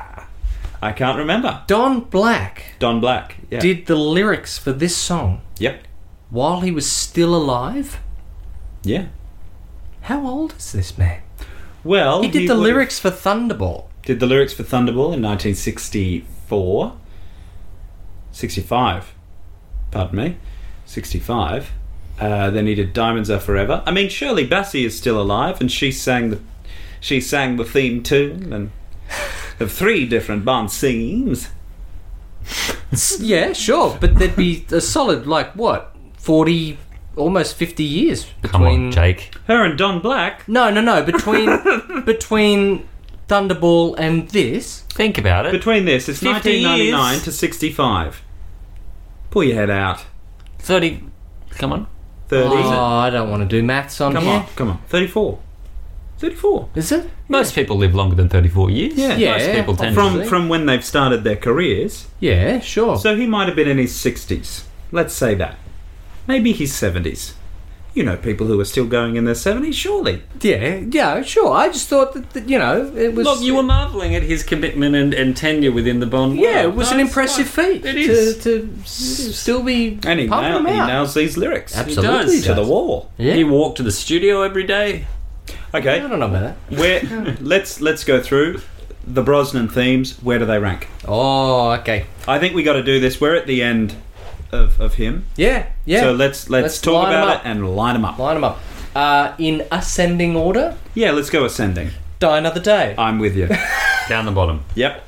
S3: I can't remember.
S1: Don Black
S3: Don Black. Yeah.
S1: did the lyrics for this song
S3: Yep.
S1: while he was still alive.
S3: Yeah.
S1: How old is this man?
S3: Well,
S1: He did the
S3: would've-
S1: lyrics for Thunderball.
S3: Did the lyrics for Thunderball in 1964. 65. Pardon me. 65. Uh, they needed Diamonds Are Forever. I mean, Shirley Bassey is still alive, and she sang the she sang the theme tune and of three different Bond scenes.
S1: yeah, sure, but there'd be a solid like what forty, almost fifty years between.
S2: Come on, Jake.
S3: Her and Don Black.
S1: No, no, no, between between Thunderball and this.
S2: Think about it.
S3: Between this, it's
S4: 50 years.
S3: 1999 to 65. Pull your head out.
S2: 30. Come on.
S3: 30.
S1: Oh, I don't want to do maths on
S3: Come
S1: here.
S3: on, come on. 34. 34.
S1: Is it?
S2: Most people live longer than 34 years.
S3: Yeah.
S1: Yeah.
S2: Most people tend
S3: From
S1: Obviously.
S3: from when they've started their careers.
S1: Yeah, sure.
S3: So he might have been in his 60s. Let's say that. Maybe his 70s. You know people who are still going in their 70s, surely.
S1: yeah, yeah, sure. I just thought that, that you know it was.
S4: Look, you were marvelling at his commitment and, and tenure within the Bond.
S1: Yeah, it
S4: world.
S1: was
S4: No,
S1: an
S4: it's
S1: impressive
S4: fine.
S1: feat
S4: It is.
S1: to, to s- still be
S3: And he,
S1: pumping
S3: nail-
S1: them
S3: he
S1: out.
S3: nails these lyrics
S1: Absolutely,
S4: does.
S3: to the wall.
S1: Yeah.
S4: He walked to the studio every day.
S1: I
S3: Okay,
S1: don't know about that.
S3: where let's let's go through the Brosnan themes. Where do they rank?
S1: Oh, okay.
S3: I think we got to do this. We're at the end of, of him,
S1: Yeah, yeah.
S3: so let's let's,
S1: Let's
S3: talk
S1: line 'em
S3: about it
S1: up.
S3: and line them up.
S1: line them up. Uh, in ascending order,
S3: Yeah, let's go ascending.
S1: Die Another Day.
S3: I'm with you.
S2: down the bottom.
S3: yep.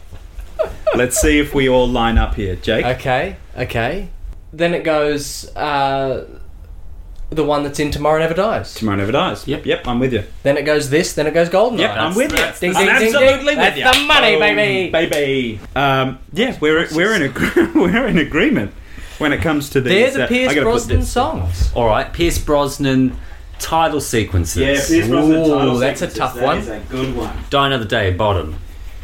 S3: Let's see if we all line up here, Jake.
S1: Okay, okay. Then it goes uh, the one that's in Tomorrow Never Dies.
S3: Tomorrow never dies.
S4: Yep.
S3: yep. I'm with you.
S1: Then it goes this. Then it goes Goldeneye.
S3: Yep, I'm with you.
S4: that's-
S1: Ding, ding,
S3: I'm
S1: ding,
S3: absolutely
S1: ding.
S3: with
S1: That's
S3: you,
S1: the money,
S3: Boom,
S1: baby.
S3: baby. Um, yeah, we're we're in agree- we're in agreement when it comes to
S1: They're
S3: these.
S1: the
S3: uh, I
S1: Pierce
S3: gotta put
S1: Brosnan
S3: this-
S1: songs.
S5: All right, Pierce Brosnan title sequences.
S3: Yeah, Pierce Brosnan. title
S1: Ooh, that's a
S3: sequences.
S1: tough one.
S3: That is a good one.
S5: Die Another Day, bottom.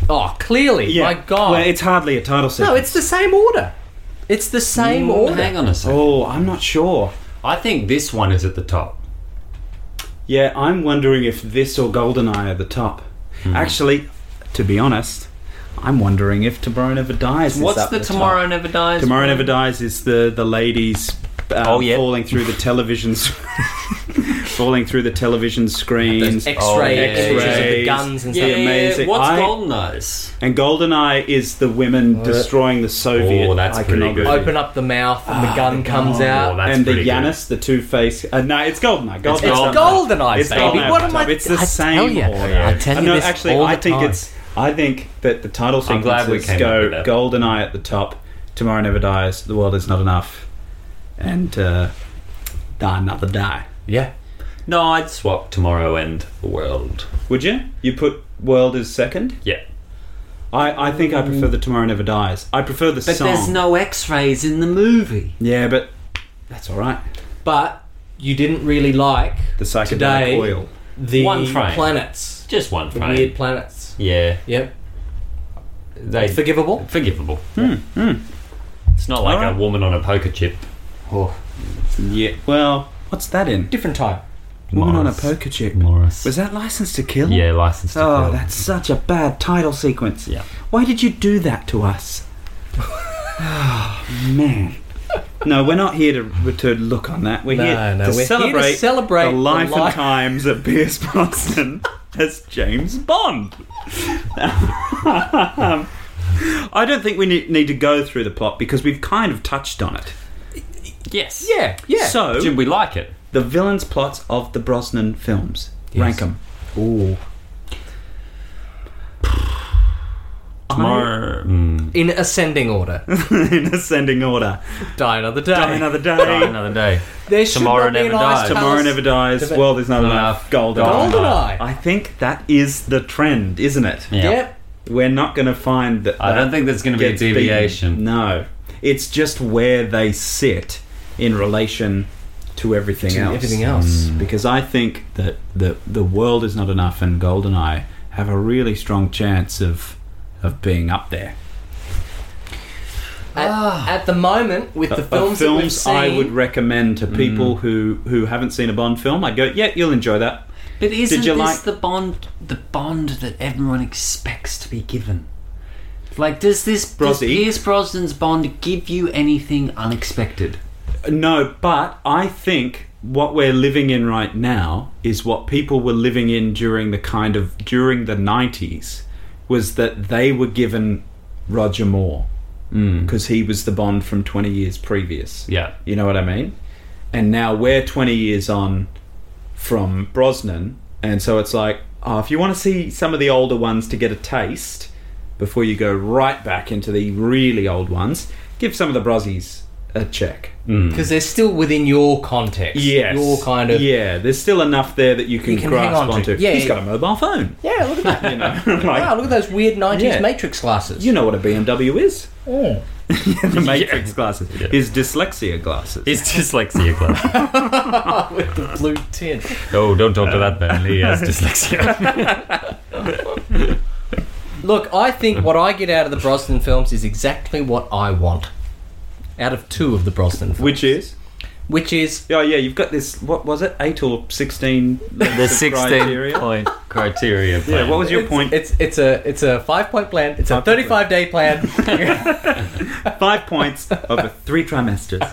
S1: Oh, clearly.
S3: Yeah.
S1: My God.
S3: Well, it's hardly a title sequence.
S1: no, it's the same order. It's the same
S5: Mm,
S1: order.
S5: Hang on a second.
S3: Oh, I'm not sure.
S5: I think this one is at the top.
S3: Yeah, I'm wondering if this or Goldeneye are the top. Actually, to be honest, I'm wondering if Tomorrow Never Dies. is
S5: What's
S3: up
S5: the,
S3: top.
S5: Tomorrow Never Dies?
S3: Tomorrow Never Dies is the the ladies uh,
S5: Oh, yeah.
S3: falling through the televisions, falling through the television screens.
S1: X-ray
S5: Oh, yeah.
S1: pictures of the
S3: X-rays.
S1: guns and
S4: Yeah,
S1: stuff.
S3: amazing.
S4: what's
S3: I-
S4: Goldeneyes?
S3: And Goldeneye is the women destroying the Soviet.
S5: Oh, that's pretty
S3: iconography.
S5: good.
S1: Open up the mouth and
S3: Ah,
S1: the gun comes out.
S5: Oh, that's
S3: and the
S5: pretty good.
S3: Yanis, the Two Face. Uh, no, it's Goldeneye. Goldeneye.
S1: It's golden eyes,
S3: It's
S1: baby.
S3: Goldeneye
S1: what
S3: at
S1: am
S3: the
S1: I?
S3: top. It's the
S1: I
S3: same
S1: Tell you,
S3: order.
S1: I tell you
S3: no,
S1: this
S3: actually,
S1: all
S3: I
S1: the
S3: think
S1: time.
S3: it's. I think that the title
S5: I'm
S3: sequences
S5: glad we came up
S3: go
S5: with that.
S3: Goldeneye at the top, Tomorrow Never Dies, The World Is Not Enough, and uh, Die Another Die.
S1: yeah.
S5: No, I'd swap Tomorrow and the World.
S3: Would you? You put World as second?
S5: Yeah.
S3: I, I think I prefer the Tomorrow Never Dies. I prefer the
S4: But
S3: song.
S4: there's no X-rays in the movie.
S3: yeah, but that's all right.
S1: But you didn't really like
S3: The psychedelic
S1: Today-
S3: oil.
S1: the
S5: One frame.
S1: planets,
S5: Just one
S1: the
S5: frame.
S1: weird planets.
S5: Yeah.
S1: Yep,
S5: They
S1: forgivable.
S5: forgivable.
S4: Hmm,
S5: It's not like
S3: Alright.
S5: a woman on a poker chip.
S3: Yeah. Well, what's that in?
S1: Different time.
S3: Woman on a
S5: Morris.
S3: poker chip.
S5: Morris.
S3: Was that License to Kill?
S5: yeah, licensed to
S3: Oh,
S5: Kill.
S3: that's such a bad title sequence.
S5: Yeah.
S3: Why did you do that to us? oh, man. No, we're not here to, to look on that. We're
S1: No,
S3: here,
S1: no,
S3: to,
S1: we're here to
S3: celebrate
S1: celebrate
S3: the
S1: the
S3: life
S1: li-
S3: and times of Pierce Brosnan as James Bond. Um, I don't think we need, need to go through the plot because we've kind of touched on it.
S5: Yes.
S1: Yeah, yeah.
S3: So,
S5: Did we like it?
S3: the villains' plots of the Brosnan films. Rank 'em. Rank them.
S1: Ooh.
S5: Tomorrow. Mm,
S1: in ascending order.
S3: in ascending order.
S1: Die another day.
S3: Die another day.
S5: die another day.
S1: there should
S5: Tomorrow
S1: not be
S5: never
S1: an ice
S5: dies.
S1: palace.
S3: Tomorrow never dies.
S1: Deve-
S3: World is not enough.
S5: Enough.
S3: Golden.
S1: Goldeneye.
S3: I think that is the trend, isn't it?
S5: Yeah.
S1: Yep.
S3: We're not going to find that.
S5: I don't think there's going to be a
S3: gets beaten.
S5: deviation.
S3: No, it's just where they sit in relation to everything
S1: To
S3: else. Mm.
S1: everything else.
S3: Because I think that the the world is not enough, and Goldeneye have a really strong chance of of being up there.
S1: At, at the moment, with the
S3: But- but
S1: films, that we've seen,
S3: I would recommend
S5: Mm.
S3: to people who who haven't seen a Bond film. I go, yeah, you'll enjoy that.
S4: But isn't
S3: you
S4: this
S3: like-
S4: the Bond, the Bond that everyone expects to be given? Like, does this does
S3: Brosy.
S4: Pierce Brosnan's Bond give you anything unexpected?
S3: No, but I think what we're living in right now is what people were living in during the kind of during the 90s was that they were given Roger Moore because he was the Bond from 20 years previous.
S2: Yeah.
S3: You know what I mean? And now we're 20 years on from Brosnan, and so it's like, oh, if you want to see some of the older ones to get a taste before you go right back into the really old ones, give some of the Brozzies a check.
S1: because they're still within your context.
S3: Yes.
S1: your kind of.
S3: Yeah, there's still enough there that you can,
S1: You can hang
S3: grasp
S1: on to.
S3: onto.
S1: Yeah,
S3: He's
S1: yeah.
S3: got a mobile phone.
S1: Yeah, look at that.
S3: You know, like,
S1: wow, look at those weird '90s
S3: Yeah.
S1: Matrix glasses.
S3: you know what a BMW is.
S1: Oh.
S3: the Matrix glasses. His dyslexia glasses.
S2: It's dyslexia class.
S1: with the blue tint.
S2: oh, don't talk to that man. He has dyslexia.
S1: Look, I think what I get out of the Brosnan films is exactly what I want. Out of two of the Brosnan films,
S3: Which is?
S1: which is
S3: Oh yeah, you've got this. What was it? Eight or sixteen?
S2: the 16 point criteria.
S3: Yeah. What was your
S1: it's,
S3: point?
S1: It's it's a it's a five point plan. It's a
S3: Five-point
S1: thirty five day plan.
S3: Five points over three trimesters.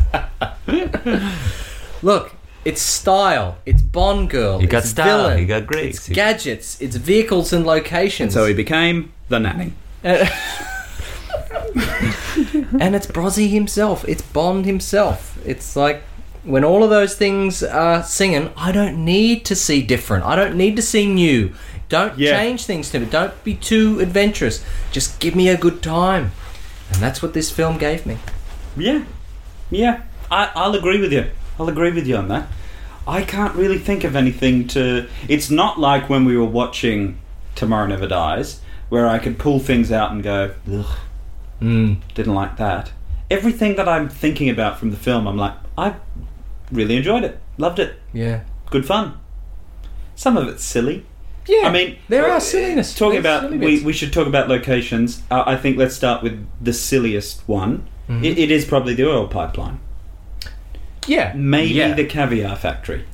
S1: Look, it's style. It's Bond girl.
S2: You got
S1: it's
S2: style.
S1: Villain,
S2: You got
S1: It's
S2: Greeks.
S1: gadgets. It's vehicles and locations.
S3: So he became the nanny.
S1: and it's Brozzy himself. It's Bond himself. It's like when all of those things are singing, I don't need to see different. I don't need to see new. Don't
S3: Yeah.
S1: change things to me. Don't be too adventurous. Just give me a good time. And that's what this film gave me.
S3: Yeah, yeah. I, I'll agree with you. I'll agree with you on that. I can't really think of anything to. It's not like when we were watching Tomorrow Never Dies, where I could pull things out and go, ugh, didn't like that. Everything that I'm thinking about from the film, I'm like, I really enjoyed it, loved it,
S1: Yeah.
S3: good fun. Some of it's silly.
S1: Yeah.
S3: I mean,
S1: there
S3: uh,
S1: are silliness.
S3: Talking
S1: There's
S3: about,
S1: silly
S3: we,
S1: bits.
S3: we should talk about locations. Uh, I think let's start with the silliest one.
S1: Mm-hmm.
S3: It, it is probably the oil pipeline.
S1: yeah.
S3: Maybe
S1: Yeah.
S3: the caviar factory.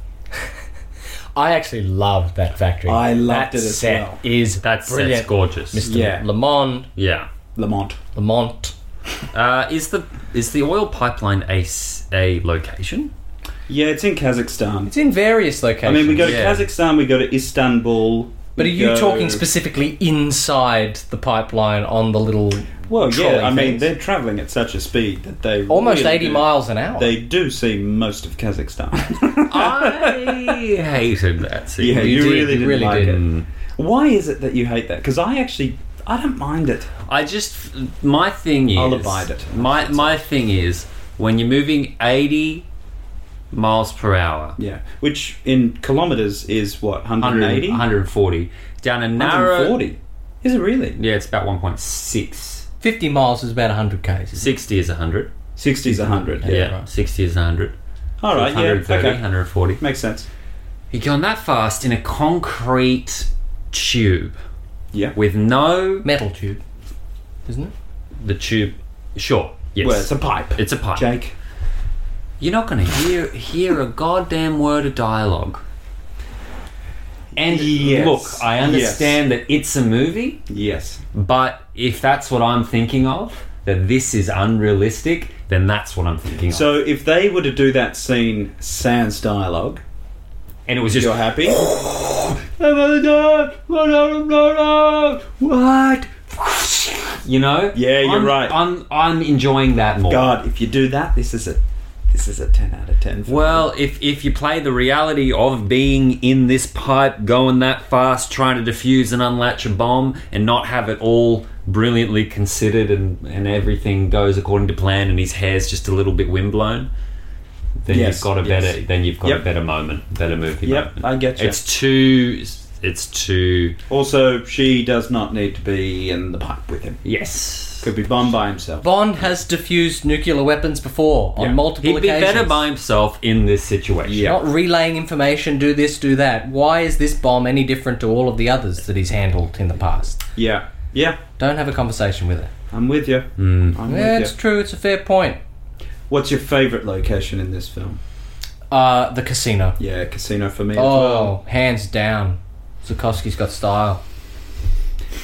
S1: I actually loved that factory.
S3: I loved it as
S1: set
S3: well.
S1: Is
S2: That's, that's
S1: brilliant.
S2: gorgeous.
S1: Mr.
S3: Yeah.
S1: Lamont,
S2: Yeah.
S3: Lamont.
S1: Lamont.
S2: Uh, is the is the oil pipeline a, s- a location?
S3: Yeah, it's in Kazakhstan.
S1: It's in various
S3: I
S1: locations.
S3: mean, we go to
S2: Yeah.
S3: Kazakhstan, we go to Istanbul.
S1: But are
S3: we
S1: you
S3: go-
S1: talking specifically inside the pipeline on the little
S3: Well,
S1: trolley
S3: yeah. I mean,
S1: things?
S3: they're traveling at such a speed that they
S1: almost
S3: really
S1: eighty
S3: do-
S1: miles an hour?
S3: They do see most of Kazakhstan.
S2: I hated that scene.
S3: yeah, you,
S1: did,
S3: really
S1: you
S3: didn't
S1: really
S3: like
S1: did.
S3: it. Why is it that you hate that? Because I actually, I don't mind it.
S2: I just my thing is
S3: I'll abide it.
S2: My my thing is when you're moving 80 miles per hour,
S3: Yeah, which in kilometers is what
S2: 100,
S3: 180,
S2: 140 down a narrow
S3: 140. Is it really?
S2: Yeah, it's about 1.6.
S1: Fifty miles is about hundred k's.
S2: 60 is 100.
S3: 60 is 100. Yeah.
S2: Yeah, 60 is 100.
S3: All right. Yeah.
S2: 130,
S3: Okay.
S2: 140.
S3: Makes sense.
S2: You're going that fast in a concrete tube
S3: Yeah.
S2: with no
S1: Metal tube, isn't it?
S2: the tube. Sure. Yes.
S3: Well, it's a pipe.
S2: It's a pipe.
S3: Jake.
S2: You're not going to hear hear a goddamn word of dialogue. And
S3: Yes.
S2: look, I understand that it's a movie,
S3: Yes.
S2: but if that's what I'm thinking of, that this is unrealistic, then that's what I'm thinking of.
S3: So if they were to do that scene sans dialogue,
S2: And it was just
S3: you're happy? what?
S2: you know.
S3: Yeah, you're
S2: I'm-
S3: right.
S2: I'm I'm enjoying that more.
S3: God, if you do that, this is a this is a ten out of ten. for
S2: Well, if if you play the reality of being in this pipe, going that fast, trying to defuse and unlatch a bomb, and not have it all brilliantly considered and, and everything goes according to plan, and his hair's just a little bit windblown, then
S3: Yes,
S2: you've got a
S3: yes.
S2: better then you've got
S3: Yep.
S2: a better moment, better movie.
S3: Yep,
S2: moment.
S3: I get you.
S2: It's too. It's too.
S3: Also, she does not need to be in the pipe with him.
S2: Yes.
S3: Could be bombed by himself.
S1: Bond has diffused nuclear weapons before on
S3: Yeah.
S1: multiple
S2: He'd be
S1: occasions.
S2: better by himself in this situation.
S3: Yeah.
S1: Not relaying information, do this, do that. Why is this bomb any different to all of the others that he's handled in the past?
S3: Yeah, yeah,
S1: Don't have a conversation with her.
S3: I'm with you. I'm
S1: Yeah,
S3: with
S1: it's
S3: you.
S1: true. It's a fair point.
S3: What's your favourite location in this film?
S1: Uh, the casino.
S3: Yeah, casino for me. as well.
S1: Oh, hands down. Zukovsky's got style.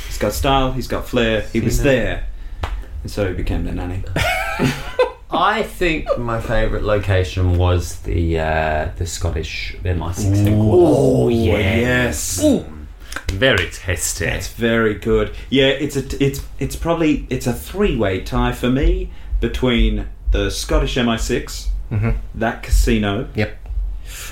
S3: He's got style, he's got flair, he was there. And so he became the nanny.
S2: I think my favourite location was the uh, the Scottish MI16 quarters.
S3: Oh, yes.
S1: Ooh,
S2: very tasty.
S3: It's very good. Yeah, it's a it's it's probably it's a three way tie for me between the Scottish MI6, that casino.
S1: Mm-hmm. Yep.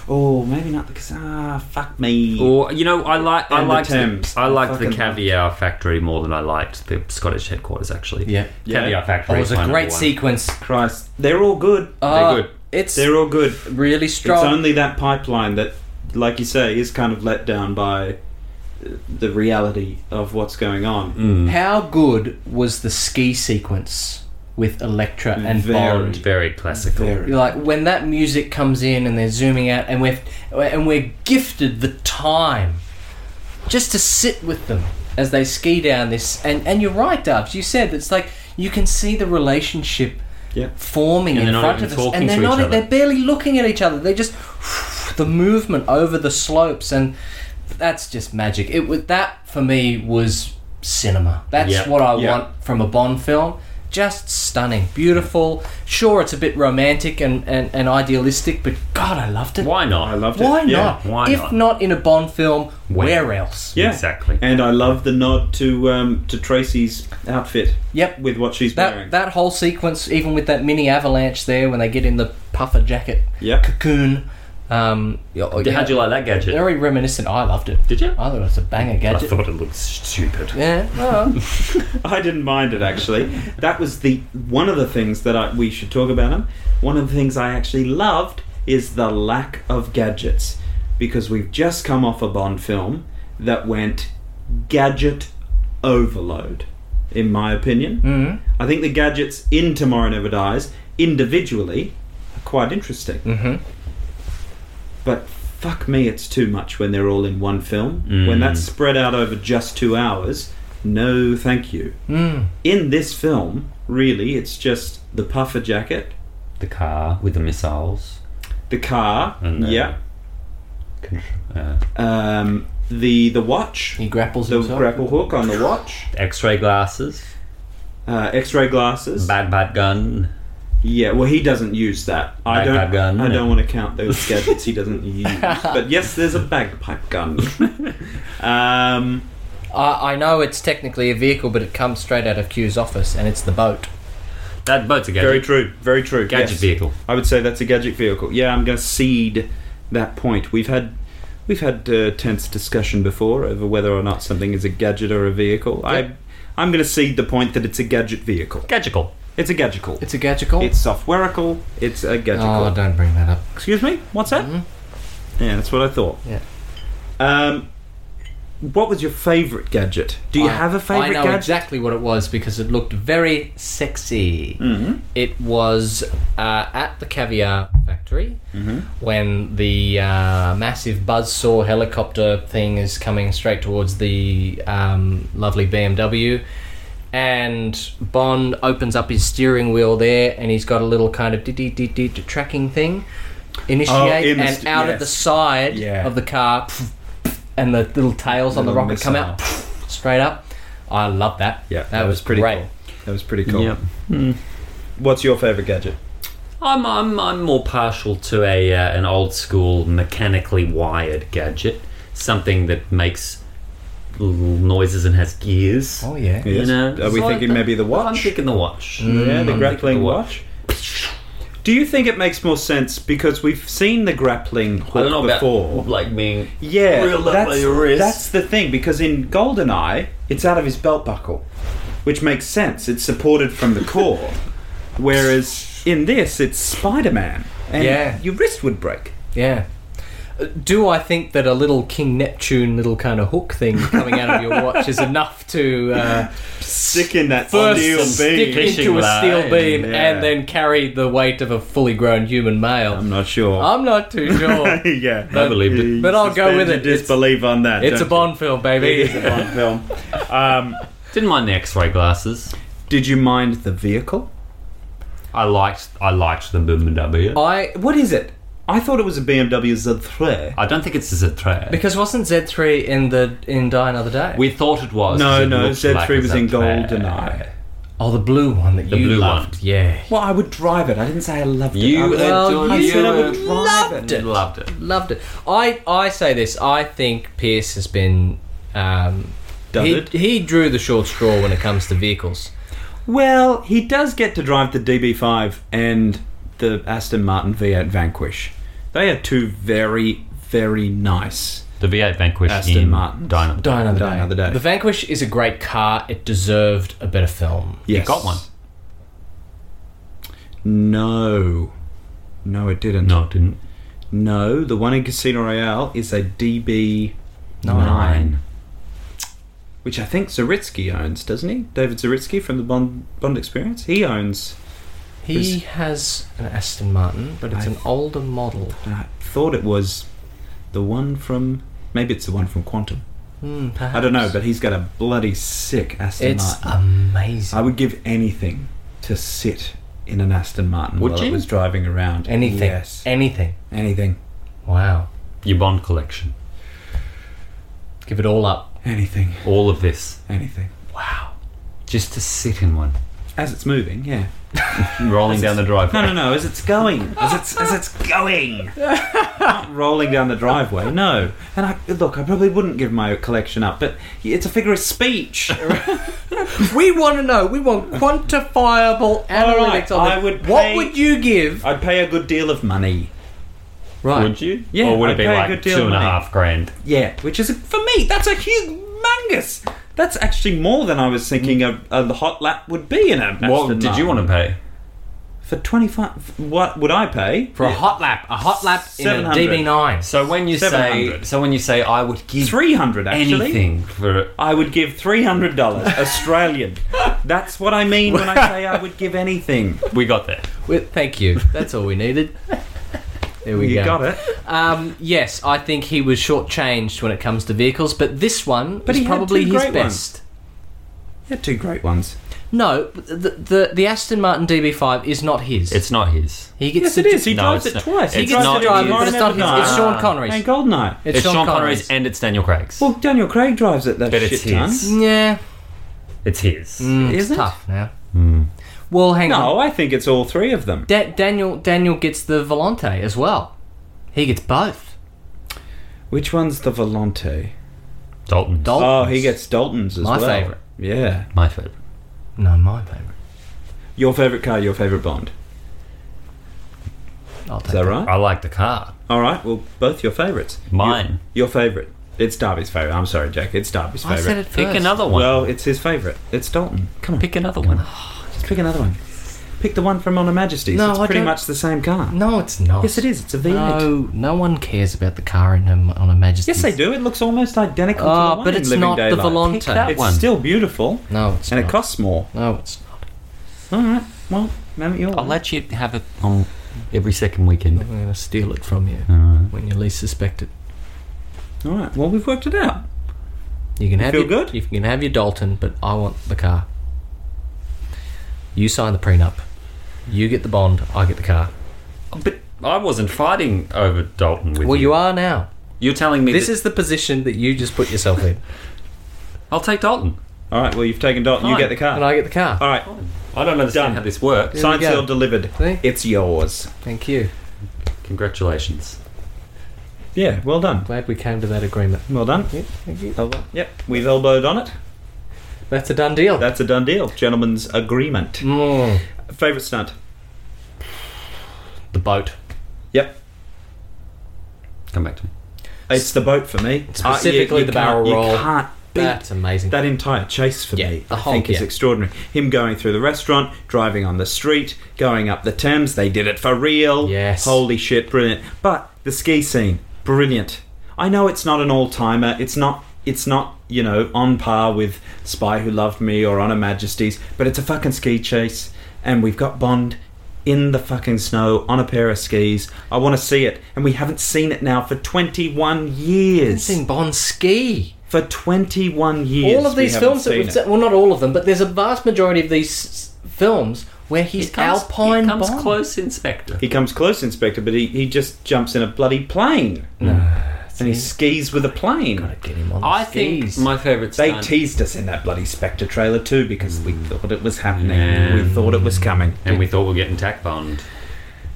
S3: Oh, maybe not the casino. Ah, fuck me.
S1: Oh.
S2: Or you know, I like I
S3: And the
S2: liked
S3: Thames.
S2: I liked the
S3: Fucking-
S2: caviar factory more than I liked the Scottish headquarters. Actually,
S1: Yeah.
S3: Yeah.
S2: caviar
S1: Oh,
S2: factory.
S1: it was
S2: is
S1: a
S2: my
S1: great
S2: number one.
S1: sequence.
S3: Christ, they're all good.
S1: Uh,
S2: good.
S1: It's
S3: They're all good.
S1: really strong.
S3: It's only that pipeline that, like you say, is kind of let down by uh, the reality of what's going on.
S1: Mm.
S2: Mm.
S1: How good was the ski sequence with Electra and
S3: Very.
S1: Bond?
S2: Very classical.
S3: Very.
S1: Like when that music comes in and they're zooming out, and we're and we're gifted the time just to sit with them as they ski down this. And and you're right, Dubs. You said it's like you can see the relationship
S3: Yeah.
S1: forming
S2: And
S1: in
S2: they're not
S1: front
S2: even
S1: of us,
S2: talking
S1: and they're
S2: to each
S1: not. e-
S2: other.
S1: They're barely looking at each other. They just the movement over the slopes, and that's just magic. It was that for me was cinema. That's
S2: Yeah.
S1: what I
S3: Yeah.
S1: want from a Bond film. Just stunning, beautiful. Sure, it's a bit romantic and, and, and idealistic, but God, I loved it.
S2: Why not?
S3: I loved it.
S1: Why
S3: Yeah.
S1: not?
S2: why
S1: if
S2: not?
S1: in a Bond film,
S2: When?
S1: where else?
S3: Yeah.
S2: Exactly.
S3: And I love the nod to um, to Tracy's outfit
S1: Yep.
S3: with what she's wearing.
S1: That that whole sequence, even with that mini avalanche there, when they get in the puffer jacket
S3: Yep.
S1: cocoon, um, yeah, oh, yeah.
S2: How'd you like that gadget?
S1: Very reminiscent. I loved it.
S2: Did you?
S1: I thought it was a banger
S2: I
S1: gadget.
S2: thought it looked stupid.
S1: Yeah. well,
S3: I didn't mind it actually. That was the one of the things that I, we should talk about them. One of the things I actually loved is the lack of gadgets because we've just come off a Bond film that went gadget overload. In my opinion, mm
S1: mm-hmm,
S3: I think the gadgets in Tomorrow Never Dies individually are quite interesting.
S1: Mm.
S3: Mm-hmm. But fuck me, it's too much when they're all in one film. When that's spread out over just two hours, no thank you.
S1: mm.
S3: In this film, really, it's just the puffer jacket,
S2: The car with the missiles.
S3: the car,
S2: And the-
S3: yeah,
S2: Contr- Uh,
S3: um, the the watch,
S1: he grapples
S3: the
S1: himself.
S3: grapple hook on the watch,
S2: X-ray glasses.
S3: uh, X-ray glasses.
S2: Bad bad gun.
S3: Yeah, well, he doesn't use that. I
S2: Bagpipe
S3: don't.
S2: gun,
S3: I
S2: no.
S3: don't want to count those gadgets he doesn't use. But yes, there's a bagpipe gun. um,
S1: I, I know it's technically a vehicle, but it comes straight out of Q's office, and it's the boat.
S2: That boat's a gadget.
S3: very true. Very true.
S2: gadget
S3: yes.
S2: vehicle.
S3: I would say that's a gadget vehicle. Yeah, I'm going to cede that point. We've had we've had uh, tense discussion before over whether or not something is a gadget or a vehicle. I I'm going to cede the point that it's a gadget vehicle.
S2: Gadgetical.
S3: It's a gadgetical.
S1: It's a gadgetcall.
S3: It's softwareical. It's a
S1: oh,
S3: gadgetical.
S1: don't bring that up. Mm-hmm.
S3: Excuse me. What's that? Yeah, that's what I thought.
S1: Yeah.
S3: Um, what was your favourite gadget? Do you
S1: I-
S3: have a favourite
S1: I know
S3: gadget?
S1: exactly what it was because it looked very sexy.
S3: Mm-hmm.
S1: It was uh, at the caviar factory
S3: Mm-hmm.
S1: when the uh, massive buzzsaw helicopter thing is coming straight towards the um, lovely BMW. And Bond opens up his steering wheel there, and he's got a little kind of dee-dee-dee-dee tracking thing. Initiate,
S3: Oh, in the
S1: and
S3: st-
S1: out of
S3: yes.
S1: the side
S3: Yeah.
S1: of the car, and the little tails on the
S3: Little
S1: rocket come
S3: missile.
S1: out straight up. I love that.
S3: Yeah,
S1: that, was, pretty great.
S3: cool. That was pretty cool.
S2: Yep.
S3: What's your favourite gadget?
S2: I'm, I'm, I'm more partial to a uh, an old school mechanically wired gadget, something that makes little noises and has gears.
S1: Oh yeah.
S2: You
S3: Yes.
S2: know,
S3: Are we
S2: So I
S3: thinking
S2: th-
S3: maybe the watch?
S2: I'm thinking the watch.
S3: Yeah, the
S2: Mm, I'm
S3: grappling
S2: thinking
S3: watch. Do you think it makes more sense because we've seen the grappling hook
S2: I don't know
S3: before?
S2: about like being
S3: yeah,
S2: real up by
S3: that's,
S2: your wrist.
S3: that's the thing because in Goldeneye, it's out of his belt buckle, which makes sense. It's supported from the core, whereas in this, it's Spider-Man, and
S1: Yeah.
S3: your wrist would break.
S1: Yeah. Uh, Do I think that a little King Neptune little kind of hook thing coming out of your watch is enough to uh,
S3: Stick in that
S1: first
S3: steel
S1: stick
S3: beam.
S1: into a
S2: line,
S1: steel beam
S3: yeah.
S1: and then carry the weight of a fully grown human male?
S3: I'm not sure.
S1: I'm not too sure.
S3: yeah,
S1: I
S2: believed it.
S3: You
S1: But I'll go
S3: suspend
S1: with
S3: your
S1: it. It's-
S3: Disbelief on that.
S1: it's a
S3: don't
S1: Bond film,
S3: you? It
S1: baby.
S3: is a Bond film. Um,
S2: Didn't mind the X-ray glasses.
S3: Did you mind the vehicle?
S2: I liked I liked the BMW.
S3: Oh.
S1: I
S3: What is it? I thought it was a BMW Z3.
S2: I don't think it's a Z3.
S1: because wasn't Z three in the in Die Another Day?
S2: we thought it was. 'cause
S3: No,
S2: it
S3: no,
S2: looked
S3: Z3
S2: like a
S3: was in
S2: Z3.
S3: GoldenEye.
S1: oh, the blue one that
S2: The
S1: you
S2: blue
S1: loved.
S2: one.
S1: Yeah,
S3: Well, I would drive it. I didn't say I loved it. I
S2: You
S3: would-
S1: Well,
S2: adore-
S1: you
S2: you
S3: said I would drive
S2: loved
S1: it.
S2: Loved it.
S1: loved it. I I say this. I think Pierce has been Um, he,
S3: Dudded.
S1: he drew the short straw when it comes to vehicles.
S3: Well, he does get to drive the DB5 and the Aston Martin V8 Vanquish. They are two very, very nice
S2: The V8 Vanquish
S3: Aston
S2: in
S3: Martins.
S2: Dino.
S1: Die another
S3: Die Another Day.
S1: The Vanquish is a great car. It deserved a better film.
S3: Yes.
S2: got one.
S3: No. No, it didn't.
S2: No, it didn't.
S3: No, the one in Casino Royale is a DB9,
S2: Nine.
S3: which I think Zaritsky owns, doesn't he? David Zaritsky from the Bond, Bond Experience? He owns.
S1: He
S3: Is-
S1: has an Aston Martin, but it's
S3: I-
S1: an older model.
S3: And I thought it was the one from. Maybe it's the one from Quantum.
S1: Hmm,
S3: I don't know,
S1: perhaps.
S3: but he's got a bloody sick Aston
S1: it's
S3: Martin.
S1: amazing.
S3: I would give anything to sit in an Aston Martin
S1: Would
S3: while it
S1: you?
S3: was driving around.
S1: anything,
S3: Yes.
S1: anything.
S3: anything.
S1: Wow,
S2: Your Bond collection.
S1: give it all up.
S3: Anything.
S2: All of this.
S3: Anything.
S2: Just to sit in one.
S3: As it's moving, yeah.
S2: Rolling down the driveway.
S3: No, no, no. As it's going, as it's as it's going, not rolling down the driveway. No. And I look, I probably wouldn't give my collection up, but it's a figure of speech.
S1: We want to know. We want quantifiable analytics.
S3: analytics on
S1: on
S3: I it. would
S1: What
S3: pay-
S1: would you give?
S3: I'd pay a good deal of money.
S1: Right.
S2: Would you?
S3: Yeah,
S2: Or would
S3: I'd
S2: it be
S3: pay a
S2: like
S3: good deal
S2: two
S3: of
S2: and a
S3: money.
S2: half grand?
S3: Yeah, which is for me. That's a humongous. That's actually more than I was thinking a, a hot lap would be in a.
S2: What did you want to pay?
S3: for twenty five? What would I pay?
S1: For a hot lap, a hot lap in a
S3: 700.
S1: DB9.
S2: So when you say,
S3: 700.
S2: so when you say, I would give
S3: Three hundred actually.
S2: anything for
S3: I would give three hundred dollars Australian. That's what I mean when I say I would give anything.
S2: we got there.
S1: Well, thank you. That's all we needed. There we
S3: You
S1: go.
S3: got it.
S1: Um, yes, I think he was shortchanged when it comes to vehicles, but this one
S3: But
S1: is
S3: he had
S1: probably
S3: two
S1: his
S3: great
S1: best.
S3: Yeah, two great ones.
S1: No, the, the the Aston Martin DB5 is not his.
S2: It's not his.
S1: he gets
S3: Yes,
S1: to
S3: it is. He
S2: No,
S3: drives
S2: it's
S3: it
S2: not-
S3: twice.
S1: He
S2: It's
S3: he
S1: gets
S3: drives
S2: not-
S1: to drive it, but
S3: Tomorrow
S1: it's not his.
S3: Never
S1: It's
S3: Die.
S1: Sean Connery's.
S3: And Goldeneye.
S1: It's,
S2: It's Sean, Connery's, and it's Daniel Craig's.
S3: Well, Daniel Craig drives it. That
S2: But
S3: shit
S2: it's
S3: ton.
S2: his.
S1: yeah,
S2: It's his.
S1: mm,
S3: Is
S1: it's
S3: it?
S1: tough now. Well, hang on.
S3: No, I think it's all three of them.
S1: Da- Daniel Daniel gets the Volante as well. He gets both.
S3: Which one's the Volante?
S2: Dalton.
S1: Dalton.
S3: Oh, he gets Dalton's as
S1: My
S3: well.
S1: favourite.
S3: Yeah.
S2: Uh, My favorite.
S1: No, my favorite.
S3: Your favorite car, your favorite Bond.
S1: I'll
S3: Is
S1: take
S3: that right?
S2: I like the car.
S3: All right. Well, both your favorites.
S2: Mine.
S3: Your, your favorite. It's Darby's favorite. I'm sorry, Jack. It's Darby's
S1: I
S3: favorite.
S1: said it
S2: Pick
S1: first.
S2: another one.
S3: Well, it's his favorite. It's Dalton. Come on, pick,
S2: Pick another one.
S3: just pick another one. Pick the one from Honor Majesties.
S1: No,
S3: it's
S1: I
S3: pretty
S1: don't-
S3: much the same car.
S1: No, it's not.
S3: Yes, it is. It's a V8.
S1: No, no one cares about the car in her on a Majesty.
S3: Yes, they do. It looks almost identical to the
S1: Oh,
S3: one
S1: but
S3: in
S1: it's
S3: Living
S1: not the
S3: Daylight.
S1: Volante. Oh.
S2: Pick that
S3: It's
S2: one.
S3: still beautiful,
S1: No, it's
S3: and
S1: not.
S3: it costs more.
S1: No, it's not.
S3: All right. Well, now you're.
S2: I'll let you have it on every second weekend.
S1: I'm gonna steal it from you when you least suspect it.
S3: All right. Well, we've worked it out.
S1: You can have
S3: feel
S1: your,
S3: good?
S1: You can have your Dalton, but I want the car. You sign the prenup. You get the bond. I get the car.
S2: But I wasn't fighting over Dalton with
S1: Well,
S2: you.
S1: you are now.
S2: You're telling me
S1: This
S2: this is.
S1: is the position that you just put yourself in,
S2: I'll take Dalton.
S3: All right. Well, you've taken Dalton. You
S2: Fine.
S3: get the car.
S1: and I get the car.
S3: All right.
S2: I don't understand
S3: Done.
S2: how this works.
S1: There we
S3: Signed,
S1: go.
S3: sealed, delivered.
S1: See?
S3: It's yours.
S1: Thank you.
S2: Congratulations.
S3: Yeah. Well done.
S1: Glad we came to that agreement.
S3: Well done.
S1: Thank you.
S3: Elbow. Yep. We've elbowed on it.
S1: That's a done deal.
S3: That's a done deal. Gentlemen's agreement.
S1: Mm.
S3: Favorite stunt.
S2: The boat.
S3: Yep.
S2: Come back to me.
S3: It's the boat for me. Uh, you-
S1: Specifically
S3: you
S1: the
S3: can't-
S1: barrel roll.
S3: You can't beat
S1: That's amazing.
S3: That entire chase for
S1: Yeah,
S3: me,
S1: the
S3: I
S1: whole-
S3: think, is
S1: yeah.
S3: extraordinary. Him going through the restaurant, driving on the street, going up the Thames. They did it for real.
S1: Yes.
S3: Holy shit, brilliant. But the ski scene, brilliant. I know it's not an all timer. It's not. It's not you know on par with Spy Who Loved Me or Honor Majesties, but it's a fucking ski chase, and we've got Bond. In the fucking snow on a pair of skis. I want to see it, and we haven't seen it now for 21
S1: It's
S3: years.
S1: in Bond Ski.
S3: For 21 years.
S1: all of
S3: we
S1: these
S3: haven't
S1: films that
S3: seen
S1: we've
S3: it.
S1: seen, well, not all of them, but there's a vast majority of these s- films where he's Alpine
S2: he comes
S1: Bond.
S2: close, Inspector.
S3: He comes close, Inspector, but he, he just jumps in a bloody plane. and he skis with a plane.
S1: Get him on the
S2: I think
S1: skis.
S2: my favourite
S3: They
S2: stunt,
S3: teased us in that bloody Spectre trailer too because we thought it was happening. We thought it was coming.
S2: and we thought we were getting tack Bond.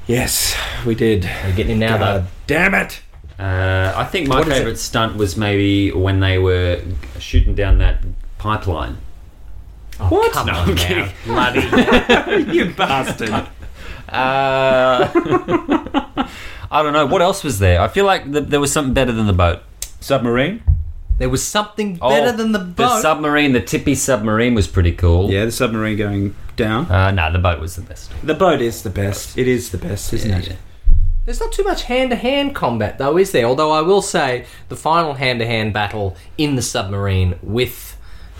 S3: Yes, we did.
S1: We're getting him now,
S3: God damn it!
S2: Uh, I think my
S1: What is
S2: favourite stunt was maybe when they were shooting down that pipeline. Oh,
S1: what?
S2: No, I'm kidding.
S3: you bastard.
S2: Uh, I don't know. What else was there? I feel like th there was something better than the boat.
S3: Submarine?
S1: There was something
S2: Oh,
S1: better than the boat.
S2: The submarine, the tippy submarine was pretty cool.
S3: Yeah, the submarine going down.
S2: Uh, no, the boat was the best.
S3: The boat is the best. It is the best, isn't it?
S1: There's not too much hand to hand combat, though, is there? Although I will say the final hand to hand battle in the submarine with.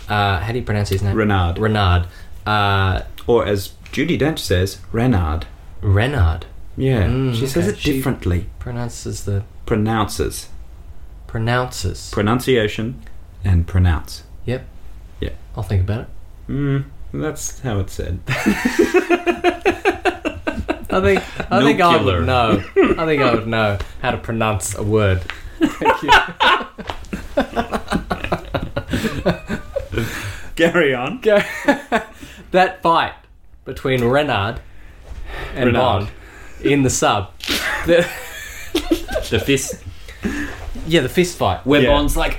S1: Uh, how do you pronounce his name?
S3: Renard.
S1: Renard. Uh,
S3: Or as Judy Dench says, Renard.
S1: Renard
S3: Yeah, she says
S1: okay.
S3: it
S1: She-
S3: differently.
S1: pronounces the.
S3: Pronounces.
S1: Pronounces.
S3: Pronunciation and pronounce.
S1: yep.
S3: Yeah.
S1: I'll think about it.
S3: Mm, that's how it's said.
S1: I think I think I
S2: Nuclear.
S1: would know. I think I would know how to pronounce a word.
S3: Carry on.
S1: That fight between Renard and
S3: Renard.
S1: Bond in the sub. The-
S2: The fist,
S1: yeah, the fist fight.
S2: where
S3: Yeah.
S2: Bond's like,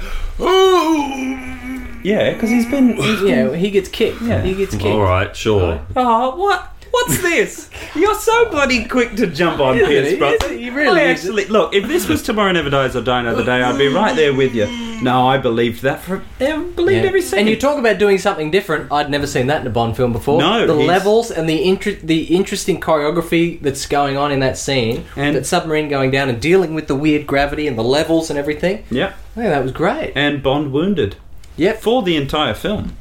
S3: Yeah, because he's been.
S1: Yeah, he gets kicked. He gets kicked.
S2: all right, sure.
S3: oh, what? What's this? You're so bloody quick to jump on Pierce
S1: he?
S3: Brosnan.
S1: Isn't he? Really
S3: I
S1: is.
S3: actually look. If this was Tomorrow Never Dies or Die Another Day, I'd be right there with you. No, I believed that. For, I believed
S1: Yeah.
S3: every second.
S1: And you talk about doing something different. I'd never seen that in a Bond film before.
S3: No,
S1: the
S3: he's-
S1: levels and the inter- the interesting choreography that's going on in that scene,
S3: And-
S1: that submarine going down and dealing with the weird gravity and the levels and everything.
S3: yeah.
S1: I think that was great.
S3: And Bond wounded
S1: Yep.
S3: for the entire film.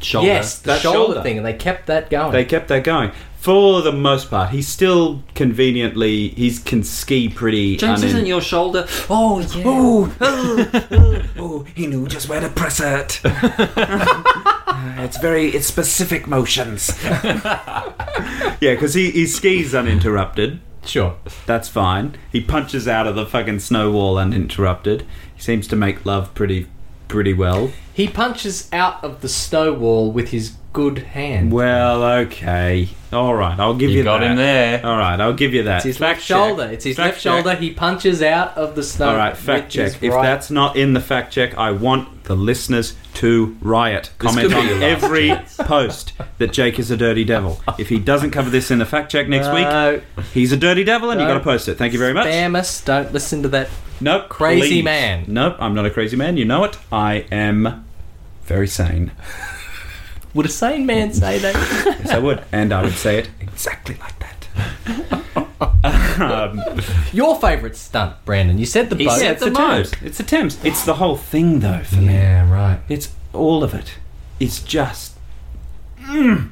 S2: Shoulder.
S1: Yes, the
S3: That
S1: shoulder,
S3: shoulder.
S1: thing, and they kept that going.
S3: They kept that going. For the most part, he's still conveniently he's can ski pretty.
S2: James,
S3: unin-
S2: isn't your shoulder? Oh, yeah.
S6: Oh, he knew just where to press it. Uh, it's very, it's specific motions.
S3: yeah, because he, he skis uninterrupted.
S1: sure.
S3: That's fine. He punches out of the fucking snow wall uninterrupted. He seems to make love pretty pretty well.
S1: He punches out of the snow wall with his good hand.
S3: Well, okay, all right. I'll give you,
S2: You got
S3: that.
S2: him there.
S3: All right, I'll give you that.
S1: It's his
S3: Fact
S1: left
S3: check.
S1: shoulder. It's his
S3: Fact
S1: left
S3: check.
S1: shoulder. He punches out of the snow.
S3: All right, fact
S1: with
S3: check.
S1: his
S3: If
S1: right-
S3: that's not in the fact check, I want the listeners to riot. Comment
S2: could be
S3: on
S2: your last
S3: every post that Jake is a dirty devil. If he doesn't cover this in the fact check next
S1: No.
S3: week, he's a dirty devil, and you
S1: No.
S3: got to post it. Thank you very much.
S1: Uh, Spam us. Don't listen to that.
S3: Nope.
S1: Crazy
S3: please.
S1: man.
S3: Nope, I'm not a crazy man. You know it. I am very sane.
S1: Would a sane man say that?
S3: Yes, I would. And I would say it exactly like that. um,
S1: Your favourite stunt, Brandon. You said the boat.
S3: yeah, it's the Thames. It's the Thames. It's the whole thing, though, for me.
S1: Yeah, right.
S3: It's all of it. It's just. Mm.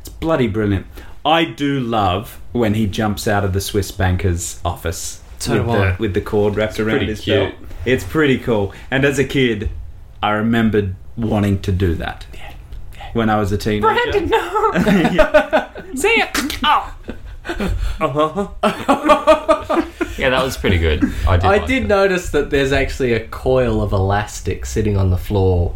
S3: it's bloody brilliant. I do love when he jumps out of the Swiss banker's office
S1: So
S3: with,
S1: do I.
S3: the, with the cord wrapped around
S2: pretty
S3: his
S2: cute.
S3: belt. It's pretty cool. And as a kid, I remembered wanting to do that. When I was a teenager.
S2: Yeah, that was pretty good. I did.
S1: I
S2: like
S1: did
S2: it.
S1: notice that there's actually a coil of elastic sitting on the floor,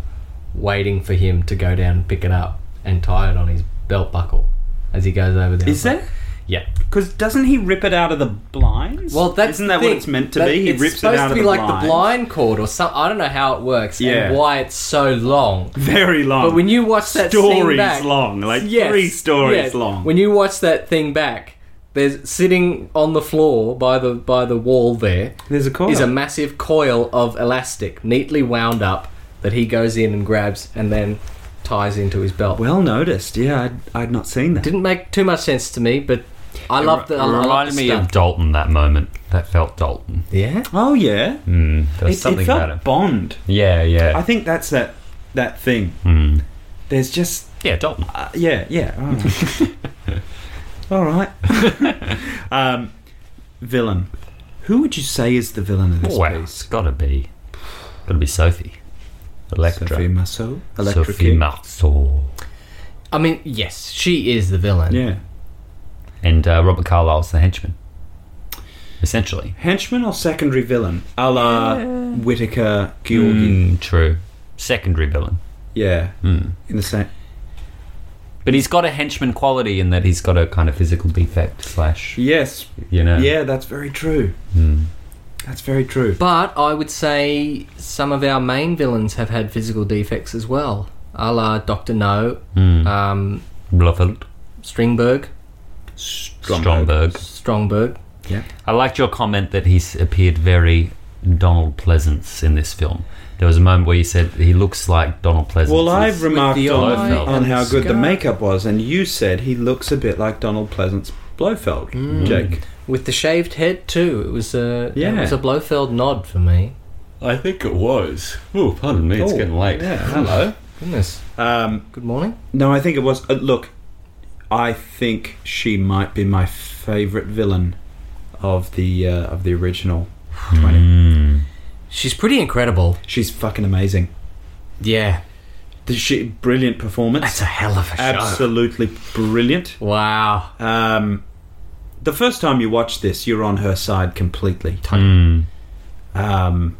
S1: waiting for him to go down and pick it up and tie it on his belt buckle as he goes over there.
S3: Is that?
S1: Yeah.
S3: Because doesn't he rip it out of the blinds?
S1: Well, that's
S3: isn't
S1: the
S3: that
S1: thing.
S3: what it's meant to
S1: That-
S3: be? He
S1: it's
S3: rips it
S1: supposed
S3: out
S1: to
S3: of
S1: be
S3: the
S1: like
S3: blinds.
S1: the blind cord or something. I don't know how it works
S3: Yeah.
S1: and why it's so long.
S3: Very long.
S1: But when you watch that
S3: stories
S1: scene back,
S3: long, like
S1: Yes,
S3: three stories
S1: yes.
S3: long.
S1: When you watch that thing back, there's sitting on the floor by the by the wall there
S3: There's a coil.
S1: is a massive coil of elastic neatly wound up that he goes in and grabs and then ties into his belt.
S3: well noticed. Yeah, I'd, I'd not seen that.
S1: Didn't make too much sense to me, but I love the. I
S2: It
S1: love
S2: reminded
S1: the
S2: me
S1: stuff.
S2: of Dalton that moment. That felt Dalton.
S1: yeah.
S3: oh yeah,
S2: Mm, there was
S3: it,
S2: something
S3: it felt
S2: about it.
S3: Bond.
S2: Yeah, yeah,
S3: I think that's that that thing. There's just
S2: yeah. Dalton.
S3: uh, yeah yeah. Oh. All right. All right. um, villain. Who would you say is the villain of this
S2: Oh, Wow,
S3: piece?
S2: it's gotta be, gotta be Sophie, Electra,
S3: Sophie
S2: Sophie,
S3: Marceau. Electra King.
S2: Marceau,
S1: I mean, yes, she is the villain.
S3: Yeah.
S2: and uh, Robert Carlyle's the henchman, essentially.
S3: Henchman or secondary villain? A la Whitaker, Gilgan.
S2: Mm, true, secondary villain,
S3: Yeah. In the same.
S2: but he's got a henchman quality in that he's got a kind of physical defect slash,
S3: Yes.
S2: you know, Hmm.
S3: Yeah, that's very true. That's very true.
S1: But I would say some of our main villains have had physical defects as well, a la Doctor No,
S2: Hmm.
S1: um,
S2: Blofeld.
S1: Stringberg,
S2: Stromberg.
S1: Strongberg.
S2: I liked your comment that he's appeared very Donald Pleasance in this film. There was a moment where you said he looks like Donald Pleasance.
S3: Well, I've
S1: with
S3: remarked
S1: the
S3: on,
S1: eye
S3: on
S1: and
S3: how
S1: the
S3: good the
S1: scar.
S3: makeup was, and you said he looks a bit like Donald Pleasant's Blofeld, Jake.
S1: With the shaved head too, it was a
S3: Yeah.
S1: it was a Blofeld nod for me.
S2: I think it was. Oh, pardon me,
S3: Oh, Yeah, hello.
S1: Goodness,
S3: Um,
S1: good morning.
S3: no, I think it was. Uh, look, I think she might be my favourite villain of the uh, of the original twenty.
S2: Hmm.
S1: She's pretty incredible.
S3: She's fucking amazing.
S1: Yeah,
S3: The she, brilliant performance.
S1: that's a hell of a show.
S3: Absolutely brilliant.
S1: Wow.
S3: Um, the first time you watch this, you're on her side completely.
S1: Hmm.
S3: Um,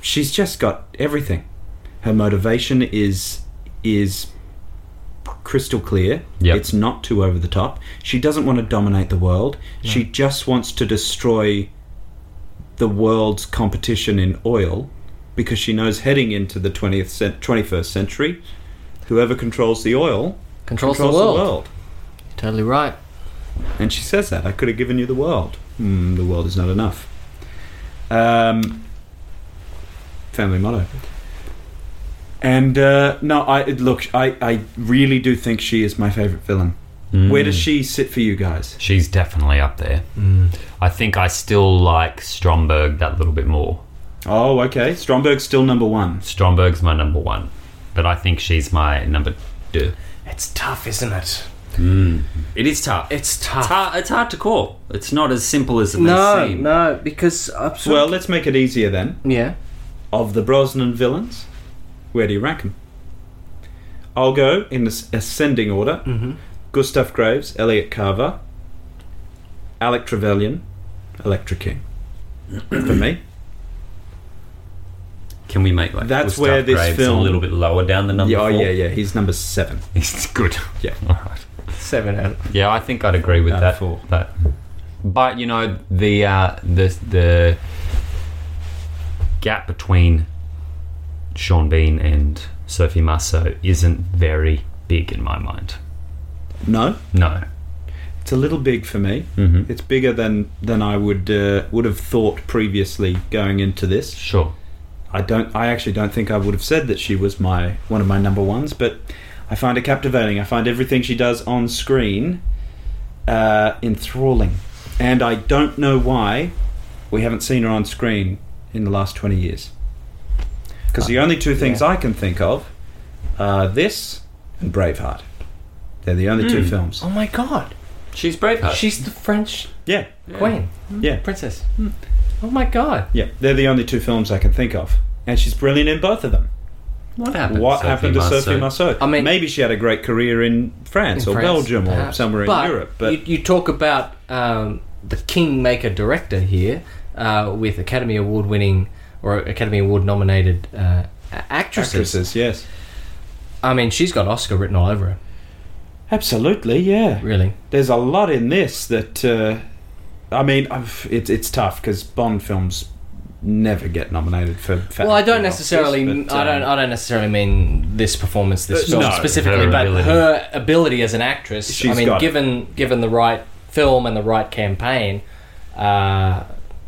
S3: she's just got everything. Her motivation is is crystal clear.
S2: Yep.
S3: It's not too over the top. She doesn't want to dominate the world. She just wants to destroy the world's competition in oil because she knows heading into the 20th cent- 21st century whoever controls the oil
S1: Controls,
S3: controls
S1: the, world.
S3: the world.
S1: Totally right.
S3: And she says that. I could have given you the world. Hmm, the world is not enough. Um, family motto. And uh, no, I it- look. I, I really do think she is my favorite villain.
S2: Hmm.
S3: Where does she sit for you guys?
S2: She's definitely up there.
S3: Mm.
S2: I think I still like Stromberg that little bit more.
S3: Oh, okay. Stromberg's still number one.
S2: Stromberg's my number one, but I think she's my number two.
S1: It's tough, isn't it?
S2: It is tough. It's
S1: It's
S3: Ah.
S1: tough.
S2: hard, it's hard to call. It's not as simple as it
S1: No,
S2: may seem.
S1: no, because I'm sort
S3: Well,
S1: of-
S3: let's make it easier then.
S1: yeah.
S3: Of the Brosnan villains, where do you rank them? I'll go in this ascending order:
S2: Mm-hmm.
S3: Gustav Graves, Elliot Carver, Alec Trevelyan, Electra King. for me,
S2: Can we make like
S3: That's
S2: Gustav
S3: where this
S2: Graves
S3: film-
S2: a little bit lower down the number?
S3: yeah, oh,
S2: four?
S3: yeah, yeah. He's number seven.
S2: It's good.
S3: Yeah.
S2: All right.
S1: Seven out. Of,
S2: Yeah, I think I'd agree with
S3: Uh,
S2: that.
S3: four.
S2: But, but you know the uh, the the gap between Sean Bean and Sophie Marceau isn't very big in my mind.
S3: No,
S2: No.
S3: it's a little big for me.
S2: hmm
S3: It's bigger than than I would uh, would have thought previously going into this.
S2: Sure.
S3: I don't. I actually don't think I would have said that she was my one of my number ones, but I find it captivating. I find everything she does on screen uh, enthralling, and I don't know why we haven't seen her on screen in the last twenty years. Because the only two things I can think of are this and Braveheart. They're the only two films.
S1: oh my god,
S2: She's Braveheart.
S1: she's the French
S3: Yeah,
S1: queen,
S3: yeah,
S1: princess. Oh my god.
S3: yeah. They're the only two films I can think of, and she's brilliant in both of them.
S2: what happened?
S3: what happened to Sophie Marceau?
S1: I mean-
S3: maybe she had a great career in France
S1: in
S3: or
S1: France,
S3: Belgium
S1: perhaps.
S3: or somewhere in
S1: But
S3: Europe, but
S1: you, you talk about um, the kingmaker director here uh, with Academy Award winning or Academy Award nominated uh, a- actresses.
S3: actresses, yes,
S1: I mean, she's got Oscar written all over her.
S3: absolutely, yeah.
S1: Really,
S3: There's a lot in this that, uh, I mean, I've- it's it's tough because Bond films never get nominated for. for
S1: Well, I don't
S3: acting
S1: necessarily.
S3: Oscars, but,
S1: I don't.
S3: um,
S1: I don't necessarily mean this performance, this
S3: But
S1: film
S3: no,
S1: specifically,
S2: her
S1: but
S2: ability.
S1: her ability as an actress. I
S3: She's
S1: mean,
S3: got it.
S1: given given the right film and the right campaign, uh,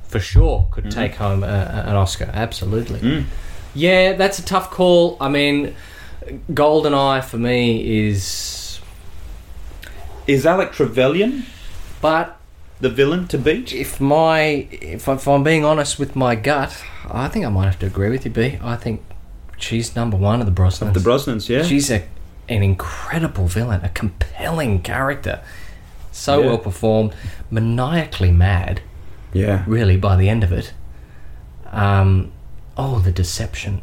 S1: for sure could
S3: Mm-hmm.
S1: take home a, a- an Oscar. Absolutely.
S3: Mm.
S1: Yeah, that's a tough call. I mean, GoldenEye for me is,
S3: Is Alec Trevelyan
S1: but
S3: the villain to beat?
S1: if my if, I, if I'm being honest with my gut, I think I might have to agree with you, B. I think she's number one of the Brosnans.
S3: The Brosnans, yeah.
S1: She's a, an incredible villain, a compelling character. So
S3: Yeah.
S1: well performed, maniacally mad,
S3: yeah.
S1: really, by the end of it. Um, oh, the deception,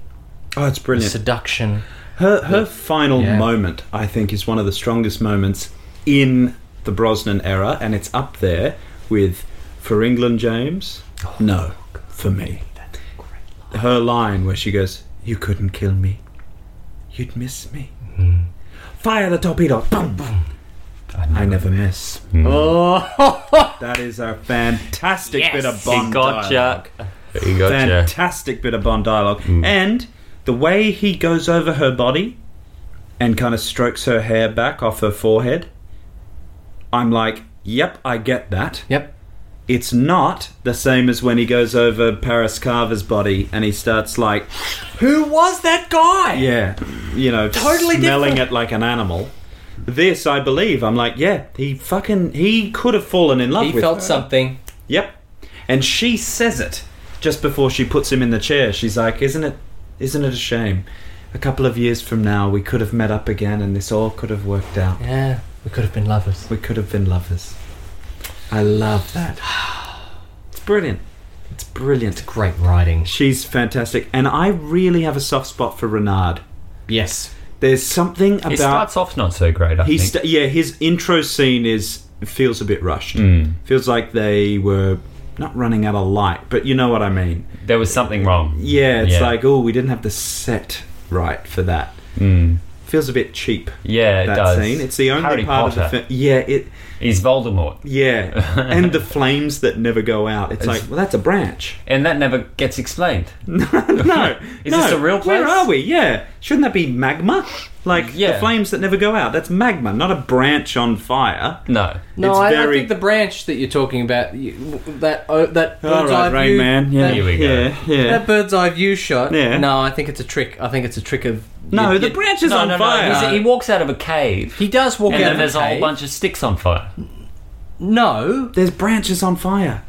S3: Oh, it's
S1: the
S3: brilliant.
S1: seduction.
S3: Her her final
S1: Yeah.
S3: moment, I think, is one of the strongest moments in the Brosnan era, and it's up there with "For England, James." no, for me. Her line where she goes, "You couldn't kill me. You'd miss me." Fire the torpedo. Boom, boom.
S6: I never miss.
S3: That is a fantastic bit of Bond
S2: He gotcha.
S3: dialogue.
S2: He gotcha.
S3: Fantastic bit of Bond dialogue. And the way he goes over her body and kind of strokes her hair back off her forehead, I'm like, yep, I get that.
S1: Yep.
S3: It's not the same as when he goes over Paris Carver's body and he starts like,
S6: Who was that guy?
S3: yeah, you know,
S6: Totally
S3: smelling it like an animal. This, I believe, I'm like, yeah, he fucking, he could have fallen in love
S1: He
S3: with
S1: felt
S3: her.
S1: something.
S3: Yep. And she says it just before she puts him in the chair. She's like, "Isn't it isn't it a shame? A couple of years from now we could have met up again and this all could have worked out.
S1: Yeah, we could have been lovers.
S3: We could have been lovers." I love that. It's brilliant. It's brilliant.
S1: Great writing.
S3: She's fantastic and I really have a soft spot for Renard.
S1: Yes.
S3: There's something
S2: He
S3: about
S2: starts off not so great. I
S3: uh, he
S2: think.
S3: st- yeah, his intro scene is feels a bit rushed.
S2: Hmm.
S3: Feels like they were not running out of light, but you know what I mean.
S2: there was something wrong.
S3: Yeah, it's
S2: Yeah.
S3: like, oh, we didn't have the set right for that. Feels a bit cheap.
S2: Yeah, Hmm. it
S3: that
S2: does.
S3: scene. It's the only
S2: Harry
S3: part of
S2: Potter.
S3: the film. Yeah, it.
S2: He's Voldemort,
S3: Yeah, and the flames that never go out. It's, like, well, that's a branch.
S2: and that never gets explained.
S3: No,
S2: Is
S3: no.
S2: this a real place?
S3: Where are we? Yeah, shouldn't that be magma? Like the
S2: Yeah.
S3: flames that never go out. That's magma, not a branch on fire.
S2: No.
S1: No,
S3: It's
S1: I, I
S3: very-
S1: think the branch that you're talking about, you, that oh, that bird's eye
S3: Rain
S1: view,
S3: Man. Yeah,
S1: that,
S2: Here we go.
S3: yeah, yeah.
S1: that bird's eye view shot.
S3: Yeah.
S1: No, I think it's a trick. I think it's a trick of.
S3: No,
S1: you-
S3: the
S1: you-
S3: branch is
S2: no,
S3: on
S2: no,
S3: fire.
S2: no. He's- He walks out of a cave,
S1: He does walk
S2: and
S1: out
S2: then
S1: of
S2: there's
S1: the
S2: a whole
S1: cave.
S2: bunch of sticks on fire.
S1: No,
S3: There's branches on fire.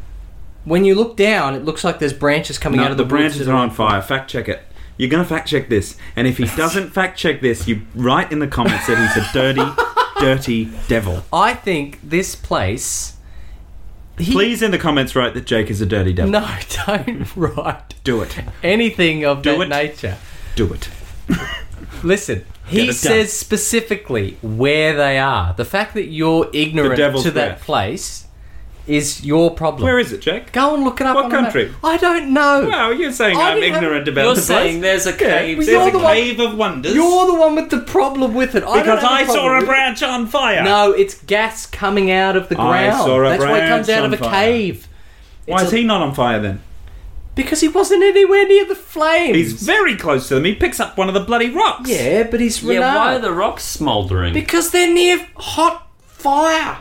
S1: when you look down, it looks like there's branches coming
S3: No,
S1: out of
S3: the,
S1: the,
S3: branches
S1: woods
S3: are on fire. Fact check it. You're going to fact check this. And if he doesn't fact check this, you write in the comments that he's a dirty, dirty devil.
S1: I think this place. He,
S3: Please, in the comments, write that Jake is a dirty devil.
S1: no, don't write
S3: Do it.
S1: anything of
S3: Do
S1: that
S3: it.
S1: nature.
S3: Do it.
S1: Listen, he
S3: it
S1: says specifically where they are. The fact that you're ignorant
S3: devil's
S1: to that
S3: breath.
S1: place is your problem.
S3: Where is it, Jake?
S1: Go and look it up.
S3: What
S1: on the map.
S3: country?
S1: I don't know.
S3: Wow, you're saying
S1: I
S3: I'm
S1: didn't have-
S3: ignorant about
S2: You're
S3: the
S2: saying
S3: place.
S2: there's a
S3: Yeah,
S2: cave.
S1: Well,
S3: there's
S1: you're
S3: a
S1: the one-
S3: cave of wonders.
S1: You're the one with the problem with it. I
S3: because
S1: don't
S3: I
S1: have problem
S3: saw
S1: with
S3: a
S1: it.
S3: branch on fire.
S1: No, it's gas coming out of the
S3: I
S1: ground.
S3: saw a
S1: That's why it comes
S3: branch
S1: out of a
S3: on fire.
S1: cave.
S3: Why
S1: It's
S3: is
S1: a-
S3: he not on fire then?
S1: Because he wasn't anywhere near the flames.
S3: He's very close to them. He picks up one of the bloody rocks.
S1: yeah, but he's
S2: Yeah,
S1: Renard.
S2: why are the rocks smouldering?
S1: Because they're near hot fire.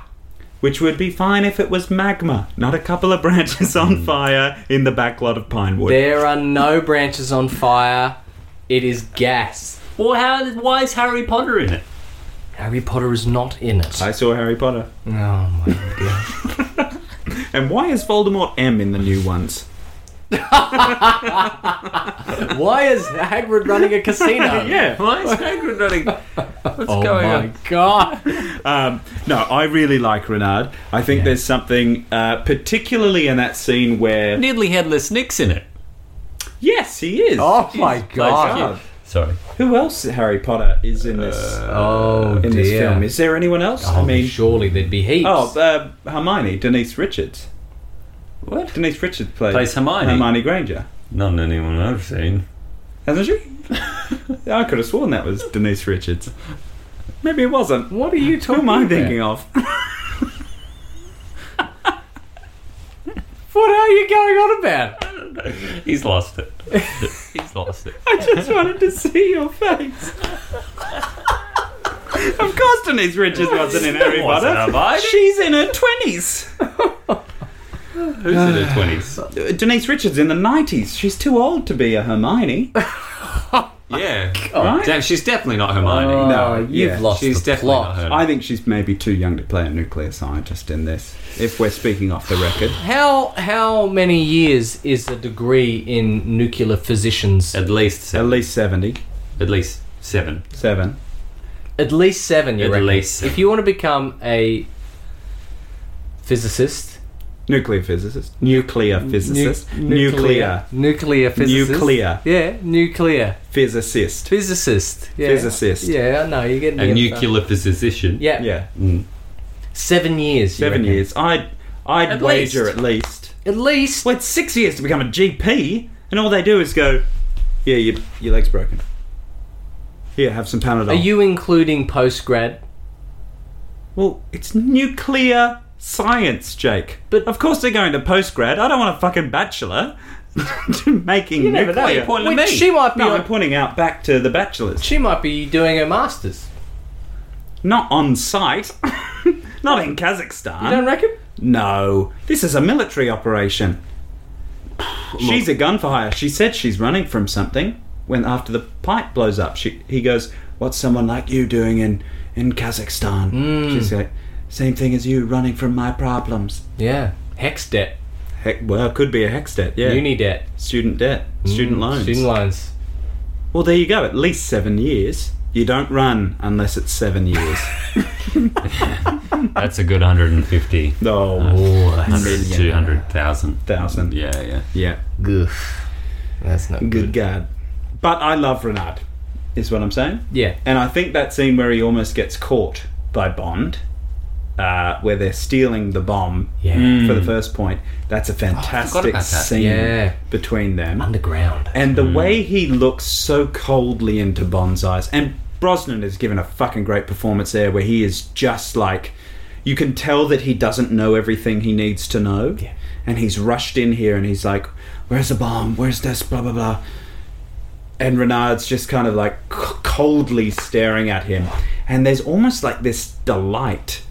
S3: Which would be fine if it was magma, not a couple of branches on fire in the back lot of Pinewood.
S1: Hmm. There are no branches on fire. It is gas.
S2: well, how? Why is Harry Potter in it?
S1: Harry Potter is not in it.
S3: I saw Harry Potter.
S1: Oh my!
S3: And why is Voldemort M in the new ones?
S1: Why is Hagrid running a casino?
S3: Yeah.
S2: Why is Hagrid running? What's
S1: Oh
S2: going
S1: my
S2: on?
S1: god!
S3: Um, no, I really like Renard. I think there's something, uh, particularly in that scene where.
S2: Nearly headless Nick's in it.
S3: Yes, he is.
S1: Oh my
S2: Like,
S1: god!
S2: you- Sorry.
S3: Who else? Harry Potter is in this. uh,
S1: Oh
S3: in
S1: dear!
S3: this film. Is there anyone else?
S1: Oh,
S3: I mean,
S1: surely there'd be heaps.
S3: oh, uh, Hermione, Denise Richards.
S2: What?
S3: Denise Richards plays,
S2: Plays Hermione.
S3: Hermione Granger,
S2: Not anyone I've seen.
S3: hasn't she? I could have sworn that was Denise Richards. Maybe it wasn't.
S1: what are you
S3: Who
S1: talking?
S3: am I
S1: about?
S3: thinking of?
S1: What are you going on about?
S2: He's lost it. He's lost it.
S3: I just wanted to see your face. of course, Denise Richards wasn't in Harry
S2: Wasn't
S3: Potter.
S2: invited.
S3: She's in her twenties. Uh,
S2: Who's in her twenties?
S3: Denise Richards in the nineties. She's too old to be a Hermione,
S2: Yeah.
S3: right?
S2: Oh, Damn, she's definitely not Hermione.
S1: Oh, you've
S3: yeah,
S1: lost
S2: she's
S1: the
S2: definitely
S1: plot.
S2: not Hermione.
S3: I think she's maybe too young to play a nuclear scientist in this. If we're speaking off the record,
S1: How how many years is the degree in nuclear physicians?
S2: At least
S3: at
S2: seven.
S3: least seventy-seven.
S2: At least seven.
S1: At least seven, you
S2: At
S1: reckon?
S2: least seven.
S1: If you want to become a physicist,
S3: Nuclear physicist. Nuclear physicist.
S1: nu-
S3: nuclear.
S1: nuclear physicist,
S3: Nuclear.
S1: yeah, nuclear
S3: Physicist.
S1: physicist, yeah.
S3: Physicist.
S1: yeah, I know you're getting
S2: A
S1: me up
S2: nuclear Mm. physician.
S1: there. Yeah.
S3: Yeah.
S1: seven years, you
S3: Seven
S1: reckon?
S3: years. I'd, I'd
S2: At
S3: wager
S2: least.
S3: at least.
S1: at least.
S3: Well, it's six years to become a GP, and all they do is go, yeah, your, your leg's broken. Here, have some Panadol.
S1: Are you including post grad?
S3: Well, it's nuclear science, Jake. But of course they're going to postgrad. I don't want a fucking bachelor making you
S5: never know.
S3: nuclear.
S5: You're pointing at
S1: Wait, me. she might be
S3: No,
S1: on-
S3: I'm pointing out back to the bachelors.
S1: She might be doing her masters.
S3: Not on site. Not in Kazakhstan.
S1: You don't reckon?
S3: No, this is a military operation. She's a gun for hire. She said she's running from something. When after the pipe blows up, she he goes, "What's someone like you doing in in Kazakhstan?" She's like, "Same thing as you, running from my problems."
S1: Yeah. Hex debt,
S3: Heck, well, it could be a hex debt. Yeah,
S1: uni debt,
S3: student debt, student loans.
S1: Hmm. student loans.
S3: well, there you go. At least seven years. You don't run unless it's seven years.
S2: That's a good 150.
S3: oh,
S2: Oh, 100, 200,000.
S3: thousand.
S2: Yeah, yeah.
S3: yeah.
S1: That's not
S3: Good God. But I love Renard, is what I'm saying.
S1: Yeah.
S3: And I think that scene where he almost gets caught by Bond, uh, where they're stealing the bomb for the first point, that's a fantastic
S2: that.
S3: scene
S1: Yeah.
S3: between them.
S1: Underground.
S3: and the way he looks so coldly into Bond's eyes, and Brosnan has given a fucking great performance there where he is just like. You can tell that he doesn't know everything he needs to know. Yeah. And he's rushed in here and he's like, Where's the bomb? Where's this? Blah, blah, blah and Renard's just kind of like c- coldly staring at him, and there's almost like this delight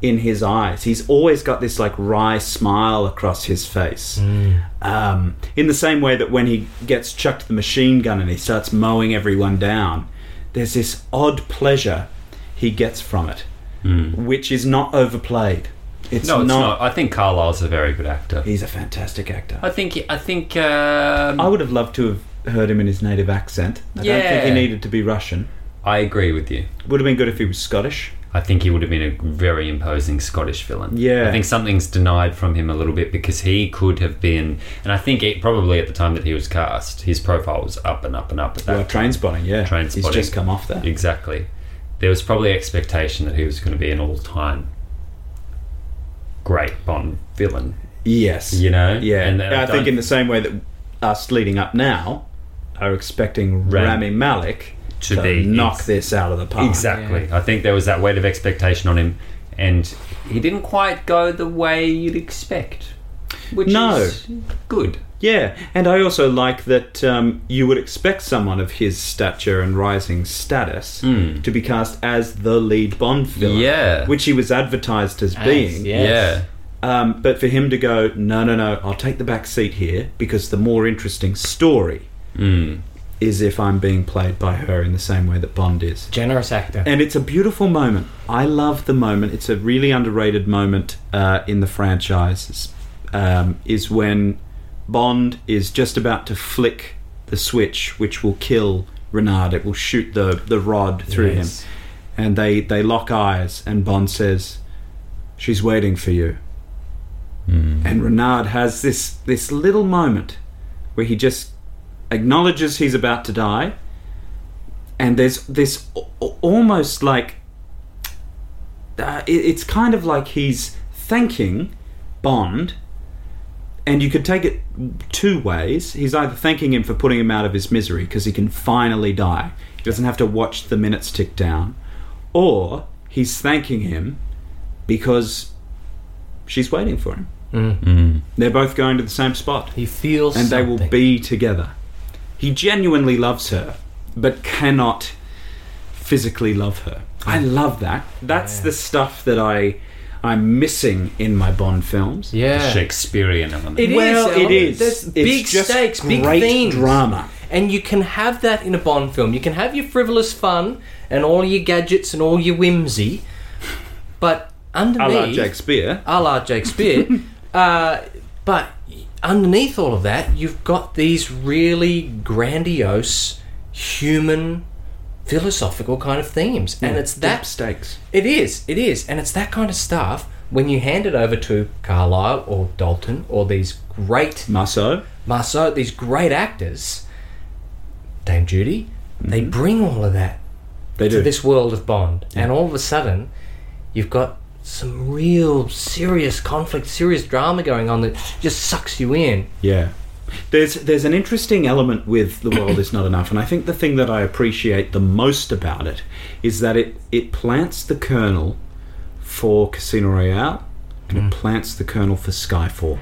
S3: in his eyes. He's always got this like wry smile across his face,
S2: Hmm.
S3: um, in the same way that when he gets chucked the machine gun and he starts mowing everyone down, there's this odd pleasure he gets from it, which is not overplayed. It's,
S2: Hmm. No,
S3: not,
S2: it's not. I think Carlisle's a very good actor.
S3: He's a fantastic actor.
S5: I think I think um,
S3: I would have loved to have heard him in his native accent. I don't think he
S5: Yeah.
S3: needed to be Russian.
S2: I agree with you.
S3: Would have been good if he was Scottish.
S2: I think he would have been a very imposing Scottish villain.
S3: Yeah.
S2: I think something's denied from him a little bit because he could have been, and I think it, probably at the time that he was cast, his profile was up and up and up at that
S3: Well, Uh, train spotting, yeah.
S2: Train
S3: He's
S2: Spotting.
S3: just come off that.
S2: Exactly. There was probably expectation that he was going to be an all-time great Bond villain,
S3: Yes.
S2: you know?
S3: Yeah.
S2: And uh,
S3: I, think in the same way that us leading up now are expecting
S2: Ram-
S3: Rami Malik
S2: To
S3: to,
S2: be-
S3: knock
S2: ex-
S3: this out of the park.
S2: Exactly. I think there was that weight of expectation on him, and he didn't quite go the way you'd expect, which
S3: No.
S2: is good.
S3: Yeah. And I also like that um, you would expect someone of his stature and rising status to be cast as the lead Bond villain.
S2: Hmm. Yeah.
S3: Which he was advertised as being.
S1: Yes.
S3: Um, but for him to go, no, no, no, I'll take the back seat here because the more interesting story is if I'm being played by her in the same way that Bond is.
S1: Generous actor.
S3: And it's a beautiful moment. I love the moment. It's a really underrated moment uh, in the franchise. Um, is when Bond is just about to flick the switch, which will kill Renard. It will shoot the the rod through him, and they they lock eyes. And Bond says, "She's waiting for you." And Renard has this this little moment where he just acknowledges he's about to die and there's this a- a- almost like uh, it- it's kind of like he's thanking Bond, and you could take it two ways. He's either thanking him for putting him out of his misery because he can finally die, he doesn't have to watch the minutes tick down, or he's thanking him because she's waiting for him.
S1: Mm.
S3: They're both going to the same spot
S1: He feels
S3: and they
S1: something.
S3: will be together. He genuinely loves her, but cannot physically love her. I love that. That's the stuff that I I'm missing in my Bond films.
S1: Yeah.
S2: Shakespearean element.
S1: It is,
S3: well, it
S1: Alan.
S3: is.
S1: There's
S3: It's
S1: big
S3: just
S1: stakes, big
S3: great
S1: themes.
S3: drama.
S1: And you can have that in a Bond film. You can have your frivolous fun and all your gadgets and all your whimsy, but
S3: I
S1: underneath,
S3: love Jake Spear.
S1: a la Jake Spear, uh, but underneath all of that, you've got these really grandiose human philosophical kind of themes, and it's
S3: Deep
S1: that
S3: stakes.
S1: it is, it is, and it's that kind of stuff. When you hand it over to Carlyle or Dalton or these great
S3: Maso.
S1: Marceau, these great actors, Dame Judy, they bring all of that
S3: Mm-hmm.
S1: to
S3: They do.
S1: this world of Bond, and all of a sudden, you've got some real serious conflict, serious drama going on that just sucks you in.
S3: Yeah. There's there's an interesting element with The World Is Not Enough, and I think the thing that I appreciate the most about it is that it, it plants the kernel for Casino Royale, and it plants the kernel for Skyfall,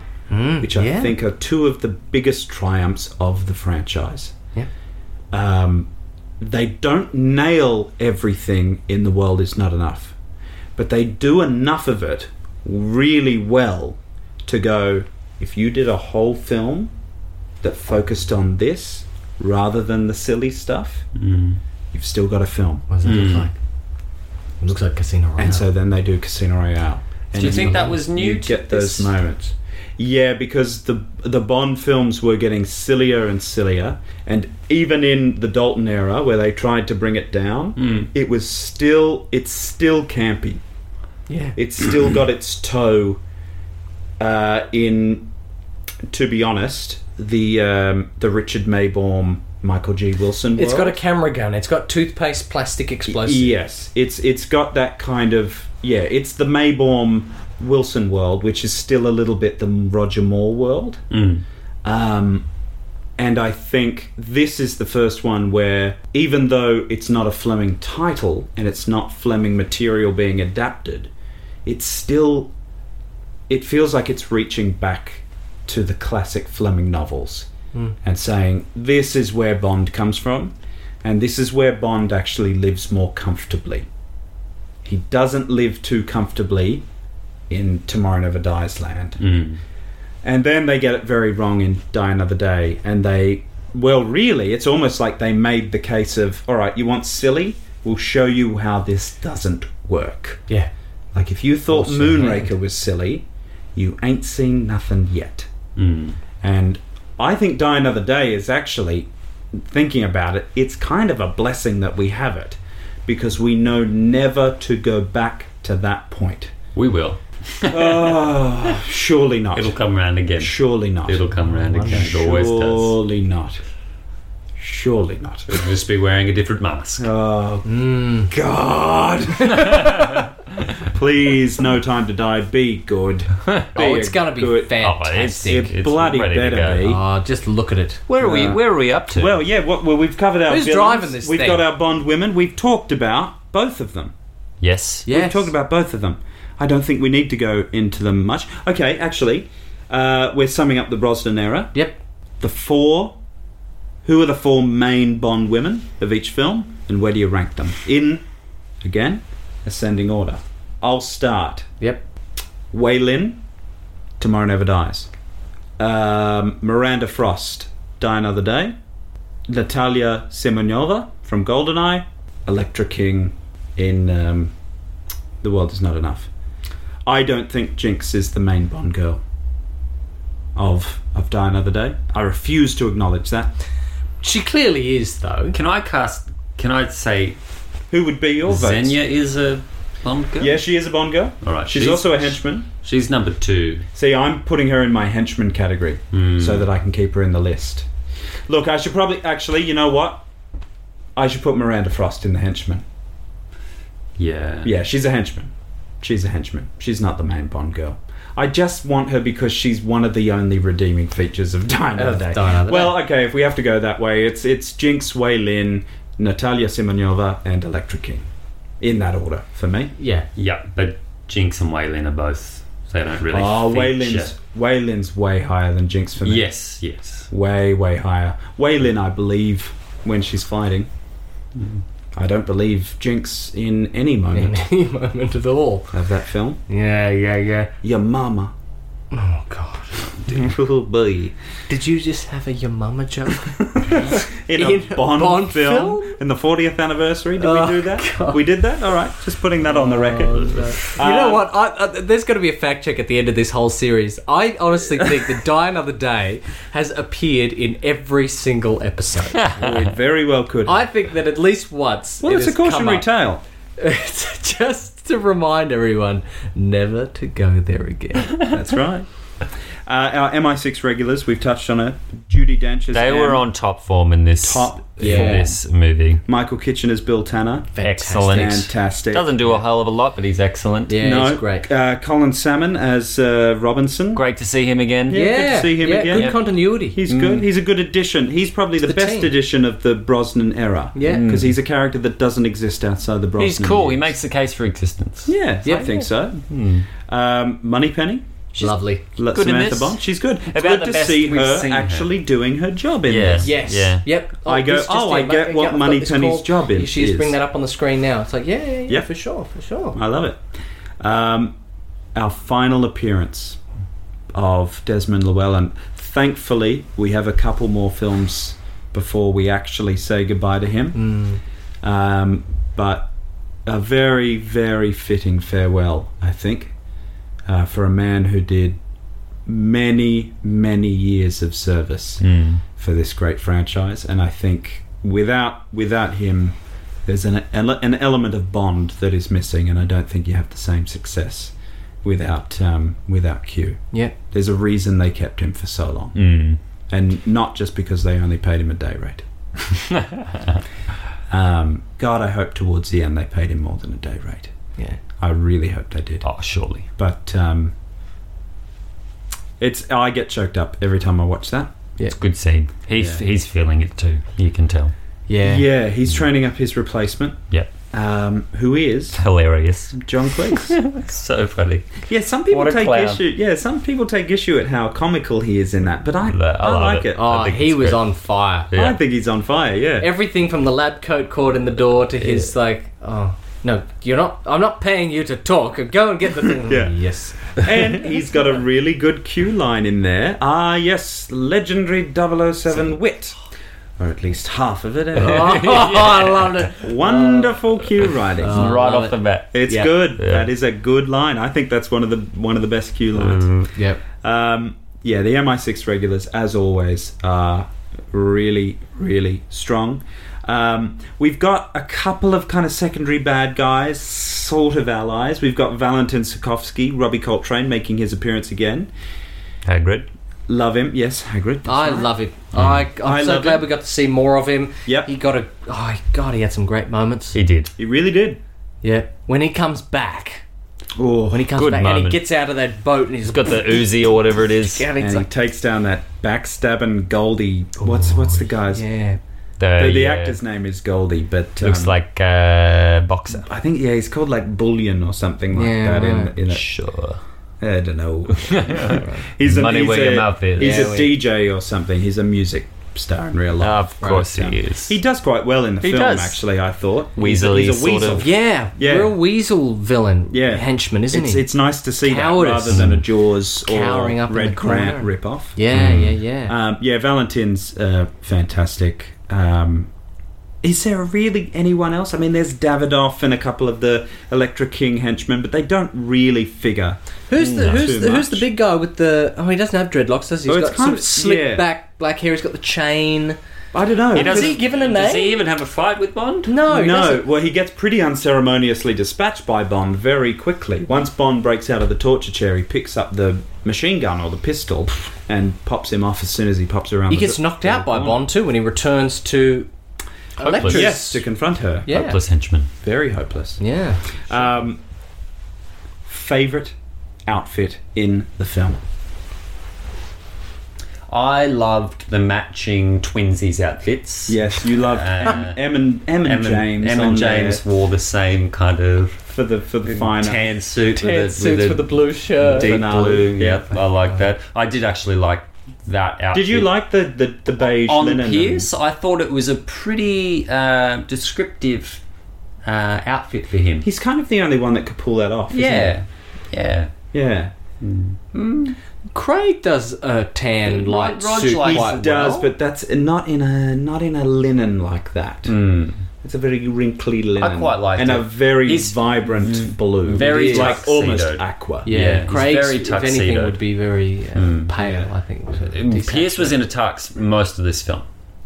S3: which I
S1: Mm. yeah.
S3: think are two of the biggest triumphs of the franchise.
S1: Yeah.
S3: Um, they don't nail everything in the world is not enough, but they do enough of it really well to go. If you did a whole film that focused on this rather than the silly stuff,
S2: Mm.
S3: you've still got a film.
S1: What does that look like? It looks like Casino Royale.
S3: Hmm. And so then they do Casino Royale. And
S2: Do you think
S3: you-
S2: that was new?
S3: you
S2: to
S3: get those
S2: this?
S3: moments? Yeah, because the the Bond films were getting sillier and sillier, and even in the Dalton era, where they tried to bring it down,
S2: Mm.
S3: it was still it's still campy.
S1: yeah.
S3: It's still got its toe uh, in. To be honest, the um, the Richard Maybaum, Michael G. Wilson.
S1: It's got
S3: world.
S1: a camera gun. It's got toothpaste, plastic explosive.
S3: Yes, it's it's got that kind of yeah. It's the Maybaum Wilson world, which is still a little bit the Roger Moore world.
S2: Mm.
S3: Um, and I think this is the first one where, even though it's not a Fleming title and it's not Fleming material being adapted, it's still it feels like it's reaching back to the classic Fleming novels and saying this is where Bond comes from and this is where Bond actually lives more comfortably. He doesn't live too comfortably in Tomorrow Never Dies Land.
S2: Mm.
S3: And then they get it very wrong in Die Another Day and they well really it's almost like they made the case of all right you want silly we'll show you how this doesn't work.
S1: Yeah.
S3: Like if you thought Moonraker was silly, you ain't seen nothing yet.
S2: Mm.
S3: And I think Die Another Day is actually thinking about it. It's kind of a blessing that we have it because we know never to go back to that point.
S2: We will.
S3: Oh, surely not.
S2: It'll come round again.
S3: surely not.
S2: It'll come round again. It always does.
S3: surely not. Surely not.
S2: It'll just be wearing a different mask.
S3: Oh
S1: Hmm.
S3: God! Please, no time to die. Be good.
S1: Oh, it's gonna be
S3: good-
S1: fantastic.
S3: It bloody
S2: ready to
S3: better
S2: go.
S3: be.
S1: Oh, just look at it.
S2: Where are we? Where are we up to?
S3: Well, yeah. What, well, we've covered our.
S1: Who's
S3: villains.
S1: driving this
S3: We've
S1: thing?
S3: got our Bond women. We've talked about both of them.
S2: yes.
S1: Yeah.
S3: We've talked about both of them. I don't think we need to go into them much. Okay, actually, uh, we're summing up the Brosnan era.
S1: Yep.
S3: The four. Who are the four main Bond women of each film, and where do you rank them in? Again, ascending order. I'll start.
S1: Yep.
S3: Wei Lin, Tomorrow Never Dies. Um, Miranda Frost, Die Another Day. Natalia Simonova from Goldeneye. Electra King in um, The World Is Not Enough. I don't think Jinx is the main Bond girl of of Die Another Day. I refuse to acknowledge that.
S1: She clearly is though.
S2: Can I cast? Can I say
S3: Who would be your vote?
S2: Xenia is a Bond girl?
S3: Yeah, she is a Bond girl.
S2: All right.
S3: She's also a henchman.
S2: She's number two.
S3: See, I'm putting her in my henchman category so that I can keep her in the list. Look, I should probably actually, you know what? I should put Miranda Frost in the henchman.
S2: Yeah.
S3: Yeah, she's a henchman. She's a henchman. She's not the main Bond girl. I just want her because she's one of the only redeeming features of Die Another
S1: Of
S3: Day.
S1: Die Another
S3: well, okay, if we have to go that way, it's it's Jinx, Wei Lin, Natalia Simonova, and Electra King. In that order for me.
S1: Yeah.
S2: Yeah, but Jinx and Waylin are both. They don't really.
S3: oh, Wei
S2: feature.
S3: Lin's, Wei Lin's way higher than Jinx for me.
S2: Yes, yes.
S3: way way higher waylin i believe when she's fighting i don't believe jinx in any
S1: In
S3: moment
S1: any moment at all.
S3: of that film
S1: Yeah, yeah, yeah.
S3: your mama
S1: Oh god.
S3: will be
S1: Did you just have a your mama joke? In
S3: in, a
S1: a
S3: bond,
S1: Bond
S3: film,
S1: film?
S3: in the 40th anniversary did
S1: Oh,
S3: we do that we did that all right just putting that on the record
S1: You know
S3: Um,
S1: what? I, uh, there's going to be a fact check at the end of this whole series. I honestly think that Die Another Day has appeared in every single episode.
S3: we very well could
S1: I think that at least once.
S3: well
S1: it
S3: it's a
S1: has come
S3: cautionary
S1: up.
S3: tale
S1: It's just to remind everyone never to go there again.
S3: that's right Uh, our MI6 regulars, we've touched on it. Judy Dench as
S2: They
S3: M,
S2: were on top form in this
S3: Top
S2: in
S1: form.
S2: this movie.
S3: Michael Kitchen as Bill Tanner.
S2: Excellent.
S3: Fantastic.
S2: Doesn't do a hell of a lot, but he's excellent.
S1: Yeah,
S3: no,
S1: he's great.
S3: Uh, Colin Salmon as uh, Robinson.
S2: Great to see him again.
S3: Yeah, good to see him
S1: yeah,
S3: again.
S1: Good
S3: Yeah.
S1: continuity.
S3: He's
S2: Mm.
S3: good. He's a good addition. He's probably the,
S1: the
S3: best
S1: team.
S3: addition of the Brosnan era.
S1: Yeah. Mm.
S3: because he's a character that doesn't exist outside the Brosnan.
S2: He's cool. He
S3: years.
S2: makes the case for existence.
S3: Yeah,
S1: Yep.
S3: I think so. Um, Moneypenny,
S1: Lovely.
S3: L-
S2: Good in
S3: Samantha
S2: this.
S3: Bond. She's good. It's
S2: About
S3: good
S2: the
S3: to
S2: best
S3: see
S2: we've
S3: her
S2: seen her.
S3: actually doing her job in
S2: Yes.
S3: this.
S1: Yes.
S2: Yeah.
S1: Yep.
S3: I go,
S1: this just
S3: "Oh, I
S1: in,
S3: get
S1: mate.
S3: what
S1: I've got
S3: Money
S1: this
S3: Penny's
S1: called-
S3: job is-
S1: She's
S3: is.
S1: bringing that up on the screen now. It's like, yeah, yeah, yeah,
S3: Yep.
S1: for sure, for sure.
S3: I love it. Um, our final appearance of Desmond Llewellyn. Thankfully, we have a couple more films before we actually say goodbye to
S1: Mm.
S3: him. Um, but a very, very fitting farewell, I think, uh, for a man who did many, many years of
S2: Hmm.
S3: service
S2: Mm,
S3: for this great franchise. And I think without without him, there's an ele- an element of Bond that is missing, and I don't think you have the same success without um, without Q.
S1: Yep.
S3: There's a reason they kept him for so long,
S2: Mm.
S3: and not just because they only paid him a day rate. um, God, I hope towards the end they paid him more than a day rate.
S1: Yeah.
S3: I really hope they did
S2: Oh, surely.
S3: but um, it's I get choked up every time I watch that.
S2: It's a good scene. He
S3: Yeah.
S2: he's feeling it too. You can tell.
S1: Yeah.
S3: Yeah, he's training up his replacement.
S2: Yep.
S3: Um, who is
S2: Hilarious.
S3: John Cleese?
S2: so funny.
S3: yeah, some people
S2: What a
S3: take
S2: clown.
S3: issue. Yeah, some people take issue at how comical he is in that, but I,
S2: I love
S3: I, like it.
S2: it.
S1: Oh,
S2: I think
S1: he
S2: it's
S1: was
S2: great.
S1: on fire.
S2: Yeah.
S3: I think he's on fire. Yeah,
S1: Everything from the lab coat caught in the door to his like, oh no, you're not. I'm not paying you to talk. Go and get the thing.
S3: Yeah.
S1: Yes.
S3: and he's got a really good cue line in there. Ah, yes, legendary 007 wit, or at least half of it.
S1: Oh,
S3: anyway.
S1: I loved it.
S3: Wonderful cue writing.
S1: love
S2: right off
S1: it.
S2: the bat.
S3: It's
S1: Yeah.
S3: good.
S2: uh, Yeah.
S3: That is a good line. I think that's one of the one of the best cue lines.
S2: Mm.
S1: Yep.
S3: Um, yeah, the MI6 regulars, as always, are really, really strong. Um, we've got a couple of kind of secondary bad guys, sort of allies. We've got Valentin Sokovsky, Robbie Coltrane making his appearance again.
S2: Hagrid.
S3: Love him, yes, Hagrid.
S1: I love him. I, I'm
S3: I
S1: so
S3: love
S1: glad
S3: him.
S1: we got to see more of him.
S3: Yep.
S1: He got a. Oh God, he had some great moments.
S2: He did.
S3: He really did.
S1: Yeah. When he comes back,
S3: Oh,
S1: when he comes
S2: Good
S1: back, and
S2: moment.
S1: he gets out of that boat, and he's
S2: He's got the Uzi or whatever it is.
S1: And
S3: and
S1: it's
S3: he
S1: like,
S3: takes down that backstabbing Goldie. What's what's the guy's?
S1: yeah.
S2: The,
S3: The, the
S2: yeah,
S3: actor's name is Goldie, but
S2: looks
S3: um,
S2: like a boxer.
S3: I think yeah, he's called like Bullion or something like
S1: Yeah,
S3: that
S1: right.
S3: in, in it.
S2: Sure.
S3: I don't know. he's
S2: Money
S3: he's
S2: where your
S3: a,
S2: mouth is.
S3: He's
S1: Yeah,
S3: a
S1: we-
S3: DJ or something. He's a music star in real life.
S2: Of course
S3: Right,
S2: he
S3: yeah.
S2: is.
S3: He does quite well in the
S2: He
S3: film,
S2: does.
S3: actually. I thought
S2: Weaselly
S3: He's a, he's a
S2: sort
S3: weasel.
S2: of.
S1: Yeah.
S3: Yeah.
S1: Real weasel villain.
S3: Yeah.
S1: Henchman, isn't
S3: It's,
S1: he?
S3: it's nice to see
S1: Cowardice.
S3: that rather than a Jaws
S1: Cowering
S3: or
S1: up in the
S3: Red
S1: corner.
S3: Grant ripoff.
S1: yeah, yeah, yeah.
S3: Um, yeah, Valentin's uh, fantastic. Um, is there really anyone else? I mean, there's Davidoff and a couple of the Electra King henchmen, but they don't really figure.
S1: Who's the
S3: Not
S1: who's
S3: hmm. too
S1: the, who's the
S3: much.
S1: big guy with the? Oh, he doesn't have dreadlocks, does he?
S3: Oh,
S1: He's got
S3: it's kind
S1: sort
S3: of-
S1: of slicked
S3: yeah.
S1: back black hair. He's got the chain.
S3: I don't know.
S1: Does he given a
S2: Does
S1: name?
S2: he even have a fight with Bond?
S1: No, he
S3: No,
S1: doesn't.
S3: well, he gets pretty unceremoniously dispatched by Bond very quickly. Once Bond breaks out of the torture chair, he picks up the machine gun or the pistol and pops him off as soon as he pops around.
S1: He
S3: the-
S1: gets knocked out by
S3: Bond.
S1: Bond too when he returns to Electra's.
S3: Yes, to confront her.
S1: Yeah.
S2: Hopeless henchman.
S3: Very hopeless.
S1: Yeah.
S3: Um, favorite outfit in the film?
S2: I loved the matching twinsies outfits.
S3: Yes, you loved
S2: Uh,
S3: Em and Em and
S2: Em
S3: James.
S2: Em
S3: on
S2: and James
S3: there
S2: wore the same kind of
S3: for the for the finer.
S2: tan suit
S1: Tan
S2: with,
S1: suits
S2: a,
S1: with the blue shirt.
S2: deep
S3: Finale.
S2: blue.
S3: Yeah.
S2: Yeah, I like that. I did actually like that outfit.
S3: Did you like the the, the beige
S2: on
S3: linen? and-
S2: Pierce? I thought it was a pretty uh, descriptive uh, outfit for him.
S3: He's kind of the only one that could pull that off. isn't
S2: yeah, yeah.
S3: he? yeah.
S1: Craig does a tan light
S2: Rog
S1: suit
S2: likes-
S1: quite
S3: He does,
S1: well.
S3: but that's not in a not in a linen like that. Mm. It's a very wrinkly linen.
S2: quite liked
S3: and a
S2: it.
S3: very
S2: He's
S3: vibrant blue.
S2: very
S3: It's like
S2: tuxedoed.
S3: almost aqua.
S1: yeah,
S2: Yeah, he's
S1: Craig's
S2: very
S1: if anything
S2: tuxedoed.
S1: would be very uh, pale. I think.
S2: Pierce was in a tux most of this film.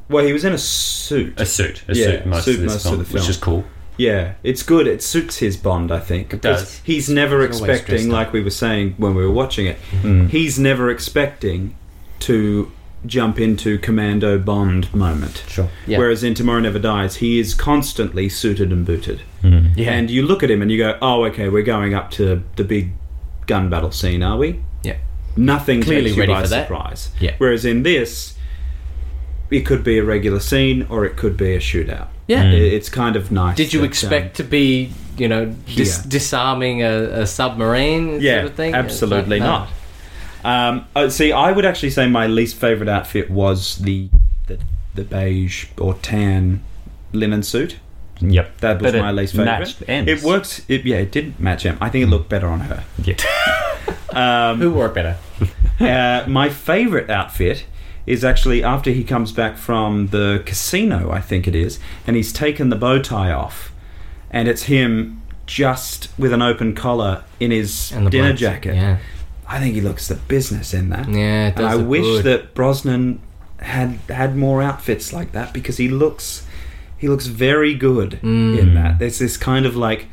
S3: Well, he was in a suit.
S2: A suit, a
S3: Yeah,
S2: suit most
S3: suit
S2: of this
S3: most of
S2: film,
S3: the film.
S2: which is cool.
S3: Yeah, it's good. It suits his Bond, I think. It
S5: does.
S3: He's never
S1: He's always Mm.
S3: expecting,
S1: dressed
S3: like we were saying when we were watching it, he's never expecting to jump into Commando Bond moment.
S5: Sure.
S1: Yeah.
S3: Whereas in Tomorrow Never Dies, he is constantly suited and booted.
S5: Mm.
S3: And you look at him and you go, oh, okay, we're going up to the big gun battle scene, are we?
S1: Yeah.
S3: Nothing
S1: Clearly
S3: takes you
S1: ready
S3: by
S1: for that.
S3: surprise.
S1: Yeah.
S3: Whereas in this, it could be a regular scene or it could be a shootout.
S1: Yeah.
S3: I- It's kind of nice.
S1: Did you
S3: that, um,
S1: expect to be, you know, dis-
S3: Here.
S1: disarming a, a submarine
S3: Yeah,
S1: sort of thing?
S3: absolutely
S1: It's
S3: not. Um, oh, see, I would actually say my least favorite outfit was the the, the beige or tan linen suit.
S5: Yep.
S3: That was
S5: But it
S3: my least favorite.
S5: matched M's.
S3: It works. It, yeah, it did match him. I
S1: Hmm.
S3: think it looked better on her. Um,
S5: Yeah.
S1: Who wore it better?
S3: Uh, my favorite outfit is actually after he comes back from the casino, I think it is, and he's taken the bow tie off, and it's him just with an open collar in his
S1: And the
S3: dinner
S1: blacks.
S3: jacket.
S1: Yeah.
S3: I think he looks the business in that.
S1: Yeah, it does
S3: and I
S1: look
S3: wish
S1: good.
S3: that Brosnan had had more outfits like that because he looks he looks very good
S1: Mm.
S3: in that. There's this kind of like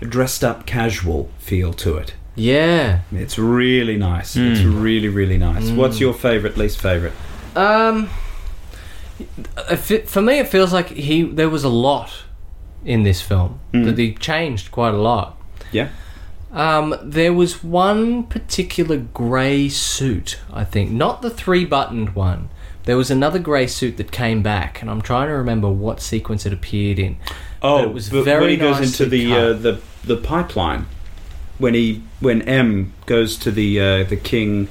S3: dressed up casual feel to it.
S1: Yeah.
S3: It's really nice. It's
S1: Mm.
S3: really really nice. What's your favorite least favorite?
S1: Um, if it- for me, it feels like he there was a lot in this film
S3: Hmm.
S1: that he changed quite a lot.
S3: Yeah.
S1: Um, there was one particular grey suit, I think, not the three buttoned one. There was another grey suit that came back, and I'm trying to remember what sequence it appeared in.
S3: Oh,
S1: it was
S3: but when
S1: very
S3: he goes into
S1: nicely
S3: the
S1: cut.
S3: uh, the the pipeline when he when M goes to the uh, the king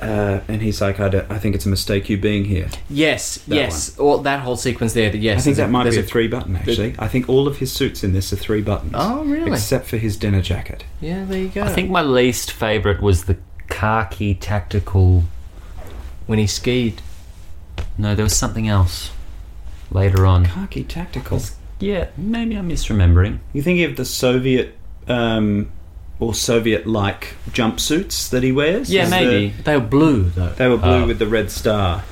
S3: uh, and he's like, I, don't, I think it's a mistake you being here.
S1: Yes,
S3: That
S1: yes, or that whole sequence there. that- Yes,
S3: I think
S1: there's
S3: that might
S1: there's
S3: be a three button actually. I think all of his suits in this are three buttons.
S1: Oh, really?
S3: Except for his dinner jacket.
S1: Yeah, there you go.
S2: I think my least favorite was the khaki tactical.
S1: when he skied.
S2: No, there was something else later on.
S3: Khaki tactical.
S2: Yeah, maybe I'm misremembering.
S3: You thinking of the Soviet um, or Soviet like jumpsuits that he wears?
S2: Yeah,
S3: Is the-
S2: maybe.
S1: They were blue though.
S3: they were blue with the red star.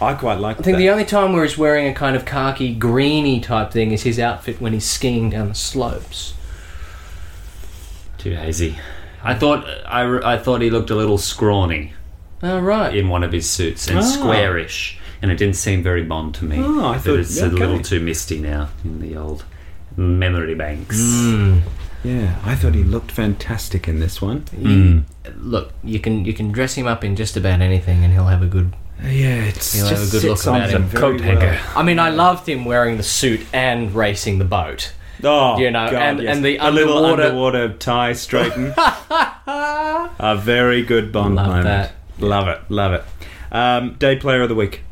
S3: I quite like
S1: I think
S3: that.
S1: the only time where he's wearing a kind of khaki greeny type thing is his outfit when he's skiing down the slopes.
S2: Too hazy. I thought I, re- I thought he looked a little scrawny
S1: Oh right.
S2: in one of his suits and
S3: Ah.
S2: squarish, and it didn't seem very Bond to me.
S3: Oh, I
S2: But
S3: thought-
S2: it's a
S3: okay.
S2: little too misty now in the old memory banks.
S3: yeah, I thought he looked fantastic in this one.
S1: Look, you can you can dress him up in just about anything and he'll have a good.
S3: Yeah, it's
S1: He'll have
S3: just
S1: a good look
S3: sits on
S1: about him.
S3: very
S2: Coat
S3: well.
S2: hanger.
S1: I mean, I loved him wearing the suit and racing the boat.
S3: Oh,
S1: You know,
S3: God,
S1: and-
S3: yes.
S1: and the
S3: A little
S1: underwater-
S3: underwater tie straighten. a very good Bond
S1: Love
S3: moment.
S1: that.
S3: Love it, love it. Um, day player of the week.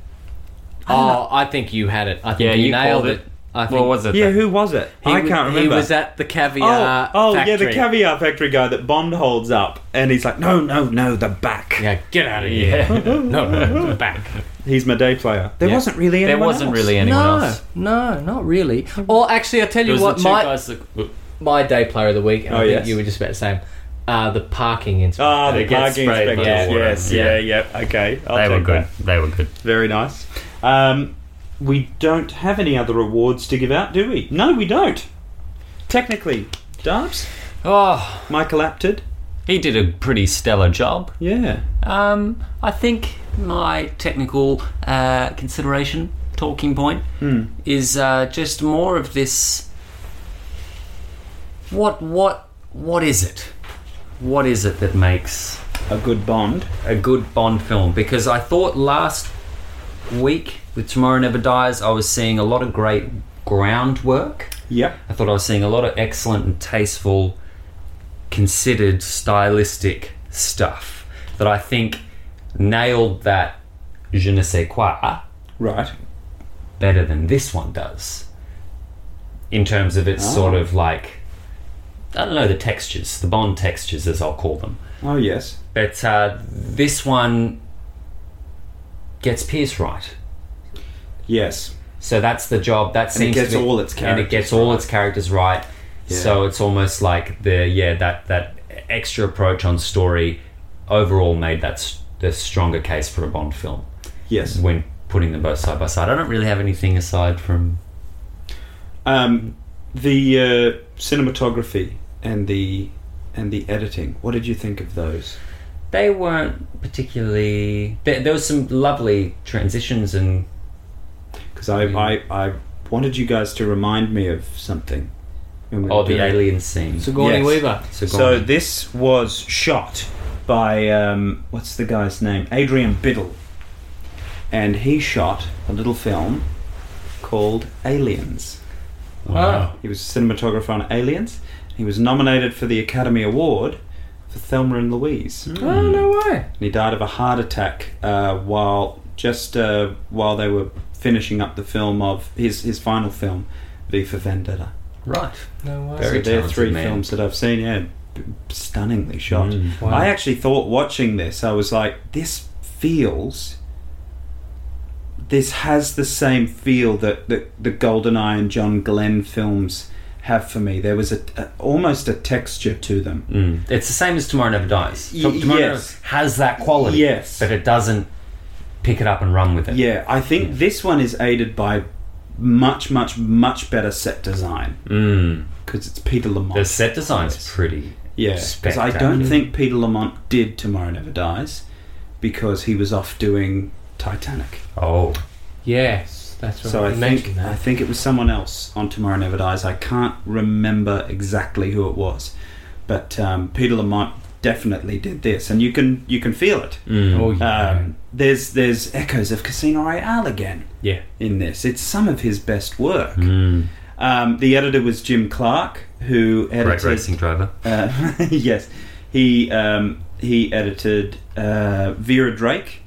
S1: Oh, I think you had it. I think
S2: Yeah,
S1: you,
S2: you
S1: nailed
S2: called
S1: it.
S2: it.
S1: I think
S2: What was it?
S3: Yeah,
S2: then?
S3: who was it?
S1: he
S3: I
S1: was-
S3: can't remember.
S1: He was at the caviar.
S3: oh, oh
S1: factory.
S3: yeah, the caviar factory guy that Bond holds up, and he's like, no, no, no, the back.
S1: Yeah, get out of here. no, no, no, back.
S3: He's my day player. There
S2: Yeah.
S3: wasn't really
S2: there
S3: anyone
S2: wasn't
S3: else.
S2: really anyone
S1: No,
S2: else.
S1: no, not really. Or actually, I'll tell
S2: There
S1: you
S2: was
S1: what,
S2: the two
S1: my,
S2: guys that
S1: my day player of the week, and
S3: Oh,
S1: I think
S3: yes.
S1: you were just about to say, uh, the parking inspector.
S3: Ah,
S2: They
S3: the
S2: get
S3: parking
S2: sprayed by
S3: inspectors.
S2: the water.
S3: Yes, yeah,
S2: Yeah.
S3: yeah. Okay, I'll
S2: they were
S3: take
S2: good.
S3: that.
S2: They were good.
S3: Very nice. Um, we don't have any other awards to give out, do we? No, we don't. Technically, Darbs,
S2: Oh,
S3: Michael Apted.
S2: he did a pretty stellar job.
S3: Yeah.
S2: Um, I think my technical uh, consideration talking point is uh, just more of this. What what what is it? What is it that makes
S3: A good Bond.
S2: a good Bond film? Because I thought last week with Tomorrow Never Dies, I was seeing a lot of great groundwork.
S3: Yep.
S2: I thought I was seeing a lot of excellent and tasteful, considered stylistic stuff that I think nailed that je ne sais quoi
S3: Right.
S2: better than this one does. In terms of
S3: Ah.
S2: its sort of like, I don't know, the textures, the Bond textures as I'll call them.
S3: Oh, yes.
S2: But uh, this one gets Pierce right.
S3: Yes.
S2: So that's the job. That seems
S3: gets
S2: to be,
S3: all its
S2: and
S3: characters
S2: it gets all its characters right. So it's almost like the yeah that that extra approach on story overall made that s the stronger case for a Bond film
S3: Yes.
S2: when putting them both side by side. I don't really have anything aside from
S3: Um, the uh, cinematography and the and the editing. What did you think of those?
S2: they weren't particularly. There, there was some lovely transitions and
S3: Because I,
S2: Mm.
S3: I I wanted you guys to remind me of something. when we were
S2: oh, the
S3: doing-
S2: alien scene.
S1: Sigourney
S3: Yes.
S1: Weaver.
S3: So this was shot by um, what's the guy's name? Adrian Biddle, and he shot a little film called Aliens.
S2: Wow.
S3: He was a cinematographer on Aliens. He was nominated for the Academy Award for Thelma and Louise,
S2: oh no
S1: Hmm.
S2: way!
S3: and he died of a heart attack uh, while just uh, while they were finishing up the film of his his final film, V for Vendetta.
S2: Right.
S1: No way.
S3: Very there are
S2: talented
S3: three
S2: man. Hmm.
S3: films that I've seen, yeah, b- stunningly shot.
S2: Mm.
S1: Wow.
S3: I actually thought watching this, I was like, this feels. This has the same feel that, that the GoldenEye and John Glenn films have for me. There was a, a almost a texture to them.
S2: Mm. It's the same as Tomorrow Never Dies.
S3: Y-
S2: Tom- Tomorrow Never
S3: yes.
S2: Dies has that quality,
S3: Yes.
S2: but it doesn't pick it up and run with it.
S3: Yeah, I think
S2: Mm.
S3: this one is aided by much, much, much better set design
S2: Mm.
S3: because it's Peter Lamont.
S2: The set design's
S3: Yes.
S2: pretty.
S3: Yeah, because I don't
S2: Spectacular.
S3: think Peter Lamont did Tomorrow Never Dies because he was off doing Titanic.
S2: Oh,
S1: Yes, that's right.
S3: So I
S1: You
S3: think
S1: mentioned that.
S3: I think it was someone else on Tomorrow Never Dies. I can't remember exactly who it was, but um, Peter Lamont definitely did this, and you can you can feel it.
S2: Mm.
S1: oh yeah.
S3: Um, there's there's echoes of Casino Royale again.
S2: Yeah.
S3: in this, it's some of his best work.
S1: Mm.
S2: Mm.
S3: Um, the editor was Jim Clark, who edited
S2: great racing driver.
S3: uh, yes, he um, he edited uh, Vera Drake,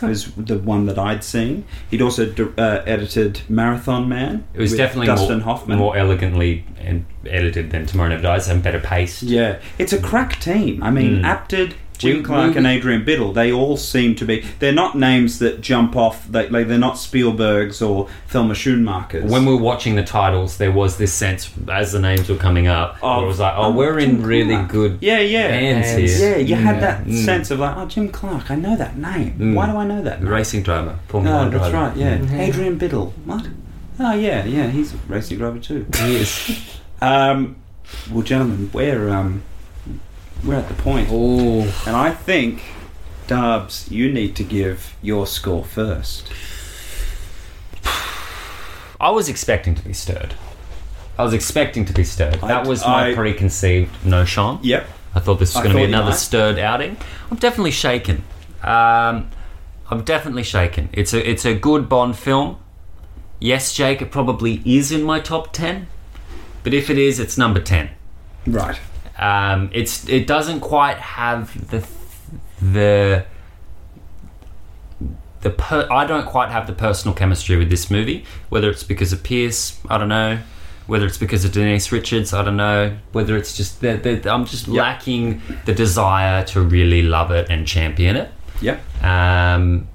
S3: was the one that I'd seen. He'd also di- uh, edited Marathon Man.
S2: It was
S3: with
S2: definitely
S3: Dustin
S2: more,
S3: Hoffman.
S2: more elegantly and edited than Tomorrow Never Dies and better paced.
S3: Yeah, it's a crack team. I mean,
S2: Mm.
S3: Apted. Jim
S2: We-
S3: Clark
S2: we-
S3: and Adrian Biddle, they all seem to be. They're not names that jump off. They, like, they're not Spielbergs or Thelma Schoonmakers.
S2: When we were watching the titles, there was this sense as the names were coming up,
S3: Oh,
S2: where it was like, oh,
S3: I'm
S2: we're in
S3: Jim
S2: really
S3: Clark.
S2: good
S3: yeah, yeah.
S2: hands
S1: Hands.
S2: here.
S3: yeah, you had that
S2: Mm.
S3: sense of like, oh, Jim Clark, I know that name.
S2: Mm.
S3: Why do I know that name?
S2: Racing driver, Formula
S3: No,
S2: One
S3: Ah, that's
S2: driver.
S3: Oh, right. Mm-hmm. Yeah,
S1: Mhm.
S3: Adrian Biddle. What? Oh yeah, yeah. He's a racing driver too.
S2: He is.
S3: Um, well, gentlemen, we're um, we're at the point,
S1: oh,
S3: and I think Dubs, you need to give your score first.
S2: I was expecting to be stirred. I was expecting to be stirred.
S3: I-
S2: that was my
S3: I-
S2: preconceived notion.
S3: Yep.
S2: I thought this
S3: I
S2: was going to be
S3: thought you
S2: another
S3: might.
S2: stirred outing. I'm definitely shaken. Um, I'm definitely shaken. It's a it's a good Bond film. Yes, Jake, it probably is in my top ten, but if it is, it's number ten.
S3: Right.
S2: Um, it's it doesn't quite have the the the per- I don't quite have the personal chemistry with this movie. Whether it's because of Pierce, I don't know. Whether it's because of Denise Richards, I don't know. Whether it's just that that I'm just lacking the desire to really love it and champion it.
S3: Yep.
S2: Um,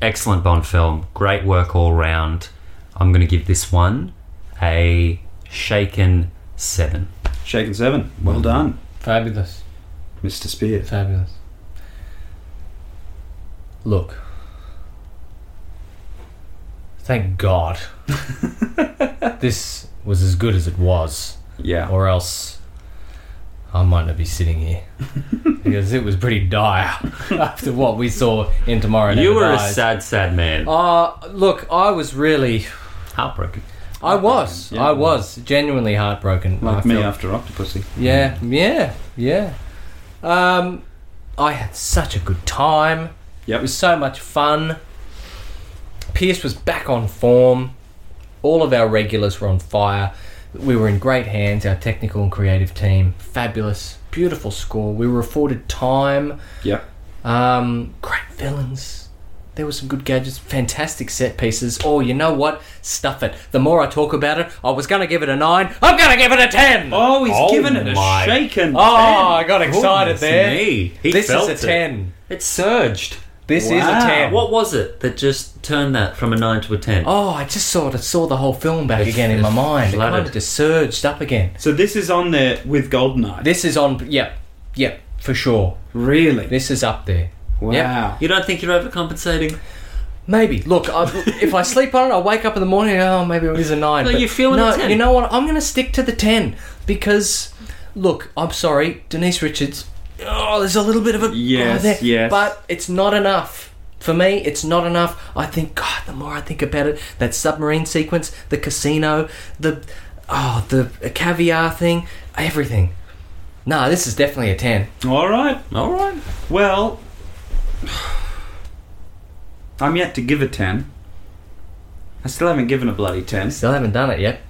S2: excellent Bond film. Great work all round. I'm going to give this one a shaken seven.
S3: Shaken seven. Well done,
S1: fabulous,
S3: Mr. Spears.
S1: fabulous. Look, thank God, this was as good as it was,
S3: Yeah.
S1: or else I might not be sitting here because it was pretty dire after what we saw in Tomorrow.
S2: You
S1: Never
S2: were a
S1: Dies.
S2: sad, sad man.
S1: Uh, look, I was really,
S2: Heartbroken.
S1: I was,
S3: yeah.
S1: I was genuinely heartbroken.
S3: Like
S1: I
S3: me
S1: felt-
S3: after Octopussy.
S1: Yeah, yeah, yeah. Um, I had such a good time.
S3: Yep.
S1: It was so much fun. Pierce was back on form. All of our regulars were on fire. We were in great hands, our technical and creative team. Fabulous. Beautiful score. We were afforded time.
S3: Yep.
S1: Um, great villains. There were some good gadgets, fantastic set pieces. Oh, you know what? Stuff it. The more I talk about it, I was going to give it a 9. I'm going to give it a 10.
S3: Oh, he's
S2: Oh
S3: giving it a
S2: my-
S3: shaken.
S1: Oh, I got excited
S2: Goodness
S1: there.
S2: me. He
S1: This
S2: felt
S1: is a 10.
S2: It, it surged.
S1: This is
S3: Wow.
S1: a 10.
S2: What was it that just turned that from a 9 to a 10?
S1: Oh, I just sort of saw the whole film back
S2: It-
S1: again in my
S2: it
S1: mind. It kind
S2: flooded.
S1: of just surged up again.
S3: So this is on there with Goldeneye.
S1: This is on. Yep, yep, for sure.
S3: really?
S1: This is up there.
S3: wow.
S1: yeah.
S2: You don't think you're overcompensating?
S1: Maybe. Look, I, if I sleep on it, I'll wake up in the morning. Oh, maybe it was a nine.
S5: No,
S1: but
S5: you're feeling
S1: no,
S5: a 10.
S1: You know what? I'm going to stick to the ten because, look, I'm sorry, Denise Richards. Oh, there's a little bit of a oh,
S3: Yes,
S1: there,
S3: yes.
S1: but it's not enough for me. It's not enough. I think God, the more I think about it, that submarine sequence, the casino, the oh, the caviar thing, everything. Nah, this is definitely a ten.
S3: All right.
S5: All right.
S3: Well, I'm yet to give a 10. I still haven't given a bloody 10.
S1: Still haven't done it yet.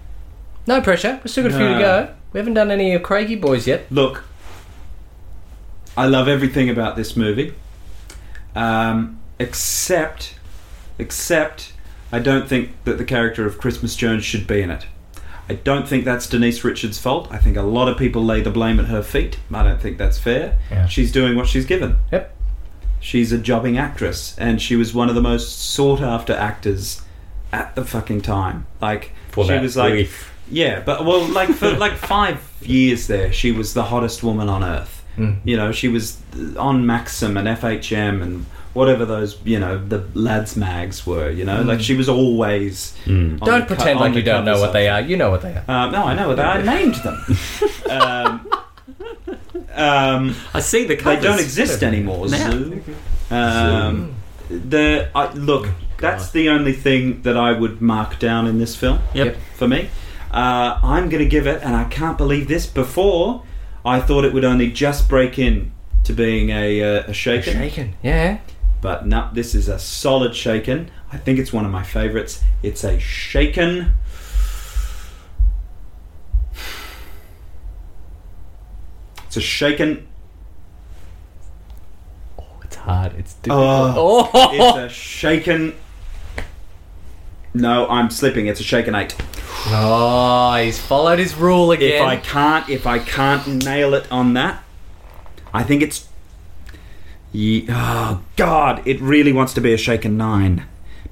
S1: No pressure. We've still got a few
S3: No.
S1: to go. We haven't done any of Craigie boys yet.
S3: Look, I love everything about this movie, um, except, except, I don't think that the character of Christmas Jones should be in it. I don't think that's Denise Richards' fault. I think a lot of people lay the blame at her feet. I don't think that's fair.
S1: Yeah.
S3: She's doing what she's given.
S1: Yep.
S3: She's a jobbing actress, and she was one of the most sought-after actors at the fucking time. Like
S5: For
S3: she
S5: that
S3: was like,
S5: brief-
S3: yeah, but well, like for like five years there, she was the hottest woman on earth.
S1: Mm.
S3: You know, she was on Maxim and FHM and whatever those you know the lads mags were. You know, like she was always.
S2: Hmm.
S5: Mm.
S3: on
S1: Mm. Don't
S3: the co-
S1: pretend
S3: on
S1: like
S3: the
S1: you don't know
S3: covers
S1: what
S3: of-
S1: they are. You know what they are.
S3: Uh, no, I know what they. are. I named them. um, um,
S5: I see the
S3: they
S5: covers.
S3: don't exist anymore.
S5: Now.
S3: Zoo. Um, the I, look, that's the only thing that I would mark down in this film
S5: Yep.
S3: for me. Uh, I'm going to give it, and I can't believe this. Before I thought it would only just break in to being a, uh, a shaken,
S1: Shaken. Yeah.
S3: but no, this is a solid shaken. I think it's one of my favourites. It's a shaken. It's a shaken.
S5: It's hard. It's
S3: Oh.
S1: Oh.
S3: It's a shaken. No, I'm slipping. It's a shaken eight.
S1: Oh, he's followed his rule again.
S3: If I can't, if I can't nail it on that, I think it's. Ye- oh God! It really wants to be a shaken nine,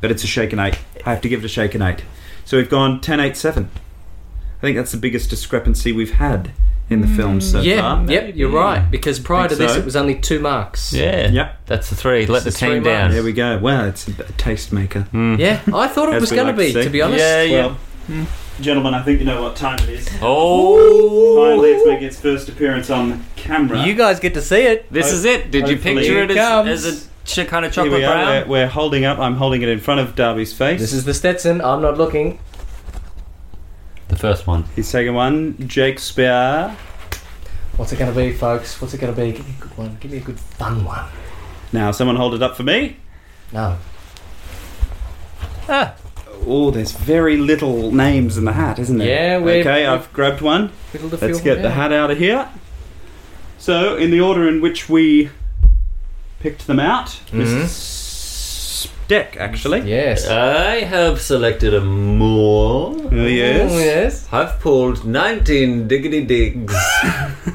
S3: but it's a shaken eight. I have to give it a shaken eight. So we've gone ten, eight, seven. I think that's the biggest discrepancy we've had in the film so
S1: Mm, yeah.
S3: far.
S1: Yep. You're right. Because prior to
S3: Think
S1: this,
S3: so.
S1: it was only two marks.
S5: yeah.
S3: Yep.
S5: That's the three. Let the
S1: It's the
S5: team
S1: three
S5: down.
S1: marks.
S3: There we go. Well, it's a, a tastemaker.
S1: Yeah. I thought it
S3: As
S1: was
S3: we
S1: going
S3: like
S1: to
S3: to
S1: be.
S3: see.
S1: To be honest.
S5: Yeah, yeah.
S3: Well, gentlemen, I think you know what time it is.
S5: Oh.
S3: Finally, it's making its first appearance on camera.
S1: You guys get to see it.
S5: This is it. Did you
S3: Hopefully.
S5: picture it
S1: Here it
S5: as,
S1: comes.
S5: as a ch- kind of
S3: Here
S5: chocolate
S3: we are.
S5: brown?
S3: We're, we're holding up. I'm holding it in front of Darby's face.
S1: This is the Stetson. I'm not looking.
S5: The first one.
S3: He's taking one. Shakespeare.
S1: What's it going to be, folks? What's it going to be? Give me a good one. Give me a good fun one.
S3: Now, someone hold it up for me.
S1: No.
S3: Oh, there's very little names in the hat, isn't there?
S1: Yeah, we-
S3: Okay, I've grabbed one.
S1: Fiddle the
S3: Let's
S1: film,
S3: get the
S1: yeah.
S3: hat out of here. So, in the order in which we picked them out, Mrs. Deck, actually.
S1: Yes.
S2: I have selected a more.
S3: Oh, yes.
S1: Oh, yes.
S2: I've pulled 19 diggity digs.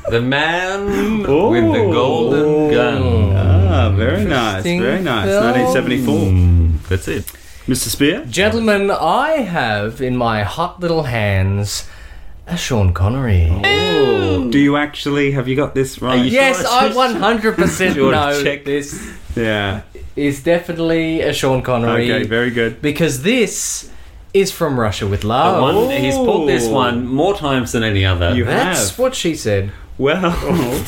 S2: the man
S3: Oh.
S2: with the golden gun.
S3: Ah, very nice.
S1: Interesting
S3: Very nice.
S1: film.
S3: 1974.
S2: Mm, that's it.
S3: Mr. Spear?
S1: Gentlemen, I have in my hot little hands a Sean Connery.
S3: Oh. Do you actually have you got this right?
S1: Yes, I 100%
S2: wanna
S1: know
S2: check?
S1: this
S3: Yeah.
S1: is definitely a Sean Connery
S3: Okay, very good.
S1: because this is from Russia with Love.
S2: One, he's pulled this
S3: Oh.
S2: one more times than any other.
S3: You
S1: That's
S3: have.
S1: what she said.
S3: Well,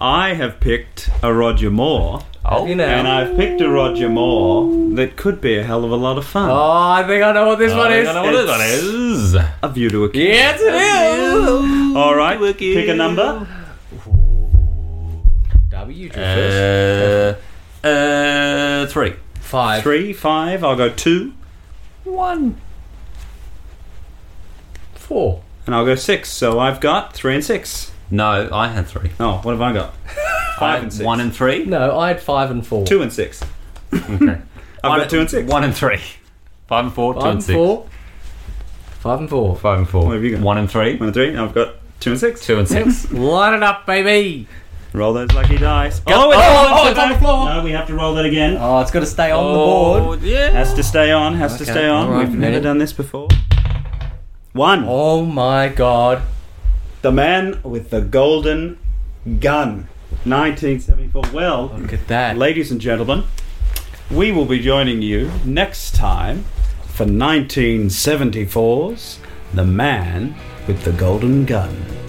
S3: I have picked a Roger Moore,
S2: Oh.
S1: You know.
S3: and I've picked a Roger Moore that could be a hell of a lot of fun.
S1: oh, I think I know what this one
S2: I
S1: is.
S2: don't know what this one is.
S3: A view to a kill.
S1: Yes, it is.
S3: All right, pick a number.
S1: Darby, you drew first.
S2: Uh, uh, three.
S1: Five.
S3: Three, five. I'll go two,
S2: One.
S1: Four.
S3: and I'll go six. So I've got three and six.
S2: No, I had three.
S3: Oh, what have I got? Five and six.
S2: One and three.
S1: No, I had five and four.
S3: two and six. I've
S2: One-
S3: got two and six.
S2: One and three. Five and four.
S1: Five
S2: two and,
S1: and
S2: six.
S1: four. Five and four.
S2: Five and four.
S3: What have you got?
S2: One and three.
S3: One and three. I've got two and six.
S2: Two and six.
S1: Line it up, baby.
S3: Roll those lucky dice. Oh,
S1: oh,
S3: on
S1: oh,
S3: the
S1: it's on the
S3: back.
S1: floor.
S3: No, we have to roll that again.
S1: Oh, it's got to stay on the board.
S2: Oh, yeah.
S3: Has to stay on. Has to
S1: Okay,
S3: stay on.
S1: all right,
S3: We've never
S1: mate.
S3: done this before. One.
S1: Oh my god.
S3: The man with the golden gun. 1974. Well,
S1: Look at that.
S3: ladies and gentlemen, We will be joining you next time for 1974's The Man with the Golden Gun.